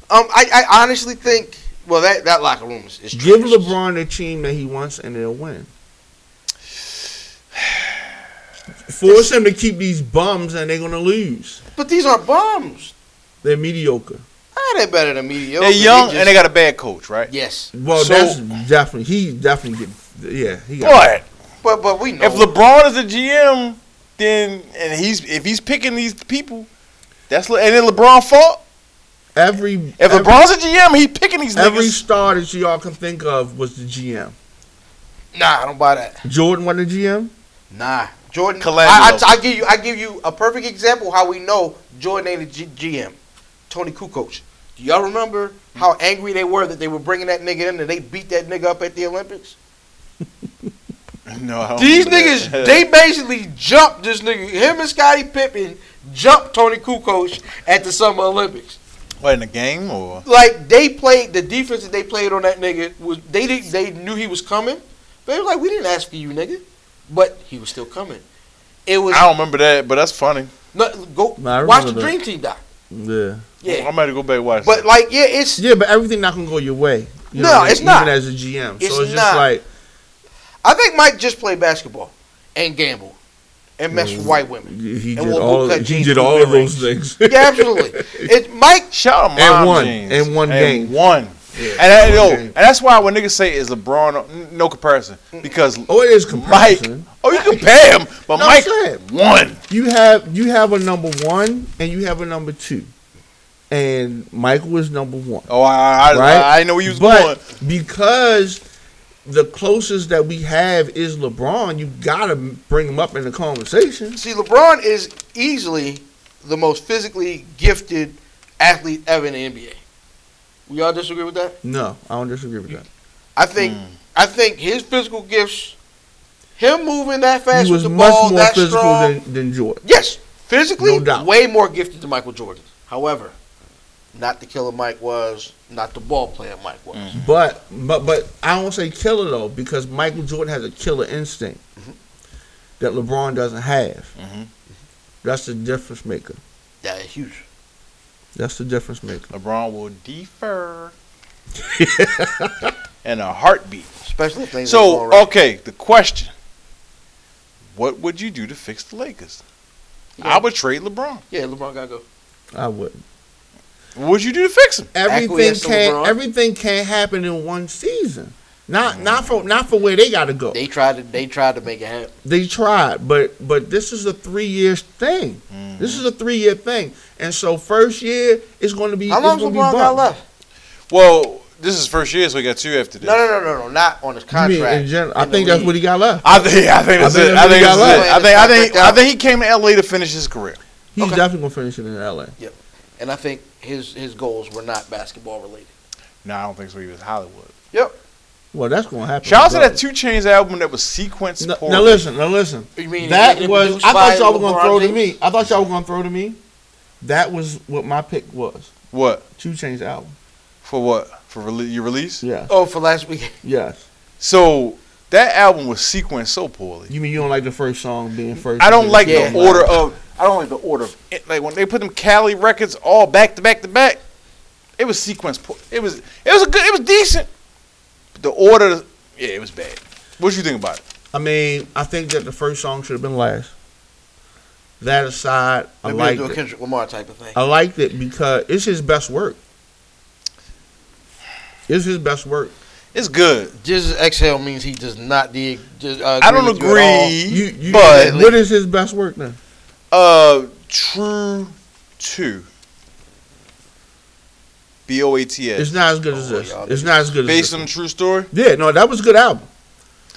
Speaker 4: I, I honestly think. Well, that, that locker room is, is
Speaker 5: give
Speaker 4: trash.
Speaker 5: LeBron the team that he wants, and they'll win. Force him to keep these bums, and they're gonna lose.
Speaker 4: But these are bombs.
Speaker 5: They're mediocre.
Speaker 4: Ah, they better than mediocre.
Speaker 3: they're young
Speaker 4: just-
Speaker 3: and they got a bad coach, right?
Speaker 4: yes,
Speaker 5: Well,
Speaker 3: So-
Speaker 5: that's definitely he definitely get yeah he got
Speaker 3: But
Speaker 4: but but we know.
Speaker 3: if LeBron is the GM, then and he's if he's picking these people, that's Le- and then LeBron fault.
Speaker 5: every
Speaker 3: If
Speaker 5: every,
Speaker 3: LeBron's a GM, he picking these
Speaker 5: every
Speaker 3: niggas.
Speaker 5: star that y'all can think of was the GM.
Speaker 4: nah, I don't buy that.
Speaker 5: Jordan wasn't the GM.
Speaker 4: Nah, Jordan. I,
Speaker 3: Colangelo.
Speaker 4: I, I give you I give you a perfect example how we know Jordan ain't a G- GM. Tony Kukoc. Do y'all remember how angry they were that they were bringing that nigga in and they beat that nigga up at the Olympics?
Speaker 3: No, I don't
Speaker 4: These
Speaker 3: remember
Speaker 4: niggas,
Speaker 3: that.
Speaker 4: they basically jumped this nigga. Him and Scottie Pippen jumped Tony Kukoc at the Summer Olympics.
Speaker 3: what in the game or
Speaker 4: Like they played the defense that they played on that nigga was they did, they knew he was coming. They were like, we didn't ask for you, nigga, but he was still coming. It was
Speaker 3: I don't remember that, but that's funny.
Speaker 4: no, go
Speaker 5: Nah, I
Speaker 4: watch the
Speaker 5: remember that.
Speaker 4: Dream Team doc.
Speaker 5: Yeah,
Speaker 3: I
Speaker 4: Yeah,
Speaker 3: might have to go back and watch.
Speaker 4: but
Speaker 3: that.
Speaker 4: like, yeah, it's
Speaker 5: yeah, but everything not gonna go your way. You
Speaker 4: No,
Speaker 5: what I mean?
Speaker 4: it's not.
Speaker 5: Even as a GM,
Speaker 4: It's
Speaker 5: so it's just
Speaker 4: not.
Speaker 5: like
Speaker 4: I think Mike just played basketball and gambled and messed with white women.
Speaker 5: he
Speaker 4: And
Speaker 5: did
Speaker 4: we'll
Speaker 5: all
Speaker 4: cut
Speaker 5: he
Speaker 4: James
Speaker 5: did
Speaker 4: Cooper
Speaker 5: all of
Speaker 4: rings.
Speaker 5: those things.
Speaker 4: Yeah, absolutely. It Mike
Speaker 3: Shout out
Speaker 5: And
Speaker 3: Mom
Speaker 5: one.
Speaker 3: James.
Speaker 5: And one game.
Speaker 3: One.
Speaker 5: Yeah.
Speaker 3: And that,
Speaker 5: One
Speaker 3: yo,
Speaker 5: game.
Speaker 3: and that's why when niggas say is LeBron, n- no comparison because
Speaker 5: Oh, it is
Speaker 3: Mike.
Speaker 5: comparison.
Speaker 3: Oh, you compare him, but
Speaker 5: No, I'm
Speaker 3: Mike
Speaker 5: saying.
Speaker 3: won.
Speaker 5: You have you have a number one and you have a number two, and Michael was number one.
Speaker 3: Oh, I I,
Speaker 5: right?
Speaker 3: I, I know where you was going.
Speaker 5: but because the closest that we have is LeBron, you gotta bring him up in the conversation.
Speaker 4: See, LeBron is easily the most physically gifted athlete ever in the NBA. We all disagree with that.
Speaker 5: No, I don't disagree with that.
Speaker 4: I think
Speaker 5: Hmm.
Speaker 4: I think his physical gifts, him moving that fast
Speaker 5: He was
Speaker 4: with the
Speaker 5: much
Speaker 4: ball,
Speaker 5: more
Speaker 4: that
Speaker 5: physical
Speaker 4: strong.
Speaker 5: than, than Jordan.
Speaker 4: yes, physically,
Speaker 5: No doubt.
Speaker 4: way more gifted than Michael Jordan. However, not the killer Mike was, not the ball player Mike was.
Speaker 5: But but but I don't say killer though because Michael Jordan has a killer instinct that LeBron doesn't have.
Speaker 3: Mhm.
Speaker 5: That's the difference maker.
Speaker 4: That is huge.
Speaker 5: That's the difference maker.
Speaker 3: LeBron will defer in a heartbeat.
Speaker 4: Especially if things ain't going
Speaker 3: So
Speaker 4: right.
Speaker 3: okay, the question: What would you do to fix the Lakers? I would trade LeBron.
Speaker 4: Yeah, LeBron gotta go.
Speaker 5: I wouldn't.
Speaker 3: What would you do to fix him?
Speaker 5: Everything
Speaker 4: Acquiesce to LeBron?
Speaker 5: can't everything can't happen in one season. Not not for not for where they got to go.
Speaker 4: Mm. They tried to they tried to make it happen.
Speaker 5: They tried, but but this is a three year thing. This
Speaker 4: Mm.
Speaker 5: is a three year thing, and so first year is going to be.
Speaker 4: How
Speaker 5: it's
Speaker 4: long's
Speaker 5: gonna
Speaker 4: LeBron
Speaker 5: be
Speaker 4: got
Speaker 5: bump.
Speaker 4: left?
Speaker 3: Well, this is first year, so we got two after this.
Speaker 4: No, no, no, no, no, not on his
Speaker 5: You mean
Speaker 4: contract.
Speaker 5: in general? I
Speaker 4: In the
Speaker 5: think that's
Speaker 4: league.
Speaker 5: what he got left.
Speaker 3: I think I think that's
Speaker 5: think
Speaker 3: it.
Speaker 5: that's
Speaker 3: I
Speaker 5: what he
Speaker 3: think that's
Speaker 5: got
Speaker 3: it.
Speaker 4: left.
Speaker 3: I think I think
Speaker 4: Contract
Speaker 3: I
Speaker 4: out.
Speaker 3: think he came to LA to finish his career.
Speaker 5: He's
Speaker 4: Okay.
Speaker 5: definitely going to finish it in L.A.
Speaker 4: Yep. And I think his his goals were not basketball related.
Speaker 3: No, I don't think so. He was Hollywood.
Speaker 4: Yep.
Speaker 5: Well, that's going to happen.
Speaker 3: Shout out to
Speaker 5: regardless.
Speaker 3: that Two Chains album that was sequenced.
Speaker 5: No,
Speaker 3: poorly.
Speaker 5: now listen, now listen.
Speaker 4: You mean
Speaker 5: that
Speaker 4: it
Speaker 5: was
Speaker 4: produced
Speaker 5: I
Speaker 4: by
Speaker 5: thought y'all were gonna
Speaker 4: LeBron
Speaker 5: throw to
Speaker 4: James?
Speaker 5: me. I thought y'all were gonna throw to me. That was what my pick was.
Speaker 3: What
Speaker 5: Two Chainz album.
Speaker 3: for? What for rele- your release?
Speaker 5: Yes.
Speaker 4: Oh, for last week.
Speaker 5: Yes.
Speaker 3: So that album was sequenced so poorly.
Speaker 5: You mean you don't like the first song being first?
Speaker 3: I don't like
Speaker 4: Yeah.
Speaker 3: the order of. I don't like the order of. It, like when they put them Cali records all back to back to back, it was sequenced. poor. It was it was a good. It was decent. But the order, yeah, it was bad. What you think about it?
Speaker 5: I mean, I think that the first song should have been last. That aside, I
Speaker 4: Maybe
Speaker 5: liked
Speaker 4: do a
Speaker 5: it. Oh.
Speaker 4: Kendrick Lamar type of thing.
Speaker 5: I liked it because it's his best work. It's his best work.
Speaker 3: It's good.
Speaker 4: Jesus exhale means he does not de- de- uh,
Speaker 3: I don't
Speaker 4: with you at all.
Speaker 3: agree,
Speaker 5: You, you,
Speaker 3: but
Speaker 5: what is his best work then?
Speaker 3: uh, true two. B O A T
Speaker 5: It's
Speaker 3: S.
Speaker 5: not as good as
Speaker 4: Oh,
Speaker 5: this.
Speaker 4: y'all
Speaker 5: It's not as good as
Speaker 3: Based
Speaker 5: this.
Speaker 3: on a true story.
Speaker 5: yeah, no, that was a good album.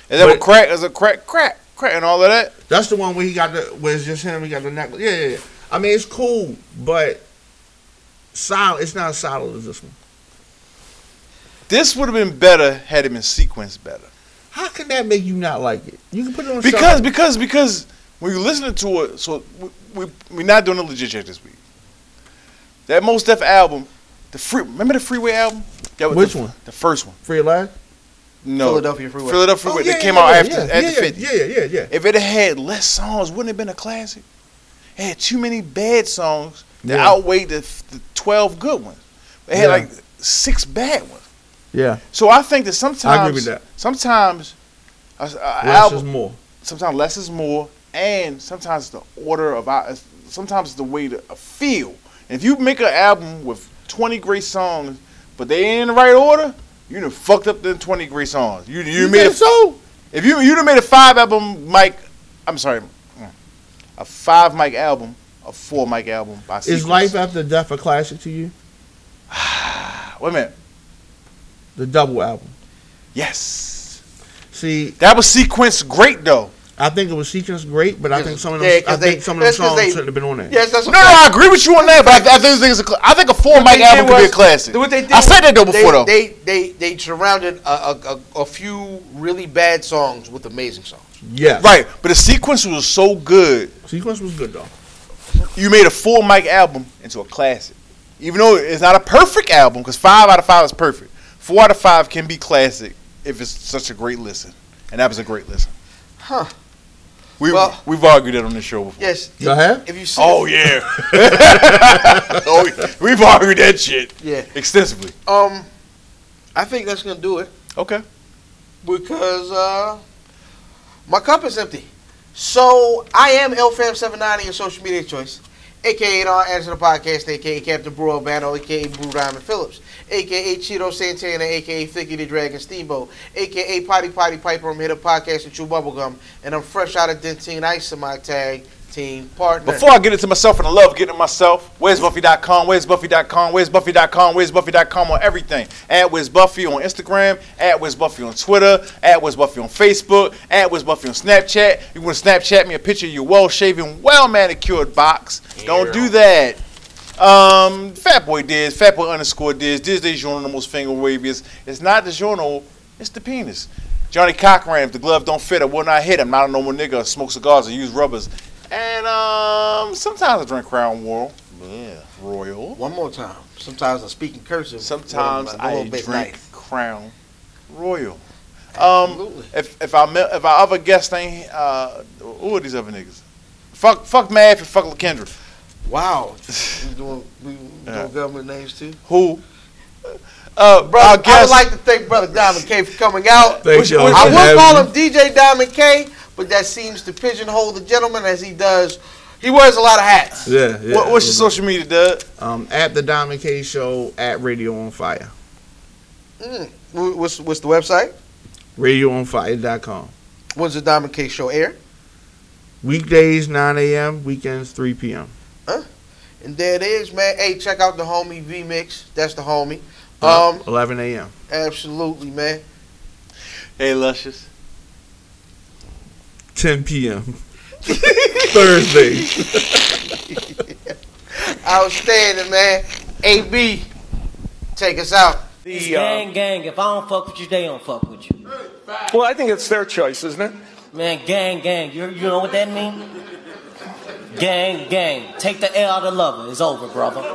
Speaker 3: And that
Speaker 5: But-
Speaker 3: was crack. There's a crack, crack, crack, and all of that.
Speaker 5: That's the one where he got the where it's just him. He got the necklace. Yeah, yeah, yeah. I mean, it's cool, but solid. It's not as solid as this one.
Speaker 3: This would have been better had it been sequenced better.
Speaker 5: How can that make you not like it? You can put it on
Speaker 3: Because
Speaker 5: shuffle.
Speaker 3: because because when you're listening to it, so we, we we're not doing a legit check this week. That most Def album, the free remember the Freeway album? That was
Speaker 5: Which
Speaker 3: the,
Speaker 5: one?
Speaker 3: The first one.
Speaker 5: Free Life.
Speaker 3: No.
Speaker 4: Philadelphia Freeway.
Speaker 3: Philadelphia Freeway. that came out after
Speaker 5: Oh, yeah,
Speaker 3: after
Speaker 5: yeah,
Speaker 3: 50.
Speaker 5: Yeah, yeah, yeah, yeah.
Speaker 3: If it had less songs, wouldn't it have been a classic? It had too many bad songs that
Speaker 5: Yeah.
Speaker 3: outweighed the, the 12 good ones. It had
Speaker 5: Yeah.
Speaker 3: like six bad ones.
Speaker 5: Yeah.
Speaker 3: So I think that sometimes,
Speaker 5: with that.
Speaker 3: sometimes, a, a
Speaker 5: Less is
Speaker 3: album,
Speaker 5: more.
Speaker 3: sometimes less is more, and sometimes the order of our, uh, sometimes the way to uh, feel. If you make an album with twenty great songs, but they ain't in the right order, you done fucked up the twenty great songs. You you, made a,
Speaker 5: think so.
Speaker 3: if you you done made a five album Mike, I'm sorry, mm, a five mic album, a four mic album by
Speaker 5: Is
Speaker 3: sequence.
Speaker 5: Life After Death a classic to you?
Speaker 3: Wait a minute.
Speaker 5: The double album.
Speaker 3: Yes,
Speaker 5: See,
Speaker 3: that was sequenced great though.
Speaker 5: I think it was sequence great, but I think some of them,
Speaker 4: Yeah,
Speaker 5: I
Speaker 4: 'cause
Speaker 5: think
Speaker 4: they-
Speaker 5: some of them
Speaker 4: that's 'cause
Speaker 5: songs
Speaker 4: they-
Speaker 5: shouldn't have been on there.
Speaker 4: Yes, that's
Speaker 3: No, no, I agree with you on that, but I, I think it's a cl- I think a four mic
Speaker 4: they did
Speaker 3: album could be a
Speaker 4: was-
Speaker 3: classic.
Speaker 4: what they did
Speaker 3: I said that though
Speaker 4: was
Speaker 3: before though.
Speaker 4: They they they, they surrounded a, a, a, a few really bad songs with amazing songs.
Speaker 5: Yeah.
Speaker 3: right, but the sequence was so good.
Speaker 5: Sequence was good though.
Speaker 3: You made a four mic album into a classic, even though it's not a perfect album because five out of five is perfect. Four out of five can be classic if it's such a great listen, and that was a great listen.
Speaker 4: Huh.
Speaker 3: We
Speaker 4: Well-
Speaker 3: we've argued that on this show before.
Speaker 4: Yes.
Speaker 5: Y'all have?
Speaker 4: If you see
Speaker 3: Oh yeah. oh, yeah. we've argued that shit
Speaker 4: Yeah.
Speaker 3: extensively.
Speaker 4: Um I think that's gonna do it
Speaker 3: Okay.
Speaker 4: because uh my cup is empty. So I am LFam790 your social media choice. AKA Don Anderson the Podcast, AKA Captain Brew Albano, AKA Brew Diamond Phillips, AKA Cheeto Santana, AKA Thicky the Dragon Steamboat, AKA Potty Potty Piper. I'm here to podcast and chew bubblegum, and I'm fresh out of Dentine Ice in my tag team partner.
Speaker 3: Before I get into myself and I love getting to myself, where's Buffy.com? Where's Buffy.com? Where's Buffy.com? Where's Buffy.com on everything? At Wiz Buffy on Instagram, at Wiz Buffy on Twitter, at Wiz Buffy on Facebook, at Wiz Buffy on Snapchat. You want to Snapchat me a picture of your well shaven, well manicured box. Don't do that. Um, Fatboy Diz, Fatboy underscore Diz, Diz Day Journal, the most finger waviest. It's not the journal, it's the penis. Johnny Cochran, if the glove don't fit, I will not hit. I'm not a normal nigga. I smoke cigars. I use rubbers. And um, sometimes I drink Crown Royal. Yeah, Royal.
Speaker 4: One more time. Sometimes I'm speaking cursive.
Speaker 3: Sometimes
Speaker 4: Well, a
Speaker 3: I
Speaker 4: little bit
Speaker 3: drink
Speaker 4: nice.
Speaker 3: Crown Royal. Um,
Speaker 4: Absolutely.
Speaker 3: if if I mil- if our other guest ain't uh, who are these other niggas? Fuck fuck Mav and fuck Kendra.
Speaker 4: Wow. we doing, we doing government names too.
Speaker 3: Who? Uh,
Speaker 4: Bro,
Speaker 3: our
Speaker 4: I
Speaker 3: guest-
Speaker 4: would like to thank Brother Diamond K for coming out.
Speaker 5: Thank
Speaker 3: Which-
Speaker 5: y'all
Speaker 3: which-
Speaker 5: for
Speaker 4: I would
Speaker 5: having
Speaker 4: call
Speaker 5: me.
Speaker 4: him DJ Diamond K, but that seems to pigeonhole the gentleman as he does. He wears a lot of hats.
Speaker 5: Yeah, yeah.
Speaker 3: what, what's your social media, Doug?
Speaker 5: Um, at the Diamond K Show at Radio on Fire.
Speaker 4: Mm. Wh- What's, what's the website?
Speaker 5: RadioOnFire.com.
Speaker 4: When's the Diamond K show air?
Speaker 5: Weekdays 9 a.m. Weekends 3 p.m.
Speaker 4: And there it is, man. Hey, check out the homie V Mix. That's the homie. Um,
Speaker 5: 11 a.m.
Speaker 4: absolutely, man.
Speaker 3: Hey, Luscious.
Speaker 5: 10 p.m. Thursday.
Speaker 4: Outstanding, man. AB, take us out.
Speaker 9: The, uh,
Speaker 10: Gang, gang, if I don't fuck with you, they don't fuck with you.
Speaker 9: well, I think it's their choice, isn't it?
Speaker 10: Man, gang, gang, you, you know what that means? Gang, gang, take the L out of lover. It's over, brother.